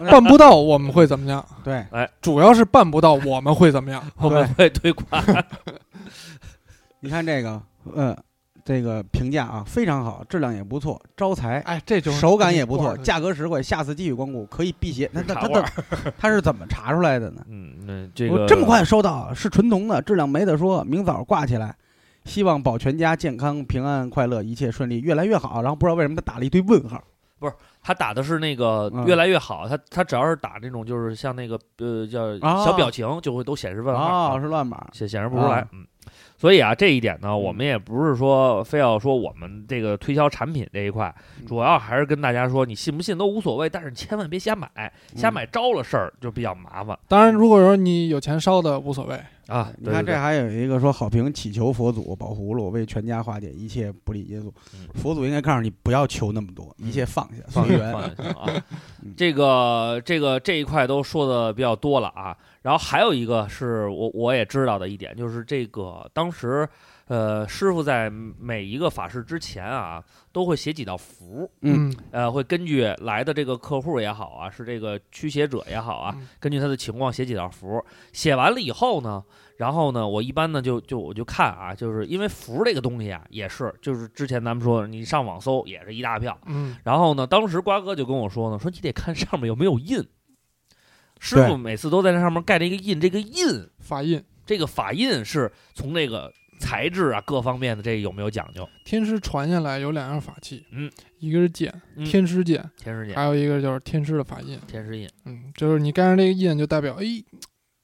Speaker 2: 办不到我们会怎么样？
Speaker 1: 对，
Speaker 2: 主要是办不到我们会怎 么样？
Speaker 3: 我们会推广。
Speaker 1: 你看这个，呃，这个评价啊非常好，质量也不错，招财。
Speaker 2: 哎，这就是
Speaker 1: 手感也不错，
Speaker 2: 这
Speaker 1: 价格实惠，下次继续光顾，可以辟邪。那他
Speaker 3: 茶
Speaker 1: 他
Speaker 3: 味儿
Speaker 1: 他他是怎么查出来的呢？
Speaker 3: 嗯，那这
Speaker 1: 我
Speaker 3: 个
Speaker 1: 这么快收到，是纯铜的，质量没得说，明早挂起来。希望保全家健康、平安、快乐，一切顺利，越来越好。然后不知道为什么他打了一堆问号，
Speaker 3: 他打的是那个
Speaker 1: 嗯
Speaker 3: 越来越好，他他只要是打那种就是像那个呃叫
Speaker 1: 啊
Speaker 3: 小表情，就会都显示问号，
Speaker 1: 哦，
Speaker 3: 啊
Speaker 1: 是嗯乱码。
Speaker 3: 显显示不出来。嗯，所以啊，这一点呢，我们也不是说非要说我们这个推销产品这一块，
Speaker 1: 嗯
Speaker 3: 主要还是跟大家说，你信不信都无所谓，但是千万别瞎买，
Speaker 1: 嗯
Speaker 3: 瞎买招了事儿就比较麻烦
Speaker 2: 当然，如果说你有钱烧的无所谓，
Speaker 3: 啊。
Speaker 1: 你看
Speaker 3: 对
Speaker 1: 这，还有一个说好评祈求佛祖保葫芦，为全家化解一切不利因素。
Speaker 3: 嗯
Speaker 1: 佛祖应该告诉你不要求那么多，
Speaker 3: 嗯
Speaker 1: 一切 放下，
Speaker 3: 放
Speaker 1: 随缘。
Speaker 3: 放下啊
Speaker 1: 嗯。
Speaker 3: 这个这个这一块都说的比较多了啊。然后还有一个是我我也知道的一点，就是这个当时呃师傅在每一个法事之前啊，都会写几道符，
Speaker 1: 嗯
Speaker 2: 嗯，
Speaker 3: 呃，会根据来的这个客户也好啊，是这个驱邪者也好啊
Speaker 2: 嗯，
Speaker 3: 根据他的情况写几道符。写完了以后呢，然后呢，我一般呢就就我就看啊，就是因为符这个东西啊，也是就是之前咱们说的你上网搜也是一大票。
Speaker 2: 嗯，
Speaker 3: 然后呢，当时瓜哥就跟我说呢，说你得看上面有没有印。师
Speaker 1: 对
Speaker 3: 傅每次都在那上面盖了一个印，这个印，
Speaker 2: 法印
Speaker 3: 这个法印是从这个材质啊各方面的这有没有讲究？
Speaker 2: 天师传下来有两样法器，
Speaker 3: 嗯，
Speaker 2: 一个是剑，
Speaker 3: 嗯
Speaker 2: 天啊师剑，
Speaker 3: 天师印
Speaker 2: 还，有一个就是天师的法印，
Speaker 3: 天师印，
Speaker 2: 嗯，就是你盖上这个印，就代表哎，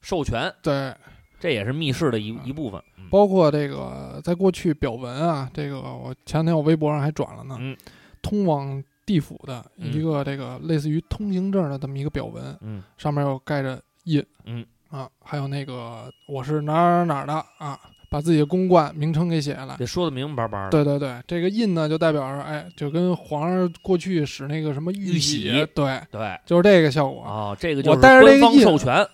Speaker 3: 授权，
Speaker 2: 对，
Speaker 3: 这也是密室的一一部分。嗯
Speaker 2: 包括这个在过去表文啊，这个我前两天我微博上还转了呢，
Speaker 3: 嗯
Speaker 2: 通往地府的
Speaker 3: 嗯
Speaker 2: 一个这个类似于通行证的这么一个表文，
Speaker 3: 嗯
Speaker 2: 上面有盖着印，
Speaker 3: 嗯
Speaker 2: 啊，还有那个我是哪儿哪儿哪儿的啊，把自己的公冠名称给写下来。
Speaker 3: 得说的明明白白的。
Speaker 2: 对对对，这个印呢就代表着，哎，就跟皇上过去使那个什么
Speaker 3: 玉
Speaker 2: 玉玺，
Speaker 3: 玺
Speaker 2: 对，
Speaker 3: 对
Speaker 2: 就是这个效果啊
Speaker 3: 哦，这个就是
Speaker 2: 我带着这
Speaker 3: 官
Speaker 2: 个
Speaker 3: 方
Speaker 2: 印
Speaker 3: 授权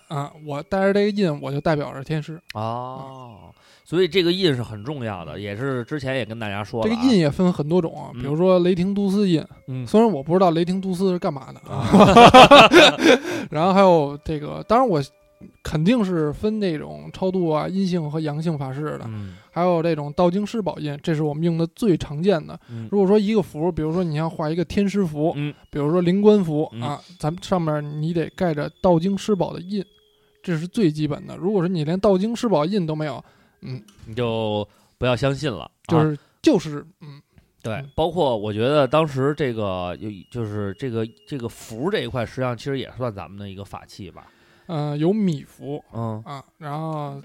Speaker 2: 我带着这个印，我就代表着天师，
Speaker 3: 哦，所以这个印是很重要的，也是之前也跟大家说
Speaker 2: 嗯这
Speaker 3: 了
Speaker 2: 个
Speaker 3: 啊。
Speaker 2: 印也分很多种啊，比如说雷霆都司印，
Speaker 3: 嗯
Speaker 2: 虽然我不知道雷霆都司是干嘛的啊， 然后还有这个，当然我肯定是分那种超度啊、阴性和阳性法事的，
Speaker 3: 嗯
Speaker 2: 还有这种道经师宝印，这是我们用的最常见的。
Speaker 3: 嗯
Speaker 2: 如果说一个符，比如说你要画一个天师符，
Speaker 3: 嗯
Speaker 2: 比如说灵官符、
Speaker 3: 嗯
Speaker 2: 啊，咱们上面你得盖着道经师宝的印，这是最基本的。如果说你连道经师宝印都没有，嗯，
Speaker 3: 你就不要相信了，
Speaker 2: 就
Speaker 3: 啊
Speaker 2: 是、就是嗯，
Speaker 3: 对
Speaker 2: 嗯，
Speaker 3: 包括我觉得当时这个有就是这个这个符这一块，实际上其实也算咱们的一个法器吧。
Speaker 2: 呃，有米符，
Speaker 3: 嗯
Speaker 2: 啊，然后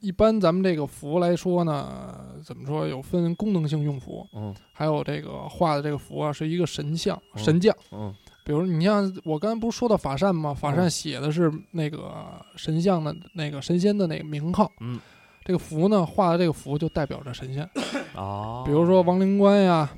Speaker 2: 一般咱们这个符来说呢，怎么说有分功能性用符，
Speaker 3: 嗯
Speaker 2: 还有这个画的这个符啊是一个神像
Speaker 3: 嗯
Speaker 2: 神将。
Speaker 3: 嗯
Speaker 2: 比如你像我刚才不是说到法善吗？法善
Speaker 3: 嗯
Speaker 2: 写的是那个神像的那个神仙的那个名号，
Speaker 3: 嗯，
Speaker 2: 这个符呢画的这个符就代表着神仙，
Speaker 3: 哦，
Speaker 2: 比如说亡灵关呀、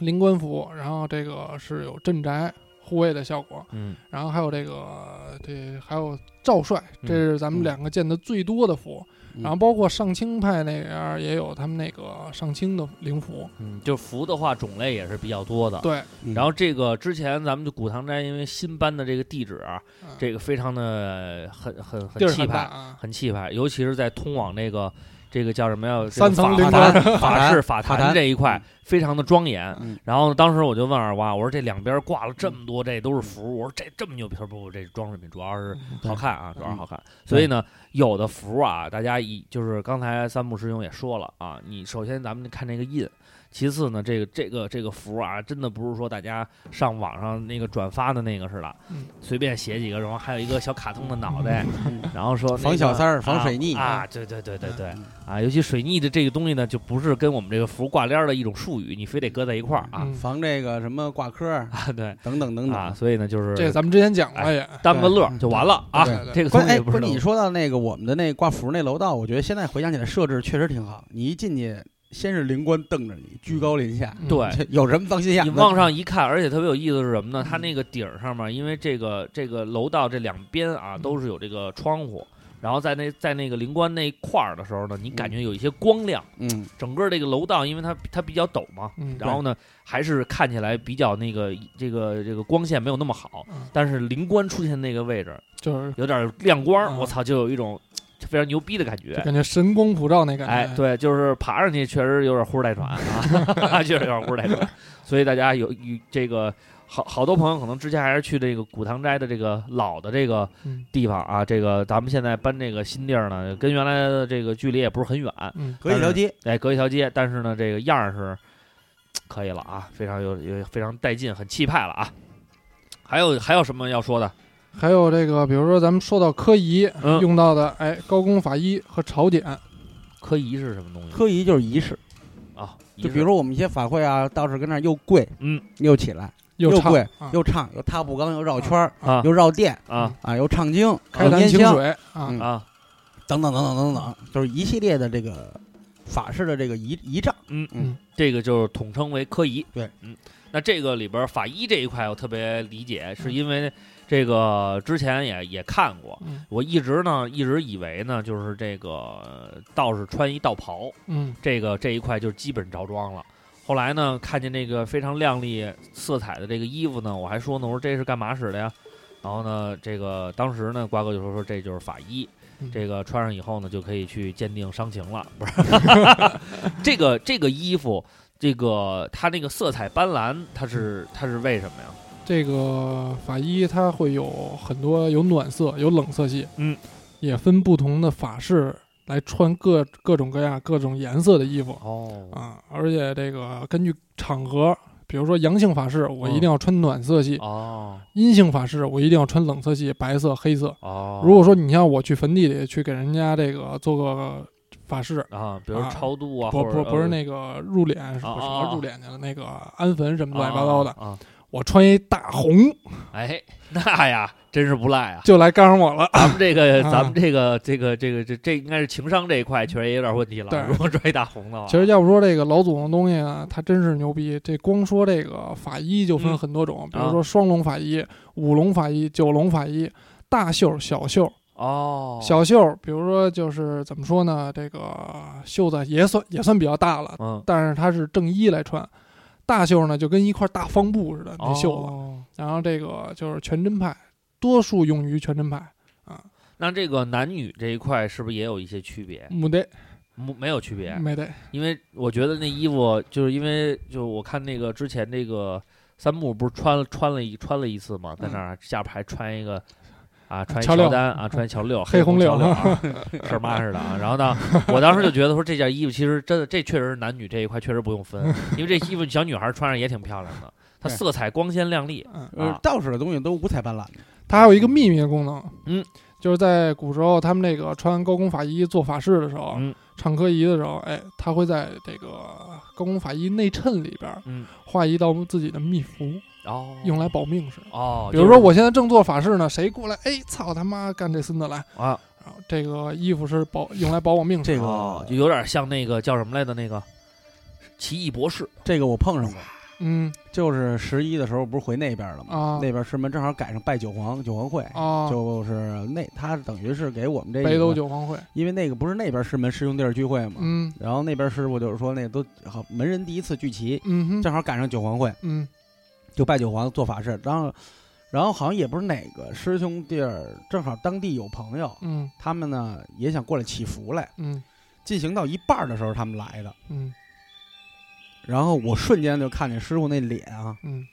Speaker 2: 灵官符，然后这个是有镇宅、护卫的效果，
Speaker 3: 嗯
Speaker 2: 然后还有这个这还有赵帅，
Speaker 3: 嗯
Speaker 2: 这是咱们两个见的最多的符。
Speaker 1: 嗯
Speaker 2: 然后包括上清派那边儿也有他们那个上清的灵符，
Speaker 3: 嗯，就符的话种类也是比较多的。
Speaker 2: 对，
Speaker 1: 嗯
Speaker 3: 然后这个之前咱们就古堂斋，因为新搬的这个地址啊，
Speaker 2: 嗯
Speaker 3: 这个非常的很很
Speaker 2: 地
Speaker 3: 很
Speaker 2: 儿
Speaker 3: 气
Speaker 2: 很大
Speaker 3: 派，
Speaker 2: 啊，
Speaker 3: 很气派，尤其是在通往那个这个叫什么呀？这个
Speaker 2: 三层
Speaker 3: 法
Speaker 2: 灵
Speaker 3: 坛
Speaker 2: 官
Speaker 3: 法式法
Speaker 1: 法
Speaker 3: 坛
Speaker 1: 坛
Speaker 3: 这一块
Speaker 1: 嗯
Speaker 3: 非常的庄严。
Speaker 1: 嗯
Speaker 3: 然后当时我就问二瓜，我说这两边挂了这么多，这都是符，我说这这么牛逼，他说不，这是装饰品，主要是
Speaker 1: 嗯
Speaker 3: 好看啊，主要是好看。所以呢，有的符啊，大家一就是刚才三木师兄也说了啊，你首先咱们看这个印，其次呢，这个这个这个符啊，真的不是说大家上网上那个转发的那个似的
Speaker 2: 嗯，
Speaker 3: 随便写几个，然后还有一个小卡通的脑袋
Speaker 1: 嗯，
Speaker 3: 然后说那个
Speaker 1: 防小三儿防
Speaker 3: 啊
Speaker 1: 水逆
Speaker 3: 啊，对对对对对
Speaker 1: 嗯
Speaker 3: 啊，尤其水逆的这个东西呢，就不是跟我们这个符挂帘儿的一种术语，你非得搁在一块儿啊
Speaker 2: 嗯
Speaker 1: 防这个什么挂科 儿
Speaker 3: 啊，对
Speaker 1: 等等等
Speaker 3: 啊，
Speaker 1: 等。
Speaker 3: 所以呢，就是
Speaker 2: 这咱们之前讲过
Speaker 3: 哎
Speaker 2: 也，
Speaker 3: 当个乐儿
Speaker 1: 对
Speaker 3: 就完了啊
Speaker 2: 对对，对
Speaker 3: 这个东
Speaker 1: 关
Speaker 3: 西
Speaker 1: 哎，
Speaker 3: 也不
Speaker 1: 不
Speaker 3: 是
Speaker 1: 是
Speaker 3: 能
Speaker 1: 你说到那个我们的那挂符那楼道，我觉得现在回想起来设置确实挺好。你一进去，先是灵官瞪着你，居高临下，
Speaker 2: 嗯
Speaker 3: 对，
Speaker 1: 这有什么脏心眼
Speaker 3: 你
Speaker 1: 子？
Speaker 3: 往上一看，而且特别有意思的是什么
Speaker 2: 嗯
Speaker 3: 呢？它那个顶儿上面，因为这个这个楼道这两边啊
Speaker 2: 嗯
Speaker 3: 都是有这个窗户，然后在那在那个灵官那一块儿的时候呢，你感觉有一些光亮，
Speaker 1: 嗯，
Speaker 3: 整个这个楼道因为它它比较陡嘛，
Speaker 2: 嗯，
Speaker 3: 然后呢还是看起来比较那个这个这个光线没有那么好
Speaker 2: 嗯，
Speaker 3: 但是灵官出现那个位置
Speaker 2: 就是
Speaker 3: 有点亮光，
Speaker 2: 嗯
Speaker 3: 我操，就有一种非常牛逼的感觉
Speaker 2: 就。感觉神光普照那 感觉，
Speaker 3: 哎，，对，就是爬上去确实有点呼哧带喘啊， 确实有点呼哧带喘。所以大家有有这个好好多朋友可能之前还是去这个古堂斋的这个老的这个
Speaker 2: 嗯
Speaker 3: 地方啊，这个咱们现在搬这个新地儿呢，跟原来的这个距离也不是很远，
Speaker 2: 嗯，
Speaker 1: 隔一条街，
Speaker 3: 哎，隔一条街，但是呢，这个样儿是可以了啊，非常有有非常带劲，很气派了啊。还有还有什么要说的？
Speaker 2: 还有这个，比如说咱们说到科仪
Speaker 3: 嗯，
Speaker 2: 用到的，哎，高公法医和朝典，
Speaker 3: 科仪是什么东西
Speaker 1: 科仪就是仪式，
Speaker 3: 啊？
Speaker 1: 就
Speaker 3: 仪
Speaker 1: 比
Speaker 3: 式
Speaker 1: 如说我们一些法会啊，道士跟那儿又跪
Speaker 3: 嗯
Speaker 1: 又起来，
Speaker 2: 又唱
Speaker 1: 跪
Speaker 2: 啊
Speaker 1: 又唱，又踏步刚，又绕圈儿，
Speaker 3: 啊
Speaker 1: 又绕殿
Speaker 3: 啊
Speaker 1: 啊，又唱经、
Speaker 2: 开
Speaker 1: 又
Speaker 2: 坛
Speaker 1: 拈
Speaker 2: 清
Speaker 1: 香
Speaker 2: 水啊，
Speaker 1: 嗯
Speaker 3: 啊，
Speaker 1: 等等等等等等，就是一系列的这个法式的这个仪仪仗。
Speaker 3: 嗯
Speaker 2: 嗯
Speaker 3: 这个就是统称为科仪。
Speaker 1: 对，
Speaker 3: 嗯，那这个里边儿法医这一块我特别理解，是因为这个之前也也看过，
Speaker 2: 嗯
Speaker 3: 我一直呢一直以为呢就是这个呃道士穿一道袍，
Speaker 2: 嗯
Speaker 3: 这个这一块就基本着装了。后来呢，看见那个非常亮丽色彩的这个衣服呢，我还说呢，我说这是干嘛使的呀？然后呢，这个当时呢，瓜哥就说说这就是法医，
Speaker 2: 嗯
Speaker 3: 这个穿上以后呢，就可以去鉴定伤情了。不是， 这个这个衣服，这个它那个色彩斑斓，它是它是为什么呀？
Speaker 2: 这个法医它会有很多有暖色，有冷色系，
Speaker 3: 嗯，
Speaker 2: 也分不同的法式来穿各各种各样各种颜色的衣服
Speaker 3: 哦
Speaker 2: 啊，而且这个根据场合，比如说阳性法式，我
Speaker 3: 嗯
Speaker 2: 一定要穿暖色系；
Speaker 3: 哦
Speaker 2: 阴性法式，我一定要穿冷色系，白色、黑色。
Speaker 3: 哦，
Speaker 2: 如果说你像我去坟地里去给人家这个做个法事，
Speaker 3: 啊，比如
Speaker 2: 啊
Speaker 3: 超度啊，
Speaker 2: 不
Speaker 3: 或
Speaker 2: 不
Speaker 3: 者
Speaker 2: 不是那个入殓，什
Speaker 3: 啊
Speaker 2: 么什
Speaker 3: 啊啊
Speaker 2: 么入殓去了，那个安坟什么乱七八糟的，
Speaker 3: 啊，
Speaker 2: 我穿一大红
Speaker 3: 啊哎，那呀，真是不赖啊。
Speaker 2: 就来干上我了。
Speaker 3: 咱们 这个，
Speaker 2: 啊
Speaker 3: 咱们这个，这个，这个，这这应该是情商这一块确实也有点问题了。
Speaker 2: 对
Speaker 3: 如果穿一大红的话，
Speaker 2: 其实要不说这个老祖宗东西啊，他真是牛逼。这光说这个法医就分
Speaker 3: 嗯
Speaker 2: 很多种，比
Speaker 3: 啊
Speaker 2: 如说双龙法医、五龙法医、九龙法医、大袖、小袖。
Speaker 3: 哦，
Speaker 2: 小袖，比如说就是怎么说呢，这个袖子也算也算比较大了，
Speaker 3: 嗯，
Speaker 2: 但是它是正衣来穿。大袖呢就跟一块大方布似的那袖子，
Speaker 3: 哦
Speaker 2: 然后这个就是全真派，多数用于全真派，
Speaker 3: 那这个男女这一块是不是也有一些区别？
Speaker 2: 没得
Speaker 3: 没没有区别，
Speaker 2: 没得，
Speaker 3: 因为我觉得那衣服就是因为就是我看那个之前那个三木不是穿了穿了一穿了一次嘛，在那儿下边还穿一个啊穿
Speaker 2: 嗯
Speaker 3: 一
Speaker 2: 乔六
Speaker 3: 丹啊穿一乔六
Speaker 2: 黑
Speaker 3: 红
Speaker 2: 红
Speaker 3: 乔
Speaker 2: 六
Speaker 3: 啊是嘛似的啊。然后呢，我当时就觉得说这件衣服其实真的这确实是男女这一块确实不用分， 因为这衣服小女孩穿上也挺漂亮的，它
Speaker 1: 对
Speaker 3: 色彩光鲜亮丽
Speaker 2: 嗯，
Speaker 1: 呃
Speaker 3: 啊，
Speaker 1: 道士的东西都五彩斑斓的，
Speaker 2: 它还有一个秘密的功能，
Speaker 3: 嗯，
Speaker 2: 就是在古时候他们那个穿高公法医做法事的时候，
Speaker 3: 嗯
Speaker 2: 唱科仪的时候，哎，他会在这个高公法医内衬里边
Speaker 3: 嗯
Speaker 2: 画一道自己的秘符，
Speaker 3: 哦
Speaker 2: 用来保命使。
Speaker 3: 哦，
Speaker 2: 比如说我现在正做法事呢，谁过来，哎，操他妈，干这孙子来，
Speaker 3: 我啊
Speaker 2: 然后这个衣服是保用来保我命使
Speaker 1: 这
Speaker 2: 的。
Speaker 1: 个
Speaker 3: 哦，就有点像那个叫什么来的那个奇异博士
Speaker 1: 这个我碰上过，
Speaker 2: 嗯
Speaker 1: 就是十一的时候不是回那边了吗？
Speaker 2: 啊
Speaker 1: 那边师门正好赶上拜九皇九皇会，
Speaker 2: 啊，
Speaker 1: 就是那他等于是给我们这
Speaker 2: 北斗
Speaker 1: 个，
Speaker 2: 九皇会，
Speaker 1: 因为那个不是那边师门师兄弟儿聚会嘛，
Speaker 2: 嗯
Speaker 1: 然后那边师傅就是说那都好门人第一次聚齐，
Speaker 2: 嗯哼，
Speaker 1: 正好赶上九皇会，
Speaker 2: 嗯
Speaker 1: 就拜九皇做法事，然后然后好像也不是哪个师兄弟儿，正好当地有朋友，
Speaker 2: 嗯
Speaker 1: 他们呢也想过来祈福来，
Speaker 2: 嗯
Speaker 1: 进行到一半儿的时候他们来的，
Speaker 2: 嗯
Speaker 1: 然后我瞬间就看见师傅那脸啊，
Speaker 2: 嗯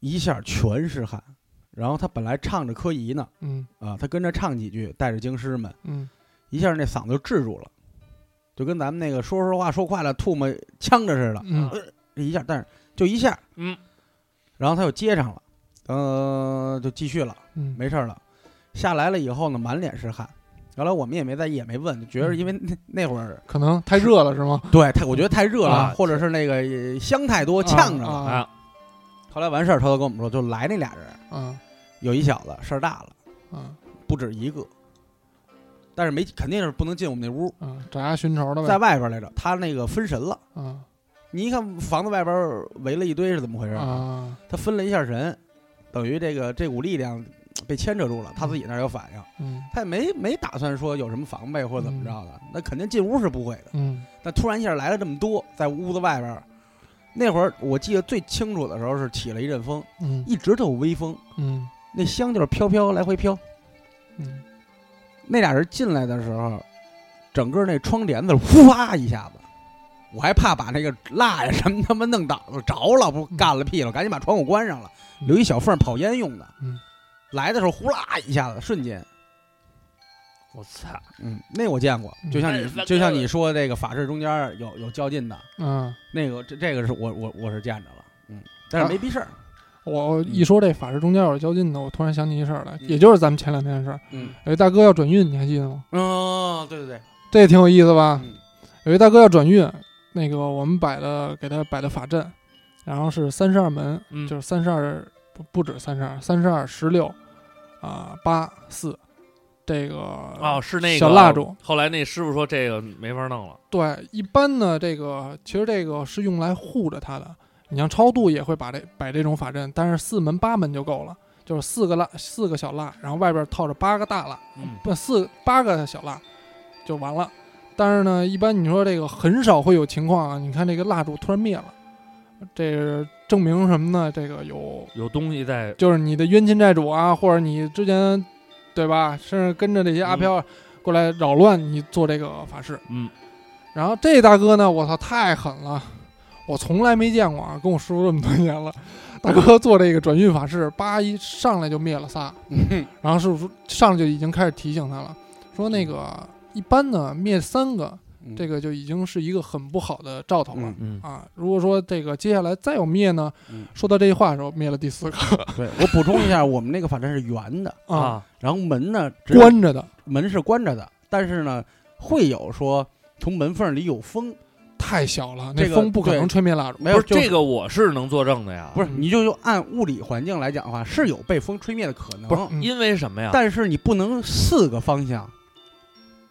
Speaker 1: 一下全是汗，然后他本来唱着科仪呢，
Speaker 2: 嗯
Speaker 1: 啊，他跟着唱几句，带着京师们，
Speaker 2: 嗯
Speaker 1: 一下那嗓子就治住了，就跟咱们那个说说话说快了吐沫呛着似的，
Speaker 2: 嗯
Speaker 1: 这一下，但是就一下，
Speaker 3: 嗯，
Speaker 1: 然后他又接上了，呃，就继续了，
Speaker 2: 嗯，
Speaker 1: 没事儿了。下来了以后呢，满脸是汗。原来我们也没在意，也没问，就觉得因为那那会儿
Speaker 2: 可能太热了 是吗？
Speaker 1: 对太，我觉得太热了，
Speaker 3: 啊
Speaker 1: 或者是那个呃香太多呛着了。
Speaker 2: 啊
Speaker 3: 啊，
Speaker 1: 后来完事儿，涛涛跟我们说，就来那俩人，
Speaker 2: 啊
Speaker 1: 有一小子事儿大了，
Speaker 2: 啊
Speaker 1: 不止一个，但是没肯定是不能进我们那屋，
Speaker 2: 啊，找家寻仇的
Speaker 1: 在
Speaker 2: 呗，
Speaker 1: 外边来着。他那个分神了，
Speaker 2: 啊
Speaker 1: 你一看房子外边围了一堆是怎么回事？
Speaker 2: 啊
Speaker 1: 他分了一下神，等于这个这股力量被牵扯住了，他自己那儿有反应，
Speaker 2: 嗯
Speaker 1: 他也没没打算说有什么防备或者怎么着的，那肯定进屋是不会的。
Speaker 2: 嗯
Speaker 1: 但突然一下来了这么多，在屋子外边儿，那会儿我记得最清楚的时候是起了一阵风，
Speaker 2: 嗯
Speaker 1: 一直都有微风，
Speaker 2: 嗯
Speaker 1: 那香就是飘飘来回飘。
Speaker 2: 嗯
Speaker 1: 那俩人进来的时候，整个那窗帘子呼啦一下子，我还怕把那个蜡呀什么他妈弄倒了着了，不干了屁了，赶紧把窗户关上了，
Speaker 2: 嗯
Speaker 1: 留一小缝儿跑烟用的。
Speaker 2: 嗯
Speaker 1: 来的时候呼啦一下子，瞬间，
Speaker 3: 我操，
Speaker 1: 嗯，那我见过，就像你
Speaker 3: 嗯
Speaker 1: 就像你说这个法事中间有有较劲的，
Speaker 2: 啊。
Speaker 1: 那个这这个是我我我是见着了，嗯，但是没逼事儿，
Speaker 2: 我
Speaker 1: 嗯
Speaker 2: 一说这法制中间有较劲的，我突然想起一事儿来，也就是咱们前两天的事儿。
Speaker 1: 嗯
Speaker 2: 有一大哥要转运，你还记得吗？
Speaker 1: 嗯、对对对，
Speaker 2: 这也挺有意思吧？
Speaker 1: 嗯
Speaker 2: 有一大哥要转运，那个我们摆的给他摆的法阵，然后是三十二门，
Speaker 3: 嗯
Speaker 2: 就是三十二不不止三十二，三十二十六啊八四，这个
Speaker 3: 哦，是那个
Speaker 2: 小蜡烛。
Speaker 3: 后来那师傅说这个没法弄了，
Speaker 2: 对，一般呢这个其实这个是用来护着他的。你像超度也会把这摆这种法阵，但是四门八门就够了，就是四个蜡四个小蜡，然后外边套着八个大蜡，
Speaker 3: 嗯
Speaker 2: 不四八个小蜡就完了。但是呢，一般你说这个很少会有情况啊。你看这个蜡烛突然灭了，这是证明什么呢？这个有
Speaker 3: 有东西在，
Speaker 2: 就是你的冤亲债主啊，或者你之前对吧，甚至跟着这些
Speaker 1: 嗯
Speaker 2: 阿飘过来扰乱你做这个法事。
Speaker 3: 嗯，
Speaker 2: 然后这大哥呢，我操，太狠了！我从来没见过啊，跟我师傅这么多年了，大哥做这个转运法事，叭一上来就灭了仨，
Speaker 1: 嗯
Speaker 2: 然后师傅说上来就已经开始提醒他了，说那个一般呢灭三个，这个就已经是一个很不好的兆头了。
Speaker 1: 嗯
Speaker 3: 嗯
Speaker 2: 啊，如果说这个接下来再有灭呢，
Speaker 1: 嗯
Speaker 2: 说到这句话的时候，灭了第四个
Speaker 1: 对我补充一下，我们那个法阵是圆的，
Speaker 2: 啊，
Speaker 3: 啊，
Speaker 1: 然后门呢只有
Speaker 2: 关着的
Speaker 1: 门是关着的，但是呢会有说从门缝里有风，
Speaker 2: 太小了，
Speaker 1: 这
Speaker 2: 那
Speaker 1: 个
Speaker 2: 风不可
Speaker 1: 对
Speaker 2: 能吹灭蜡烛。
Speaker 1: 没
Speaker 3: 不
Speaker 1: 有
Speaker 3: 是嗯
Speaker 1: 就
Speaker 3: 这个我是能作证的呀，
Speaker 1: 不是，
Speaker 2: 嗯
Speaker 1: 你就用按物理环境来讲的话，是有被风吹灭的可能，
Speaker 2: 不是嗯
Speaker 3: 因为什么呀？
Speaker 1: 但是你不能四个方向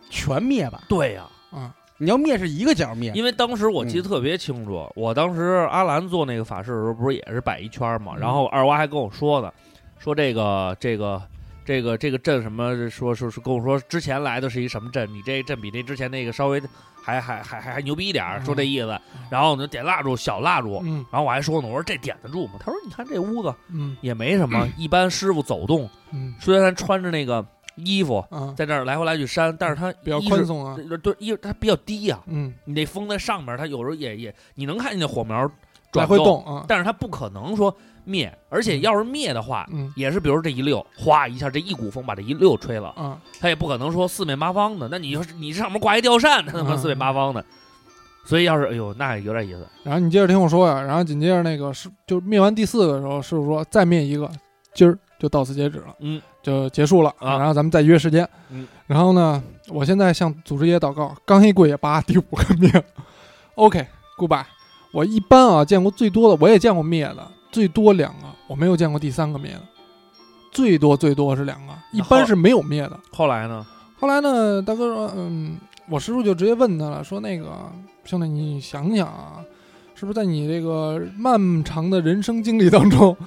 Speaker 1: 全灭吧？
Speaker 3: 对呀，
Speaker 2: 啊，
Speaker 1: 你要灭是一个角
Speaker 2: 嗯
Speaker 1: 灭，
Speaker 3: 因为当时我记得特别清楚，我当时阿兰做那个法事的时候，不是也是摆一圈嘛，
Speaker 2: 嗯
Speaker 3: 然后二娃还跟我说呢，说这个这个。这个这个阵什么说说是跟我说之前来的是一什么阵，你这阵比那之前那个稍微还还还还还牛逼一点儿，
Speaker 2: 嗯
Speaker 3: 说这意思。然后呢点蜡烛，小蜡烛，
Speaker 2: 嗯
Speaker 3: 然后我还说呢，我说这点得住吗？他说你看这屋子
Speaker 2: 嗯
Speaker 3: 也没什么，一般师傅走动
Speaker 2: 嗯
Speaker 3: 虽然穿着那个衣服
Speaker 2: 啊，
Speaker 3: 在那儿来回来去扇，但是他
Speaker 2: 比较
Speaker 3: 一
Speaker 2: 宽
Speaker 3: 是呃
Speaker 2: 松啊，
Speaker 3: 对，一它比较低呀、
Speaker 2: 嗯，
Speaker 3: 你那风在上面，它有时候也也，你能看见那火苗
Speaker 2: 来
Speaker 3: 转
Speaker 2: 回，动啊，
Speaker 3: 但是它不可能说灭，而且要是灭的话，
Speaker 2: 嗯
Speaker 3: 也是比如这一溜，哗一下，这一股风把这一溜吹了，
Speaker 2: 啊，
Speaker 3: 它也不可能说四面八方的。那你要是你上面挂一吊扇，它他妈
Speaker 2: 嗯
Speaker 3: 四面八方的，所以要是哎呦，那有点意思，
Speaker 2: 然后你接着听我说呀，然后紧接着那个师就灭完第四个的时候，师傅说再灭一个，今儿就到此截止了，
Speaker 3: 嗯，
Speaker 2: 就结束了
Speaker 3: 啊
Speaker 2: 然后咱们再约时间，
Speaker 3: 嗯，
Speaker 2: 然后呢，我现在向祖师爷祷告，刚一跪下，八第五个灭 了，OK，goodbye。我一般啊见过最多的，我也见过灭的，最多两个，我没有见过第三个灭的，最多最多是两个，一般是没有灭的。
Speaker 3: 后来呢？
Speaker 2: 后来呢，大哥说，嗯，我师傅就直接问他了，说那个兄弟，你想想啊，是是不是在你这个漫长的人生经历当中，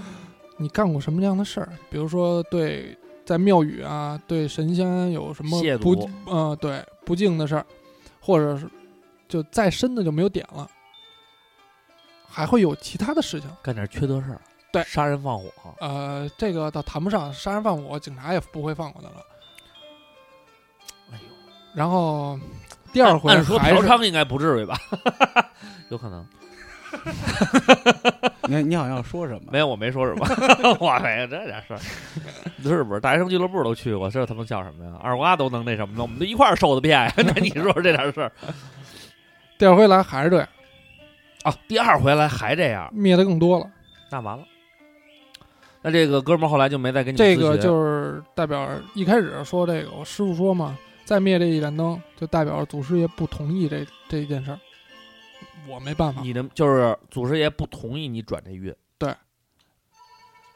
Speaker 2: 你干过什么样的事儿？比如说对在庙宇啊，对神仙有什么
Speaker 3: 亵
Speaker 2: 不
Speaker 3: 渎
Speaker 2: 嗯、对不敬的事儿，或者是就再深的就没有点了，还会有其他的事情。
Speaker 3: 干点缺德事儿，
Speaker 2: 对
Speaker 3: 杀人放火，
Speaker 2: 呃，这个倒谈不上，杀人放火，警察也不会放过他了。
Speaker 3: 哎呦，
Speaker 2: 然后第二回
Speaker 3: 按说
Speaker 2: 还
Speaker 3: 嫖
Speaker 2: 是
Speaker 3: 娼应该不至于吧？ 有可能
Speaker 1: 你你好像要说什么？
Speaker 3: 没有，我没说什 么，我没有这点 事儿，是不是？大学生俱乐部都去过，这他妈叫什么呀？二瓜都能那什么呢？我们都一块儿受的骗 呀？那你说说这点事儿
Speaker 2: 第二回来还是这样，
Speaker 3: 啊？第二回来还这样，
Speaker 2: 灭的更多了。
Speaker 3: 那完了。那这个哥们儿后来就没再跟你
Speaker 2: 这
Speaker 3: 咨
Speaker 2: 个
Speaker 3: 询
Speaker 2: 就是代表一开始说这个，我师傅说嘛，再灭这一盏灯，就代表祖师爷不同意这这一件事儿，我没办法。
Speaker 3: 你的就是祖师爷不同意你转这运，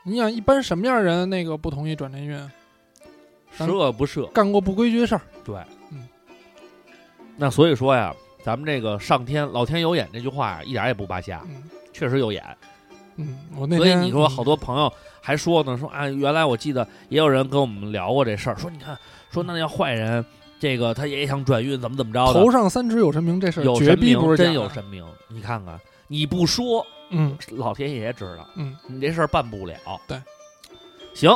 Speaker 2: 你想，一般什么样的人那个不同意转天运？咱
Speaker 3: 赦不赦？
Speaker 2: 干过不规矩的事儿，
Speaker 3: 那所以说呀，咱们这个上天老天有眼这句话呀，一点儿也不扒瞎，
Speaker 2: 嗯
Speaker 3: 确实有眼。
Speaker 2: 嗯，我那
Speaker 3: 啊所以
Speaker 2: 天
Speaker 3: 你说好多朋友还说呢，说啊，原来我记得也有人跟我们聊过这事儿，说你看，说那要坏人，这个他也想转运，怎么怎么着的，
Speaker 2: 头上三尺有神明这事儿
Speaker 3: 有
Speaker 2: 绝
Speaker 3: 神
Speaker 2: 逼不
Speaker 3: 明，
Speaker 2: 是假
Speaker 3: 真
Speaker 2: 的
Speaker 3: 有，神明。你看看，你不说，
Speaker 2: 嗯
Speaker 3: 老天爷知道，
Speaker 2: 嗯，
Speaker 3: 你这事儿办不了。
Speaker 2: 对，
Speaker 3: 行，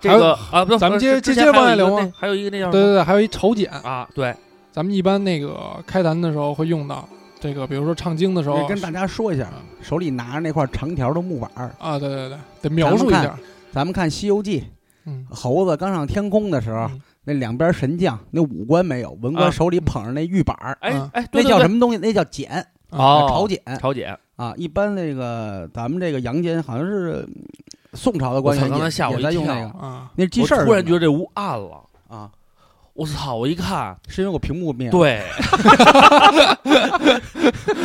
Speaker 3: 这
Speaker 2: 还有
Speaker 3: 个啊，不，
Speaker 2: 咱们接
Speaker 3: 之
Speaker 2: 接
Speaker 3: 前
Speaker 2: 接
Speaker 3: 还
Speaker 2: 往下
Speaker 3: 有一个
Speaker 2: 聊
Speaker 3: 那
Speaker 2: 吗
Speaker 3: 还有一个那叫
Speaker 2: 对
Speaker 3: 什么
Speaker 2: 对对，还有一朝简，
Speaker 3: 啊，对，
Speaker 2: 咱们一般那个开坛的时候会用到这个，比如说唱经的时候
Speaker 1: 得跟大家说一下，啊，手里拿着那块长条的木板儿，
Speaker 2: 啊，对对对，得描述一
Speaker 1: 咱们
Speaker 2: 下，
Speaker 1: 咱们看《西游记
Speaker 2: 嗯》，，
Speaker 1: 猴子刚上天空的时候，
Speaker 2: 嗯
Speaker 1: 那两边神将那五官没有，文
Speaker 3: 啊
Speaker 1: 官手里捧着那玉板儿，
Speaker 3: 哎
Speaker 2: 嗯
Speaker 3: 哎，
Speaker 1: 那叫什
Speaker 3: 么？
Speaker 1: 么东西？那叫剪，
Speaker 2: 啊
Speaker 3: 哦，
Speaker 1: 朝简
Speaker 3: 朝简，
Speaker 1: 啊。一般那个咱们这个阳间好像是嗯宋朝的
Speaker 3: 我
Speaker 1: 官
Speaker 3: 操，
Speaker 1: 员
Speaker 3: 刚才
Speaker 1: 也
Speaker 3: 吓我
Speaker 1: 也
Speaker 3: 一
Speaker 1: 在
Speaker 3: 跳
Speaker 1: 用那个，
Speaker 2: 啊，
Speaker 1: 那是记
Speaker 3: 我
Speaker 1: 事儿。
Speaker 3: 突然觉得这屋暗了，
Speaker 1: 得啊，
Speaker 3: 我操！我一看，
Speaker 1: 是因为我屏幕灭了。
Speaker 3: 对，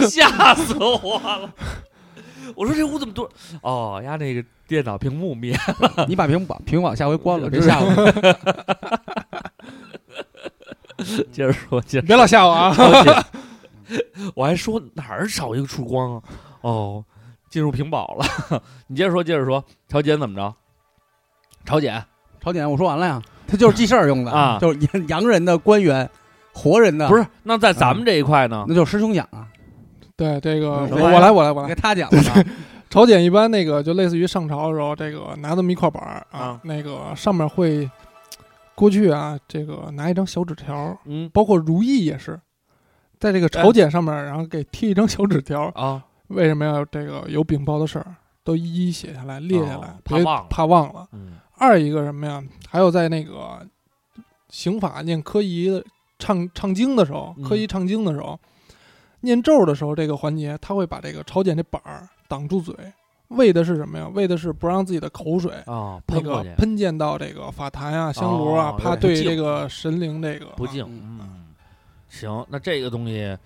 Speaker 3: 吓死我了！我说这屋怎么多？哦，呀，那个电脑屏幕灭，
Speaker 1: 你把屏幕把屏幕往下回关了，
Speaker 3: 这
Speaker 1: 别吓 我。
Speaker 3: 接着说，接着
Speaker 2: 别老吓我啊，
Speaker 3: 说。我还说哪儿少一个曙光啊？哦，进入屏保了。 你接着说，接着说，朝简怎么着？朝简
Speaker 1: 朝简，我说完了呀，他就是记事儿用的
Speaker 3: 啊
Speaker 1: 就是洋洋人的官员，活人的
Speaker 3: 不，是？那在咱们这一块呢？
Speaker 1: 那就是师兄讲啊，
Speaker 2: 对这个
Speaker 1: 嗯
Speaker 2: 我
Speaker 1: 什么玩意儿
Speaker 2: 我来我来我
Speaker 1: 你给，
Speaker 2: 来
Speaker 1: 他讲了啊。
Speaker 2: 朝简一般那个就类似于上朝的时候，这个拿这么一块板儿
Speaker 3: 啊
Speaker 2: 啊，那个上面会过去啊，这个拿一张小纸条，
Speaker 3: 嗯
Speaker 2: 包括如意也是，在这个朝简上面，然后给贴一张小纸条，
Speaker 3: 啊，
Speaker 2: 为什么要这个有禀报的事儿都一一写下来列下来
Speaker 3: 哦，
Speaker 2: 别
Speaker 3: 怕忘了
Speaker 2: 怕忘了。
Speaker 3: 嗯
Speaker 2: 二一个什么呀？还有在那个刑法念科仪的唱唱经的时候，
Speaker 3: 嗯
Speaker 2: 科仪唱经的时候，念咒的时候这个环节，他会把这个朝简这板儿挡住嘴，为的是什么呀？为的是不让自己的口水。
Speaker 3: 啊，
Speaker 2: 那
Speaker 3: 喷过
Speaker 2: 个
Speaker 3: 去
Speaker 2: 喷溅到这个法坛啊、香炉啊，
Speaker 3: 哦
Speaker 2: 怕
Speaker 3: 对
Speaker 2: 对
Speaker 3: 不敬
Speaker 2: 这个神灵这个
Speaker 3: 不敬。
Speaker 2: 啊
Speaker 3: 嗯，行，那这个东西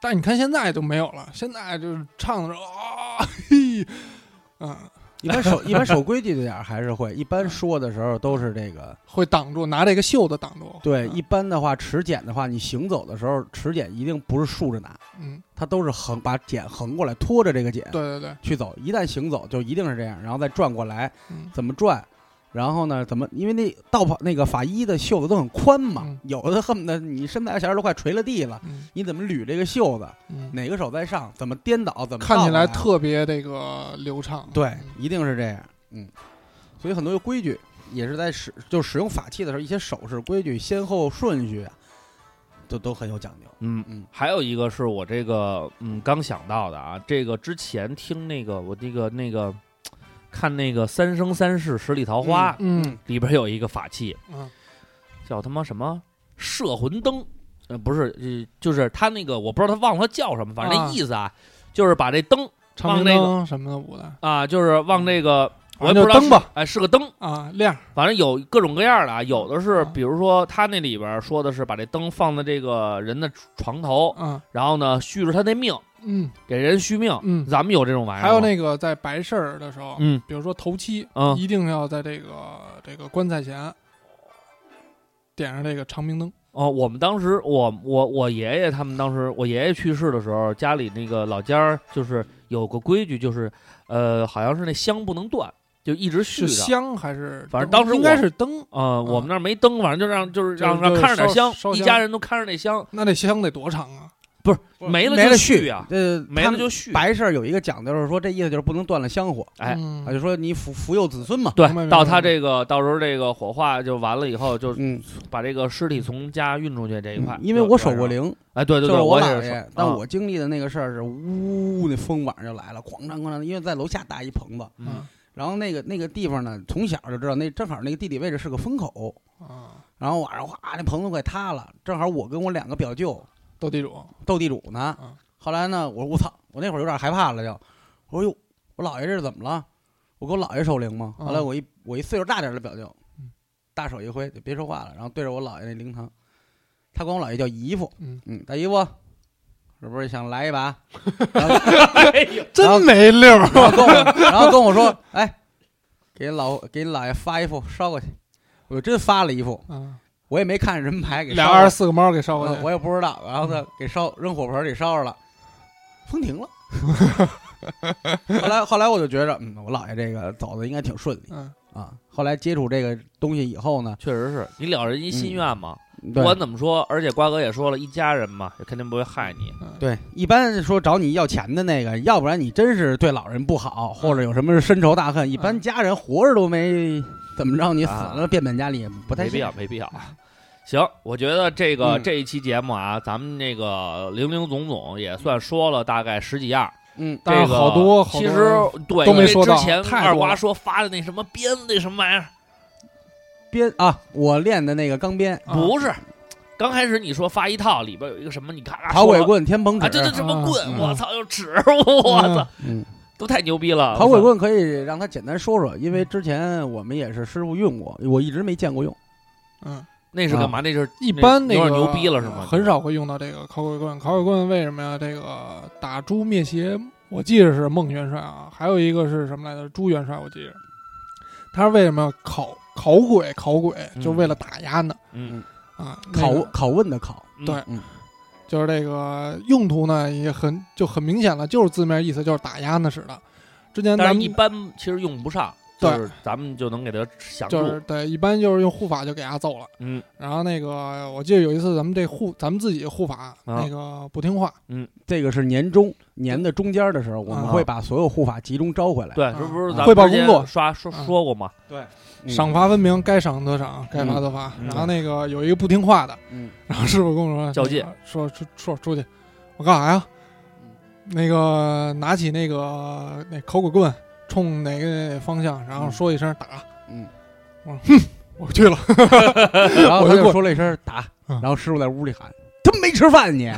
Speaker 2: 但你看现在就没有了，现在就是唱着啊，嘿，嗯，
Speaker 1: 一般守一般守规矩的点儿还是会，一般说的时候都是这
Speaker 3: 啊
Speaker 1: 个。
Speaker 2: 会挡住，拿这个袖子挡住。
Speaker 1: 对，
Speaker 2: 啊
Speaker 1: 一般的话，持剪的话，你行走的时候，持剪一定不是竖着拿，
Speaker 2: 嗯，
Speaker 1: 它都是横把剪横过来，拖着这个剪
Speaker 2: 对对对，
Speaker 1: 去走。一旦行走，就一定是这样，然后再转过来，
Speaker 2: 嗯，
Speaker 1: 怎么转？然后呢，怎么？因为那道袍那个法医的袖子都很宽嘛，
Speaker 2: 嗯
Speaker 1: 有的恨不得你身材小孩都快垂了地了，
Speaker 2: 嗯
Speaker 1: 你怎么捋这个袖子？
Speaker 2: 嗯，
Speaker 1: 哪个手在上？怎么颠倒？怎么
Speaker 2: 看起
Speaker 1: 倒过
Speaker 2: 来
Speaker 1: 来
Speaker 2: 特别这个流畅。
Speaker 1: 对，一定是这样。嗯，所以很多规矩也是在使就使用法器的时候，一些手势规矩、先后顺序啊，都都很有讲究。
Speaker 3: 嗯
Speaker 1: 嗯，
Speaker 3: 还有一个是我这个嗯刚想到的啊，这个之前听那个我那个那个看那个《三生三世十里桃花》
Speaker 2: 嗯
Speaker 3: 里边有一个法器
Speaker 2: 嗯
Speaker 3: 叫他妈什么摄魂灯，呃不是，呃就是他那个我不知道他忘了叫什么，反正
Speaker 2: 啊
Speaker 3: 那意思啊，就是把这灯
Speaker 2: 长明
Speaker 3: 那个
Speaker 2: 灯什么的舞的
Speaker 3: 啊，就是往这个我
Speaker 2: 反正
Speaker 3: 也不知
Speaker 2: 就
Speaker 3: 道
Speaker 2: 灯吧
Speaker 3: 是，哎是个灯，
Speaker 2: 啊，亮
Speaker 3: 反正有各种各样的啊，有的是
Speaker 2: 啊
Speaker 3: 比如说他那里边说的是把这灯放在这个人的床头，
Speaker 2: 啊，
Speaker 3: 然后呢续着他那命。
Speaker 2: 嗯
Speaker 3: 给人续命。
Speaker 2: 嗯
Speaker 3: 咱们有这种玩意儿吗。
Speaker 2: 还有那个在白事儿的时候，
Speaker 3: 哎嗯
Speaker 2: 比如说头七，
Speaker 3: 嗯
Speaker 2: 一定要在这个这个棺材前点上这个长明灯，
Speaker 3: 哦，我们当时，我我我爷爷他们当时，我爷爷去世的时候，家里那个老家儿就是有个规矩，就是呃，好像是那香不能断，就一直续
Speaker 2: 是
Speaker 3: 着。
Speaker 2: 香还是？
Speaker 3: 反正当时
Speaker 2: 应该
Speaker 3: 我
Speaker 2: 是灯，
Speaker 1: 啊
Speaker 3: 呃，我
Speaker 2: 嗯
Speaker 3: 们那儿没灯，反正就让就是让
Speaker 2: 就
Speaker 3: 让
Speaker 2: 就
Speaker 3: 看着点
Speaker 2: 烧
Speaker 3: 香，
Speaker 2: 烧
Speaker 3: 一
Speaker 2: 香
Speaker 3: 家人都看着那香，
Speaker 2: 那那香得多长啊？
Speaker 3: 没了
Speaker 1: 没
Speaker 3: 就
Speaker 1: 了
Speaker 3: 续啊
Speaker 1: 呃，
Speaker 3: 没
Speaker 1: 他
Speaker 3: 了
Speaker 1: 们
Speaker 3: 就续。
Speaker 1: 白事儿有一个讲究，就是说这意思就是不能断了香火
Speaker 3: 哎
Speaker 2: 嗯
Speaker 1: 啊，就说你扶扶幼子孙嘛。
Speaker 3: 对
Speaker 2: 明白，
Speaker 3: 到
Speaker 2: 明白
Speaker 3: 他这个到时候这个火化就完了以后，就
Speaker 1: 嗯，
Speaker 3: 把这个尸体从家运出去这一块
Speaker 1: 嗯
Speaker 3: 就。
Speaker 1: 因为我守过
Speaker 3: 就完事儿了，
Speaker 1: 灵，
Speaker 3: 哎，对
Speaker 1: 就
Speaker 3: 对
Speaker 1: 是
Speaker 3: 对，我也
Speaker 1: 姥
Speaker 3: 是
Speaker 1: 爷
Speaker 3: 守，
Speaker 1: 但
Speaker 3: 啊
Speaker 1: 我经历的那个事儿是呜，那风晚上就来了，哐当哐当，因为在楼下搭一棚子，
Speaker 2: 啊
Speaker 3: 嗯
Speaker 1: 然后那个那个地方呢，从小就知道那正好那个地理位置是个风口，
Speaker 2: 啊，
Speaker 1: 然后晚上哗，那棚子快塌了，正好我跟我两个表舅
Speaker 2: 斗地主，
Speaker 1: 斗地主呢
Speaker 2: 嗯。
Speaker 1: 后来呢，我说我操，我那会儿有点害怕了，就我说哟，我姥爷这是怎么了？我跟我姥爷守灵吗？
Speaker 2: 嗯
Speaker 1: 后来我一我一岁数大点儿的表舅
Speaker 2: 嗯，
Speaker 1: 大手一挥，就别说话了，然后对着我姥爷那灵堂，他管我姥爷叫姨夫，
Speaker 2: 嗯
Speaker 1: 嗯，大姨夫，是不是想来一把？
Speaker 3: 哎呦
Speaker 1: 真
Speaker 2: 没溜儿。
Speaker 1: 然后跟我，然后跟我说，哎，给老给姥爷发一副烧过去，我真发了一副，
Speaker 2: 嗯，
Speaker 1: 我也没看人牌给
Speaker 2: 俩
Speaker 1: 烧了
Speaker 2: 二十四个猫给烧过
Speaker 3: 嗯
Speaker 1: 呃
Speaker 2: 去，
Speaker 1: 我也不知道，然后呢给烧扔火盆里烧着了，风停了。后来后来我就觉着，嗯，我姥爷这个走的应该挺顺利
Speaker 2: 嗯，
Speaker 1: 啊。后来接触这个东西以后呢，
Speaker 3: 确实是你了人一
Speaker 2: 嗯
Speaker 3: 心愿嘛，不
Speaker 1: 对
Speaker 3: 管怎么说，而且瓜哥也说了，一家人嘛，肯定不会害你。
Speaker 2: 嗯，
Speaker 1: 对，一般说找你要钱的那个，要不然你真是对老人不好，或者有什么深仇大恨，一
Speaker 3: 嗯
Speaker 1: 般家人活着都没怎么着，你死了变本加厉也不太
Speaker 3: 啊没必
Speaker 1: 行
Speaker 3: 要，。没必要。啊行，我觉得这个、
Speaker 1: 嗯
Speaker 3: 这一期节目啊，咱们那个零零总总也算说了大概十几样。
Speaker 1: 嗯，
Speaker 2: 但是
Speaker 3: 这个
Speaker 2: 嗯好多好
Speaker 3: 其
Speaker 2: 多
Speaker 3: 实对，
Speaker 2: 都没
Speaker 3: 因为
Speaker 2: 说
Speaker 3: 之
Speaker 2: 到
Speaker 3: 前
Speaker 2: 太
Speaker 3: 二
Speaker 2: 多
Speaker 3: 瓜
Speaker 2: 了
Speaker 3: 说发的那什么鞭那什么玩意儿，
Speaker 1: 编啊，我练的那个钢鞭，
Speaker 2: 啊
Speaker 3: 不是，刚开始你说发一套里边有一个什么，你咔咔
Speaker 1: 讨
Speaker 3: 说
Speaker 1: 鬼
Speaker 3: 了
Speaker 1: 棍、天蓬
Speaker 3: 啊，
Speaker 1: 尺，
Speaker 3: 这这什么棍，
Speaker 1: 嗯
Speaker 3: 我操，有纸，我操，
Speaker 1: 嗯。
Speaker 3: 都太牛逼了。
Speaker 1: 跑
Speaker 3: 我
Speaker 1: 鬼
Speaker 3: 操
Speaker 1: 棍可以让他简单说说，因为之前我们也是师傅用过，我一直没见过用。
Speaker 2: 嗯，
Speaker 3: 那是干嘛？那是
Speaker 2: 一般那
Speaker 3: 那有
Speaker 2: 个
Speaker 3: 点牛逼了是吗？
Speaker 2: 很少会用到这个烤鬼棍。烤鬼棍为什么呀？这个打猪灭邪，我记得是孟元帅啊，还有一个是什么来着？朱元帅，我记着。他是为什么要烤烤鬼？烤鬼
Speaker 3: 嗯
Speaker 2: 就为了打压呢？
Speaker 3: 嗯，
Speaker 2: 啊，那
Speaker 1: 拷
Speaker 2: 个
Speaker 1: 拷问的拷，
Speaker 3: 嗯
Speaker 2: 对
Speaker 1: 嗯
Speaker 2: 就是这个用途呢，也很就很明显了，就是字面意思就是打压呢似的。之前
Speaker 3: 但
Speaker 2: 咱
Speaker 3: 是一
Speaker 2: 们
Speaker 3: 般其实用不上，就
Speaker 2: 对
Speaker 3: 是咱们就能给它想住。
Speaker 2: 就是对，一般就是用护法就给他揍了。
Speaker 3: 嗯，
Speaker 2: 然后那个我记得有一次咱们这护咱们自己护法、
Speaker 3: 啊
Speaker 2: 那个不听话，
Speaker 1: 这个是年中年的中间的时候，我们
Speaker 2: 啊
Speaker 1: 会把所有护法集中招回来。
Speaker 3: 对，
Speaker 2: 嗯
Speaker 3: 这不是咱
Speaker 2: 汇报
Speaker 3: 们之前
Speaker 2: 工作
Speaker 3: 刷说
Speaker 2: 嗯
Speaker 3: 说过吗？
Speaker 1: 嗯
Speaker 2: 赏罚分明，该赏则赏，该罚则罚。
Speaker 3: 嗯嗯
Speaker 2: 然后那个有一个不听话的，
Speaker 1: 嗯
Speaker 2: 然后师傅跟我说
Speaker 3: 较劲，
Speaker 2: 说出说出去，我干啥哎呀
Speaker 1: 嗯？
Speaker 2: 那个拿起那个那烤鬼棍，冲哪个方向，然后
Speaker 1: 嗯
Speaker 2: 说一声打，
Speaker 1: 嗯，
Speaker 2: 我去了。
Speaker 1: 然后
Speaker 2: 我
Speaker 1: 他就
Speaker 2: 就过
Speaker 1: 说了一声打，
Speaker 2: 嗯
Speaker 1: 然后师傅在屋里喊：“他妈没吃饭你！”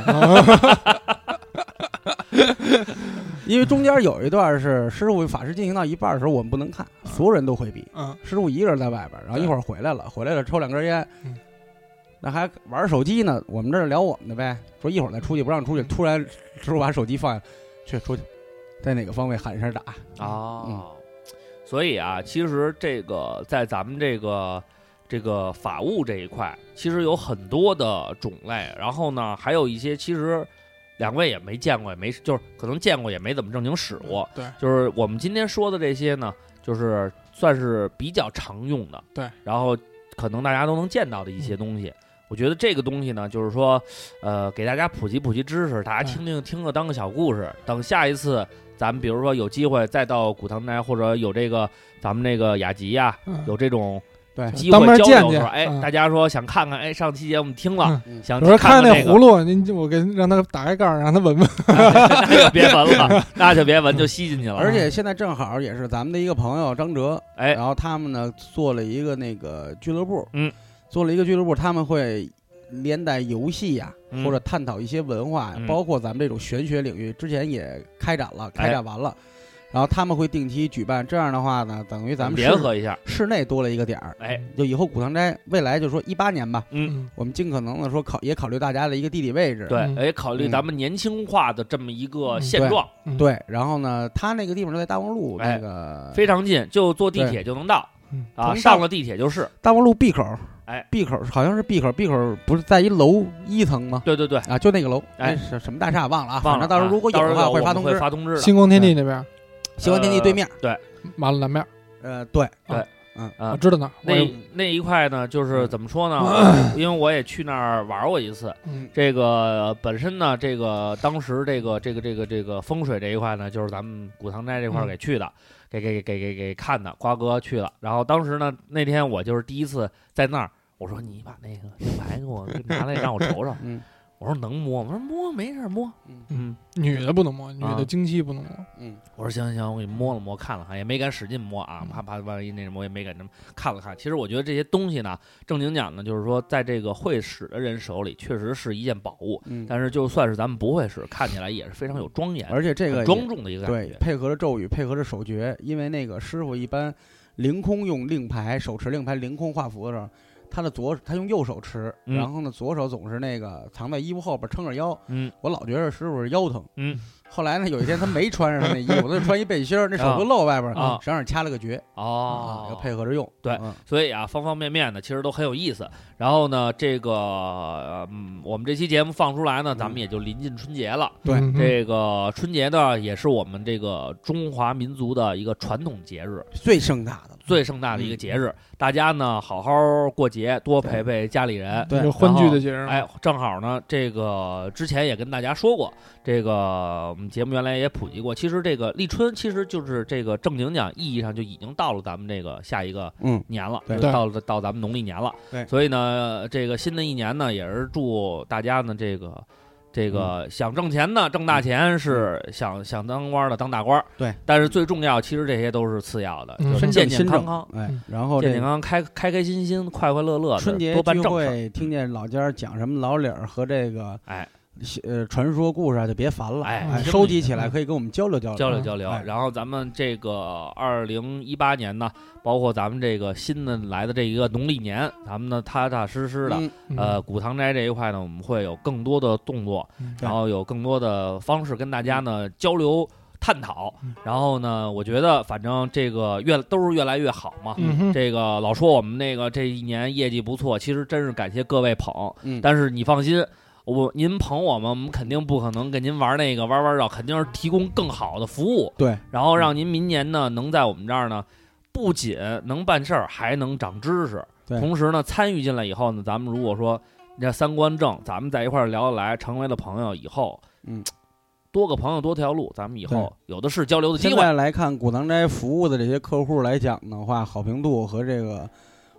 Speaker 1: 因为中间有一段是师傅法事进行到一半的时候，我们不能看，所有人都回避，
Speaker 2: 嗯，
Speaker 1: 师傅一个人在外边儿，然后一会儿回来了，回来了抽两根烟
Speaker 2: 嗯，
Speaker 1: 那还玩手机呢。我们这儿聊我们的呗，说一会儿再出去，不让出去。突然 师傅把手机放下，去出去，在哪个方位喊一声打。
Speaker 2: 嗯
Speaker 3: 啊，所以啊，其实这个在咱们这个这个法务这一块，其实有很多的种类，然后呢，还有一些其实两位也没见过，也没就是可能见过也没怎么正经使过，
Speaker 2: 对，
Speaker 3: 就是我们今天说的这些呢，就是算是比较常用的，
Speaker 2: 对，
Speaker 3: 然后可能大家都能见到的一些东西。我觉得这个东西呢，就是说，呃，给大家普及普及知识，大家
Speaker 2: 对
Speaker 3: 听听听个当个小故事。等下一次咱们比如说有机会再到古唐斋，或者有这个咱们这个雅集呀、
Speaker 2: 嗯
Speaker 3: 有这种
Speaker 1: 对，
Speaker 3: 机
Speaker 2: 当
Speaker 3: 会
Speaker 2: 面
Speaker 3: 交
Speaker 2: 见
Speaker 3: 流的时
Speaker 2: 见
Speaker 3: 候，哎，
Speaker 2: 嗯
Speaker 3: 大家说想看看，哎，上期节目听了，
Speaker 1: 嗯
Speaker 3: 想
Speaker 2: 有人
Speaker 3: 看
Speaker 2: 看
Speaker 3: 看
Speaker 2: 那
Speaker 3: 这个
Speaker 2: 葫芦，您我给让他打开盖儿，让他闻闻。
Speaker 3: 那就别闻了，那就别闻，就吸进去了。
Speaker 1: 而且现在正好也是咱们的一个朋友张哲，
Speaker 3: 哎，
Speaker 1: 然后他们呢做了一个那个俱乐部，
Speaker 3: 嗯，
Speaker 1: 做了一个俱乐部，他们会连带游戏呀、
Speaker 3: 嗯
Speaker 1: 或者探讨一些文化呀、
Speaker 3: 嗯
Speaker 1: 包括咱们这种玄学领域，之前也开展了，
Speaker 3: 哎
Speaker 1: 开展完了，然后他们会定期举办，这样的话呢，等于咱们
Speaker 3: 联
Speaker 1: 室
Speaker 3: 合一下，
Speaker 1: 室内多了一个点儿，
Speaker 3: 哎，
Speaker 1: 就以后古唐斋未来就说一八年吧，
Speaker 3: 嗯。
Speaker 1: 我们尽可能的说考也考虑大家的一个地理位置，
Speaker 3: 对，
Speaker 2: 嗯
Speaker 3: 哎，考虑
Speaker 1: 嗯
Speaker 3: 咱们年轻化的这么一个
Speaker 2: 嗯
Speaker 3: 现
Speaker 1: 对
Speaker 3: 状，
Speaker 1: 对然后呢，他那个地方就在大望路
Speaker 3: 哎
Speaker 1: 那个
Speaker 3: 非常近，就坐地铁就能到
Speaker 2: 嗯
Speaker 3: 啊，
Speaker 1: 从
Speaker 3: 上
Speaker 1: 上
Speaker 3: 了地铁就是。
Speaker 1: 大望路 B 口，
Speaker 3: 哎，
Speaker 1: 闭口好像是闭口，闭口不是在一楼一层吗？
Speaker 3: 对对对，
Speaker 1: 啊，就那个楼，
Speaker 3: 哎
Speaker 1: 那是什么大厦忘了啊，
Speaker 3: 忘
Speaker 1: 反
Speaker 3: 了啊。
Speaker 1: 正到时候如果有的话
Speaker 3: 我们
Speaker 1: 发通知
Speaker 3: 会。发通呃知的。
Speaker 2: 星光天地那边，
Speaker 1: 西关天地对面，
Speaker 2: 马路南面，
Speaker 1: 呃，对，
Speaker 3: 啊
Speaker 2: 我知道那儿。我有
Speaker 3: 那那一块呢，就是
Speaker 1: 嗯
Speaker 3: 怎么说呢？ 因为我也去那儿玩过一次。
Speaker 2: 嗯
Speaker 3: 这个呃本身呢，这个当时这个这个这个这个风水这一块呢，就是咱们古唐斋这块儿
Speaker 2: 嗯
Speaker 3: 给去的，给给给给给看的，瓜哥去了。然后当时呢，那天我就是第一次在那儿，我说你把那个令牌给我拿来让我瞅瞅。
Speaker 1: 嗯
Speaker 3: 我说能摸吗？我说摸没事儿摸。嗯，
Speaker 2: 女的不能摸，女的经期不能摸。
Speaker 1: 嗯，
Speaker 3: 我说行行行，我给你摸了摸，看了看，也没敢使劲摸啊，怕怕万一那什么，我也没敢这么看了看。其实我觉得这些东西呢，正经讲呢，就是说在这个会使的人手里，确实是一件宝物。
Speaker 1: 嗯，
Speaker 3: 但是就算是咱们不会使，看起来也是非常有庄严、
Speaker 1: 而且这个
Speaker 3: 很
Speaker 1: 也
Speaker 3: 庄重的一个感
Speaker 1: 对
Speaker 3: 觉。
Speaker 1: 配合着咒语，配合着手诀，因为那个师傅一般凌空用令牌，手持令牌凌空画符的时候，他的左他用右手持，
Speaker 3: 嗯
Speaker 1: 然后呢左手总是那个藏在衣服后边撑着腰，
Speaker 3: 嗯
Speaker 1: 我老觉得师傅是腰疼。
Speaker 3: 嗯，
Speaker 1: 后来呢，有一天他没穿上他那衣服，他就穿一背心儿，那手就露外边儿
Speaker 3: 啊，
Speaker 1: 实际上是掐了个诀啊
Speaker 3: 哦
Speaker 1: 要配合着用。
Speaker 3: 对
Speaker 1: 嗯
Speaker 3: 所以啊，方方面面呢，其实都很有意思。然后呢，这个呃嗯，我们这期节目放出来
Speaker 1: 嗯
Speaker 3: 呢，咱们也就临近春节了。
Speaker 1: 对
Speaker 2: 嗯
Speaker 3: 这个春节呢，也是我们这个中华民族的一个传统节日，
Speaker 1: 最盛大的了，
Speaker 3: 最盛大的一个节
Speaker 1: 嗯
Speaker 3: 日。大家呢，好好过节，多陪陪家里人。
Speaker 1: 对
Speaker 2: 一个欢聚的节日。
Speaker 1: 嗯
Speaker 3: 哎，正好呢，这个之前也跟大家说过，这个我们节目原来也普及过。其实这个立春，其实就是这个正经讲意义上就已经到了咱们这个下一个
Speaker 1: 嗯，
Speaker 3: 年了，
Speaker 1: 对
Speaker 3: 就到了到咱们农历年了。
Speaker 1: 对
Speaker 3: 所以呢，这个新的一年呢，也是祝大家呢这个。这个
Speaker 1: 嗯
Speaker 3: 想挣钱的挣大钱是想想当官的当大官，
Speaker 1: 对。
Speaker 3: 但是最重要，其实这些都是次要的，
Speaker 2: 嗯
Speaker 3: 就是
Speaker 2: 身
Speaker 3: 健
Speaker 1: 正
Speaker 3: 健
Speaker 1: 心
Speaker 3: 康
Speaker 1: 正
Speaker 3: 康，，
Speaker 1: 哎
Speaker 2: 嗯，
Speaker 1: 然后
Speaker 3: 健
Speaker 1: 这
Speaker 3: 健
Speaker 1: 个
Speaker 3: 康康，开开开心心，快快乐乐的，
Speaker 1: 春节
Speaker 3: 多办
Speaker 1: 聚
Speaker 3: 正事儿。
Speaker 1: 会，听见老家讲什么老理儿和这个
Speaker 3: 哎
Speaker 1: 呃传说故事啊，就别烦了，
Speaker 3: 哎
Speaker 1: 哎
Speaker 3: 真
Speaker 1: 收
Speaker 3: 不
Speaker 1: 集
Speaker 3: 一
Speaker 1: 起来
Speaker 2: 样
Speaker 1: 可以跟我们交流交流
Speaker 3: 交流
Speaker 2: 嗯
Speaker 3: 交流。
Speaker 1: 哎
Speaker 3: 然后咱们这个二零一八年呢，包括咱们这个新的来的这一个农历年，咱们呢踏踏实实的，
Speaker 1: 嗯
Speaker 2: 嗯
Speaker 3: 呃，古唐斋这一块呢，我们会有更多的动作，
Speaker 2: 嗯
Speaker 3: 然后有更多的方式跟大家呢交流探讨
Speaker 2: 嗯。
Speaker 3: 然后呢，我觉得反正这个越都是越来越好嘛。
Speaker 2: 嗯哼，
Speaker 3: 这个老说我们那个这一年业绩不错，其实真是感谢各位捧。
Speaker 1: 嗯
Speaker 3: 但是你放心，我您捧我们，我们肯定不可能给您玩那个弯弯绕，肯定是提供更好的服务，
Speaker 1: 对，
Speaker 3: 然后让您明年呢能在我们这儿呢，不仅能办事儿，还能长知识。
Speaker 1: 对
Speaker 3: 同时呢，参与进来以后呢，咱们如果说你这三观正，咱们在一块儿聊得来，成为了朋友以后，
Speaker 1: 嗯。
Speaker 3: 多个朋友多条路，咱们以后有的是交流的机
Speaker 1: 现
Speaker 3: 会。
Speaker 1: 在来看古唐斋服务的这些客户来讲的话，好评度和这个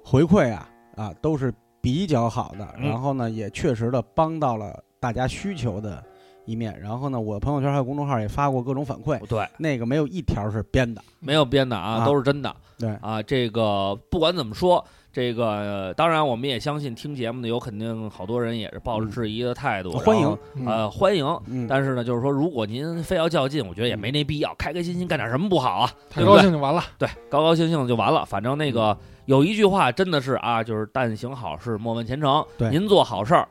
Speaker 1: 回馈啊啊都是比较好的，
Speaker 3: 嗯
Speaker 1: 然后呢也确实的帮到了大家需求的一面，然后呢我朋友圈还有公众号也发过各种反馈，
Speaker 3: 对，
Speaker 1: 那个没有一条是编的，
Speaker 3: 没有编的啊，
Speaker 1: 啊
Speaker 3: 都是真的。
Speaker 1: 对
Speaker 3: 啊，这个不管怎么说，这个、呃当然我们也相信听节目的有肯定好多人也是抱着质疑的态度，
Speaker 1: 嗯欢迎，
Speaker 3: 然后
Speaker 1: 嗯
Speaker 3: 呃欢迎。
Speaker 1: 嗯，
Speaker 3: 但是呢，就是说，如果您非要较劲，我觉得也没那必要，开开心心干点什么不好啊？
Speaker 2: 太高兴就完了。
Speaker 3: 对，高高兴兴就完了。反正那
Speaker 1: 嗯
Speaker 3: 个有一句话真的是啊，就是“但行好事，莫问前程”。
Speaker 1: 对
Speaker 3: 您做好事儿，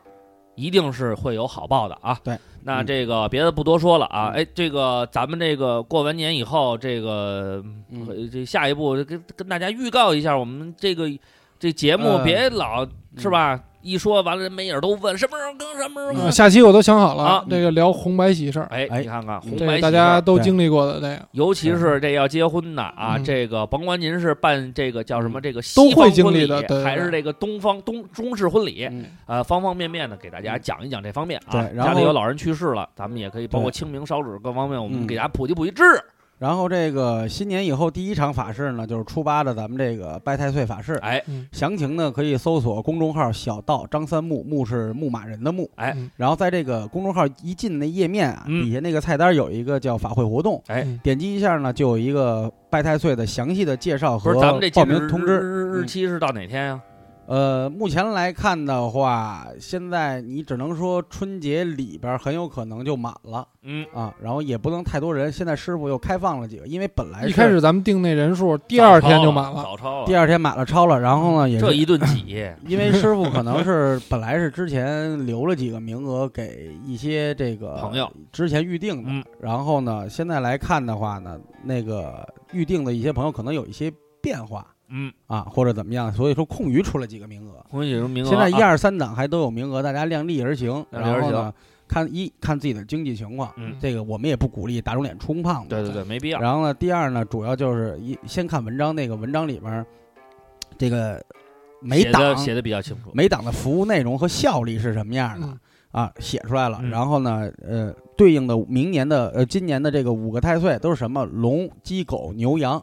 Speaker 3: 一定是会有好报的啊。
Speaker 1: 对，
Speaker 3: 那
Speaker 1: 嗯
Speaker 3: 这个别的不多说了啊。
Speaker 1: 嗯
Speaker 3: 哎，这个咱们这个过完年以后，这个
Speaker 1: 嗯
Speaker 3: 呃这下一步跟跟大家预告一下，我们这个这节目
Speaker 1: 呃
Speaker 3: 别老是吧？一说完了，人没影儿都问什么时候更，什么时候
Speaker 2: 呃
Speaker 3: 更。
Speaker 2: 下期我都想好
Speaker 3: 嗯啊
Speaker 2: 了，这个聊红白喜事儿，
Speaker 3: 哎，
Speaker 1: 嗯哎
Speaker 3: 你看看红
Speaker 2: 这
Speaker 3: 白
Speaker 2: 个
Speaker 3: 喜
Speaker 2: 大
Speaker 3: 事
Speaker 2: 家
Speaker 3: 儿，
Speaker 2: 都经历过的，这个
Speaker 3: 尤其
Speaker 1: 嗯
Speaker 3: 是这要结婚的啊，
Speaker 2: 嗯
Speaker 3: 这个甭管您是办这个叫什么
Speaker 1: 嗯
Speaker 3: 这个
Speaker 2: 都
Speaker 3: 西方
Speaker 2: 会经
Speaker 3: 婚
Speaker 2: 历
Speaker 3: 礼
Speaker 2: 的对对
Speaker 3: 还
Speaker 2: 对
Speaker 3: 是这个东方东中式婚礼，
Speaker 1: 嗯
Speaker 3: 呃，方方面面的给大家讲一讲这方面啊。
Speaker 1: 对然
Speaker 3: 家里
Speaker 1: 后
Speaker 3: 有老人去世了，咱们也可以包括
Speaker 1: 对
Speaker 3: 清明烧纸各方面，我们
Speaker 1: 嗯
Speaker 3: 给大家普及普及知识。
Speaker 1: 然后这个新年以后第一场法事呢，就是初八的咱们这个拜太岁法事。
Speaker 3: 哎，
Speaker 1: 详情呢可以搜索公众号“小道张三木”，木是牧马人的牧。
Speaker 3: 哎
Speaker 2: 嗯
Speaker 1: 然后在这个公众号一进那页面啊，
Speaker 3: 嗯
Speaker 1: 底下那个菜单有一个叫法会活动，
Speaker 3: 哎
Speaker 2: 嗯
Speaker 1: 点击一下呢，就有一个拜太岁的详细的介绍
Speaker 3: 不
Speaker 1: 和
Speaker 3: 是咱们这
Speaker 1: 报
Speaker 3: 截止
Speaker 1: 名通知。
Speaker 3: 日日
Speaker 1: 嗯
Speaker 3: 期是到哪天啊呀？
Speaker 1: 呃，目前来看的话，现在你只能说春节里边很有可能就满了
Speaker 3: 嗯，
Speaker 1: 啊，然后也不能太多人。现在师傅又开放了几个，因为本来
Speaker 2: 一
Speaker 1: 是
Speaker 2: 开始咱们定那人数，第二天就满了。
Speaker 3: 早超了，
Speaker 1: 第二天满了超了，然后呢也
Speaker 3: 这
Speaker 1: 是
Speaker 3: 一顿挤，
Speaker 1: 因为师傅可能是本来是之前留了几个名额给一些这个
Speaker 3: 朋友
Speaker 1: 之前预定的，
Speaker 3: 嗯
Speaker 1: 然后呢现在来看的话呢，那个预定的一些朋友可能有一些变化，
Speaker 3: 嗯，
Speaker 1: 啊，或者怎么样，所以说空余出了几个名额。
Speaker 3: 红警名额
Speaker 1: 现在一
Speaker 3: 啊
Speaker 1: 二三档还都有名额，大家量力而行，
Speaker 3: 量力而
Speaker 1: 然后
Speaker 3: 行
Speaker 1: 呢，看一看自己的经济情况，
Speaker 3: 嗯
Speaker 1: 这个我们也不鼓励打肿脸充胖子，
Speaker 3: 对对对，没必要。
Speaker 1: 然后呢，第二呢，主要就是一先看文章，那个文章里面儿，这个每
Speaker 3: 写的
Speaker 1: 档啊
Speaker 3: 写的比较清楚，
Speaker 1: 每档的服务内容和效力是什么样的、
Speaker 2: 嗯
Speaker 1: 啊，写出来了。
Speaker 3: 嗯
Speaker 1: 然后呢，呃，对应的明年的呃今年的这个五个太岁都是什么龙、鸡、狗、牛、羊，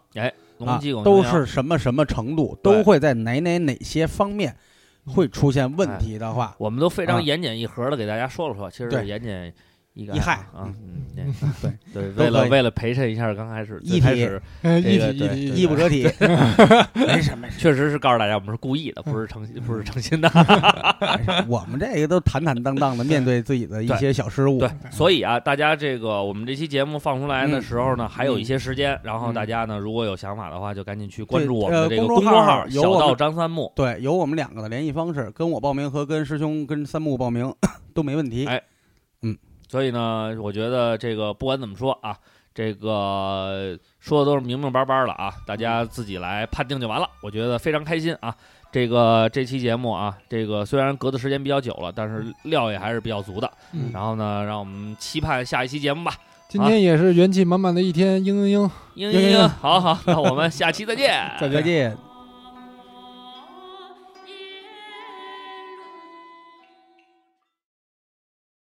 Speaker 3: 龙机狗
Speaker 1: 啊、都
Speaker 3: 牛羊
Speaker 1: 是什么什么程度，
Speaker 3: 对嗯
Speaker 1: 都会在哪哪哪些方面会出现问题的话，
Speaker 3: 我们都非
Speaker 1: 啊
Speaker 3: 常言简意赅的给大家说了说，其实
Speaker 1: 对
Speaker 3: 言简意赅
Speaker 1: 一害
Speaker 3: 啊，嗯，对
Speaker 1: 对都
Speaker 3: 对，为了
Speaker 1: 可以
Speaker 3: 为了陪衬一下刚开始最
Speaker 1: 一
Speaker 3: 开
Speaker 1: 体
Speaker 3: 始，
Speaker 2: 哎，一
Speaker 3: 这个
Speaker 2: 体一
Speaker 3: 对
Speaker 2: 体一体，
Speaker 1: 衣不遮体， 没嗯什么。
Speaker 3: 确实是告诉大家我们是故意的，不是诚心，不是诚心的。啊
Speaker 1: 哎我们这个都坦坦荡荡的面对自己的一
Speaker 3: 对
Speaker 1: 些小失误，
Speaker 3: 对，所以啊，大家这个我们这期节目放出来的
Speaker 1: 嗯
Speaker 3: 时候呢，还有一些时间，然后
Speaker 1: 嗯
Speaker 3: 大家呢如果有想法的话，就赶紧去关注
Speaker 1: 对
Speaker 3: 我们的
Speaker 1: 呃
Speaker 3: 这个
Speaker 1: 公众
Speaker 3: 众
Speaker 1: 号
Speaker 3: 号“
Speaker 1: 有
Speaker 3: 小
Speaker 1: 我
Speaker 3: 道
Speaker 1: 们
Speaker 3: 张三木
Speaker 1: 对，有我们两个的联系方式，跟我报名和跟师兄、跟三木报名 都没问题。
Speaker 3: 哎”。所以呢，我觉得这个不管怎么说啊，这个说的都是明明白白了啊，大家自己来判定就完了。我觉得非常开心啊。这个这期节目啊，这个虽然隔的时间比较久了，但是料也还是比较足的。
Speaker 2: 嗯
Speaker 3: 然后呢，让我们期盼下一期节目吧。
Speaker 2: 今
Speaker 3: 啊
Speaker 2: 天也是元气满满的一天，嘤嘤嘤。
Speaker 1: 嘤
Speaker 3: 嘤嘤
Speaker 1: 嘤
Speaker 3: 嘤，好好，那我们下期再见，
Speaker 1: 再见。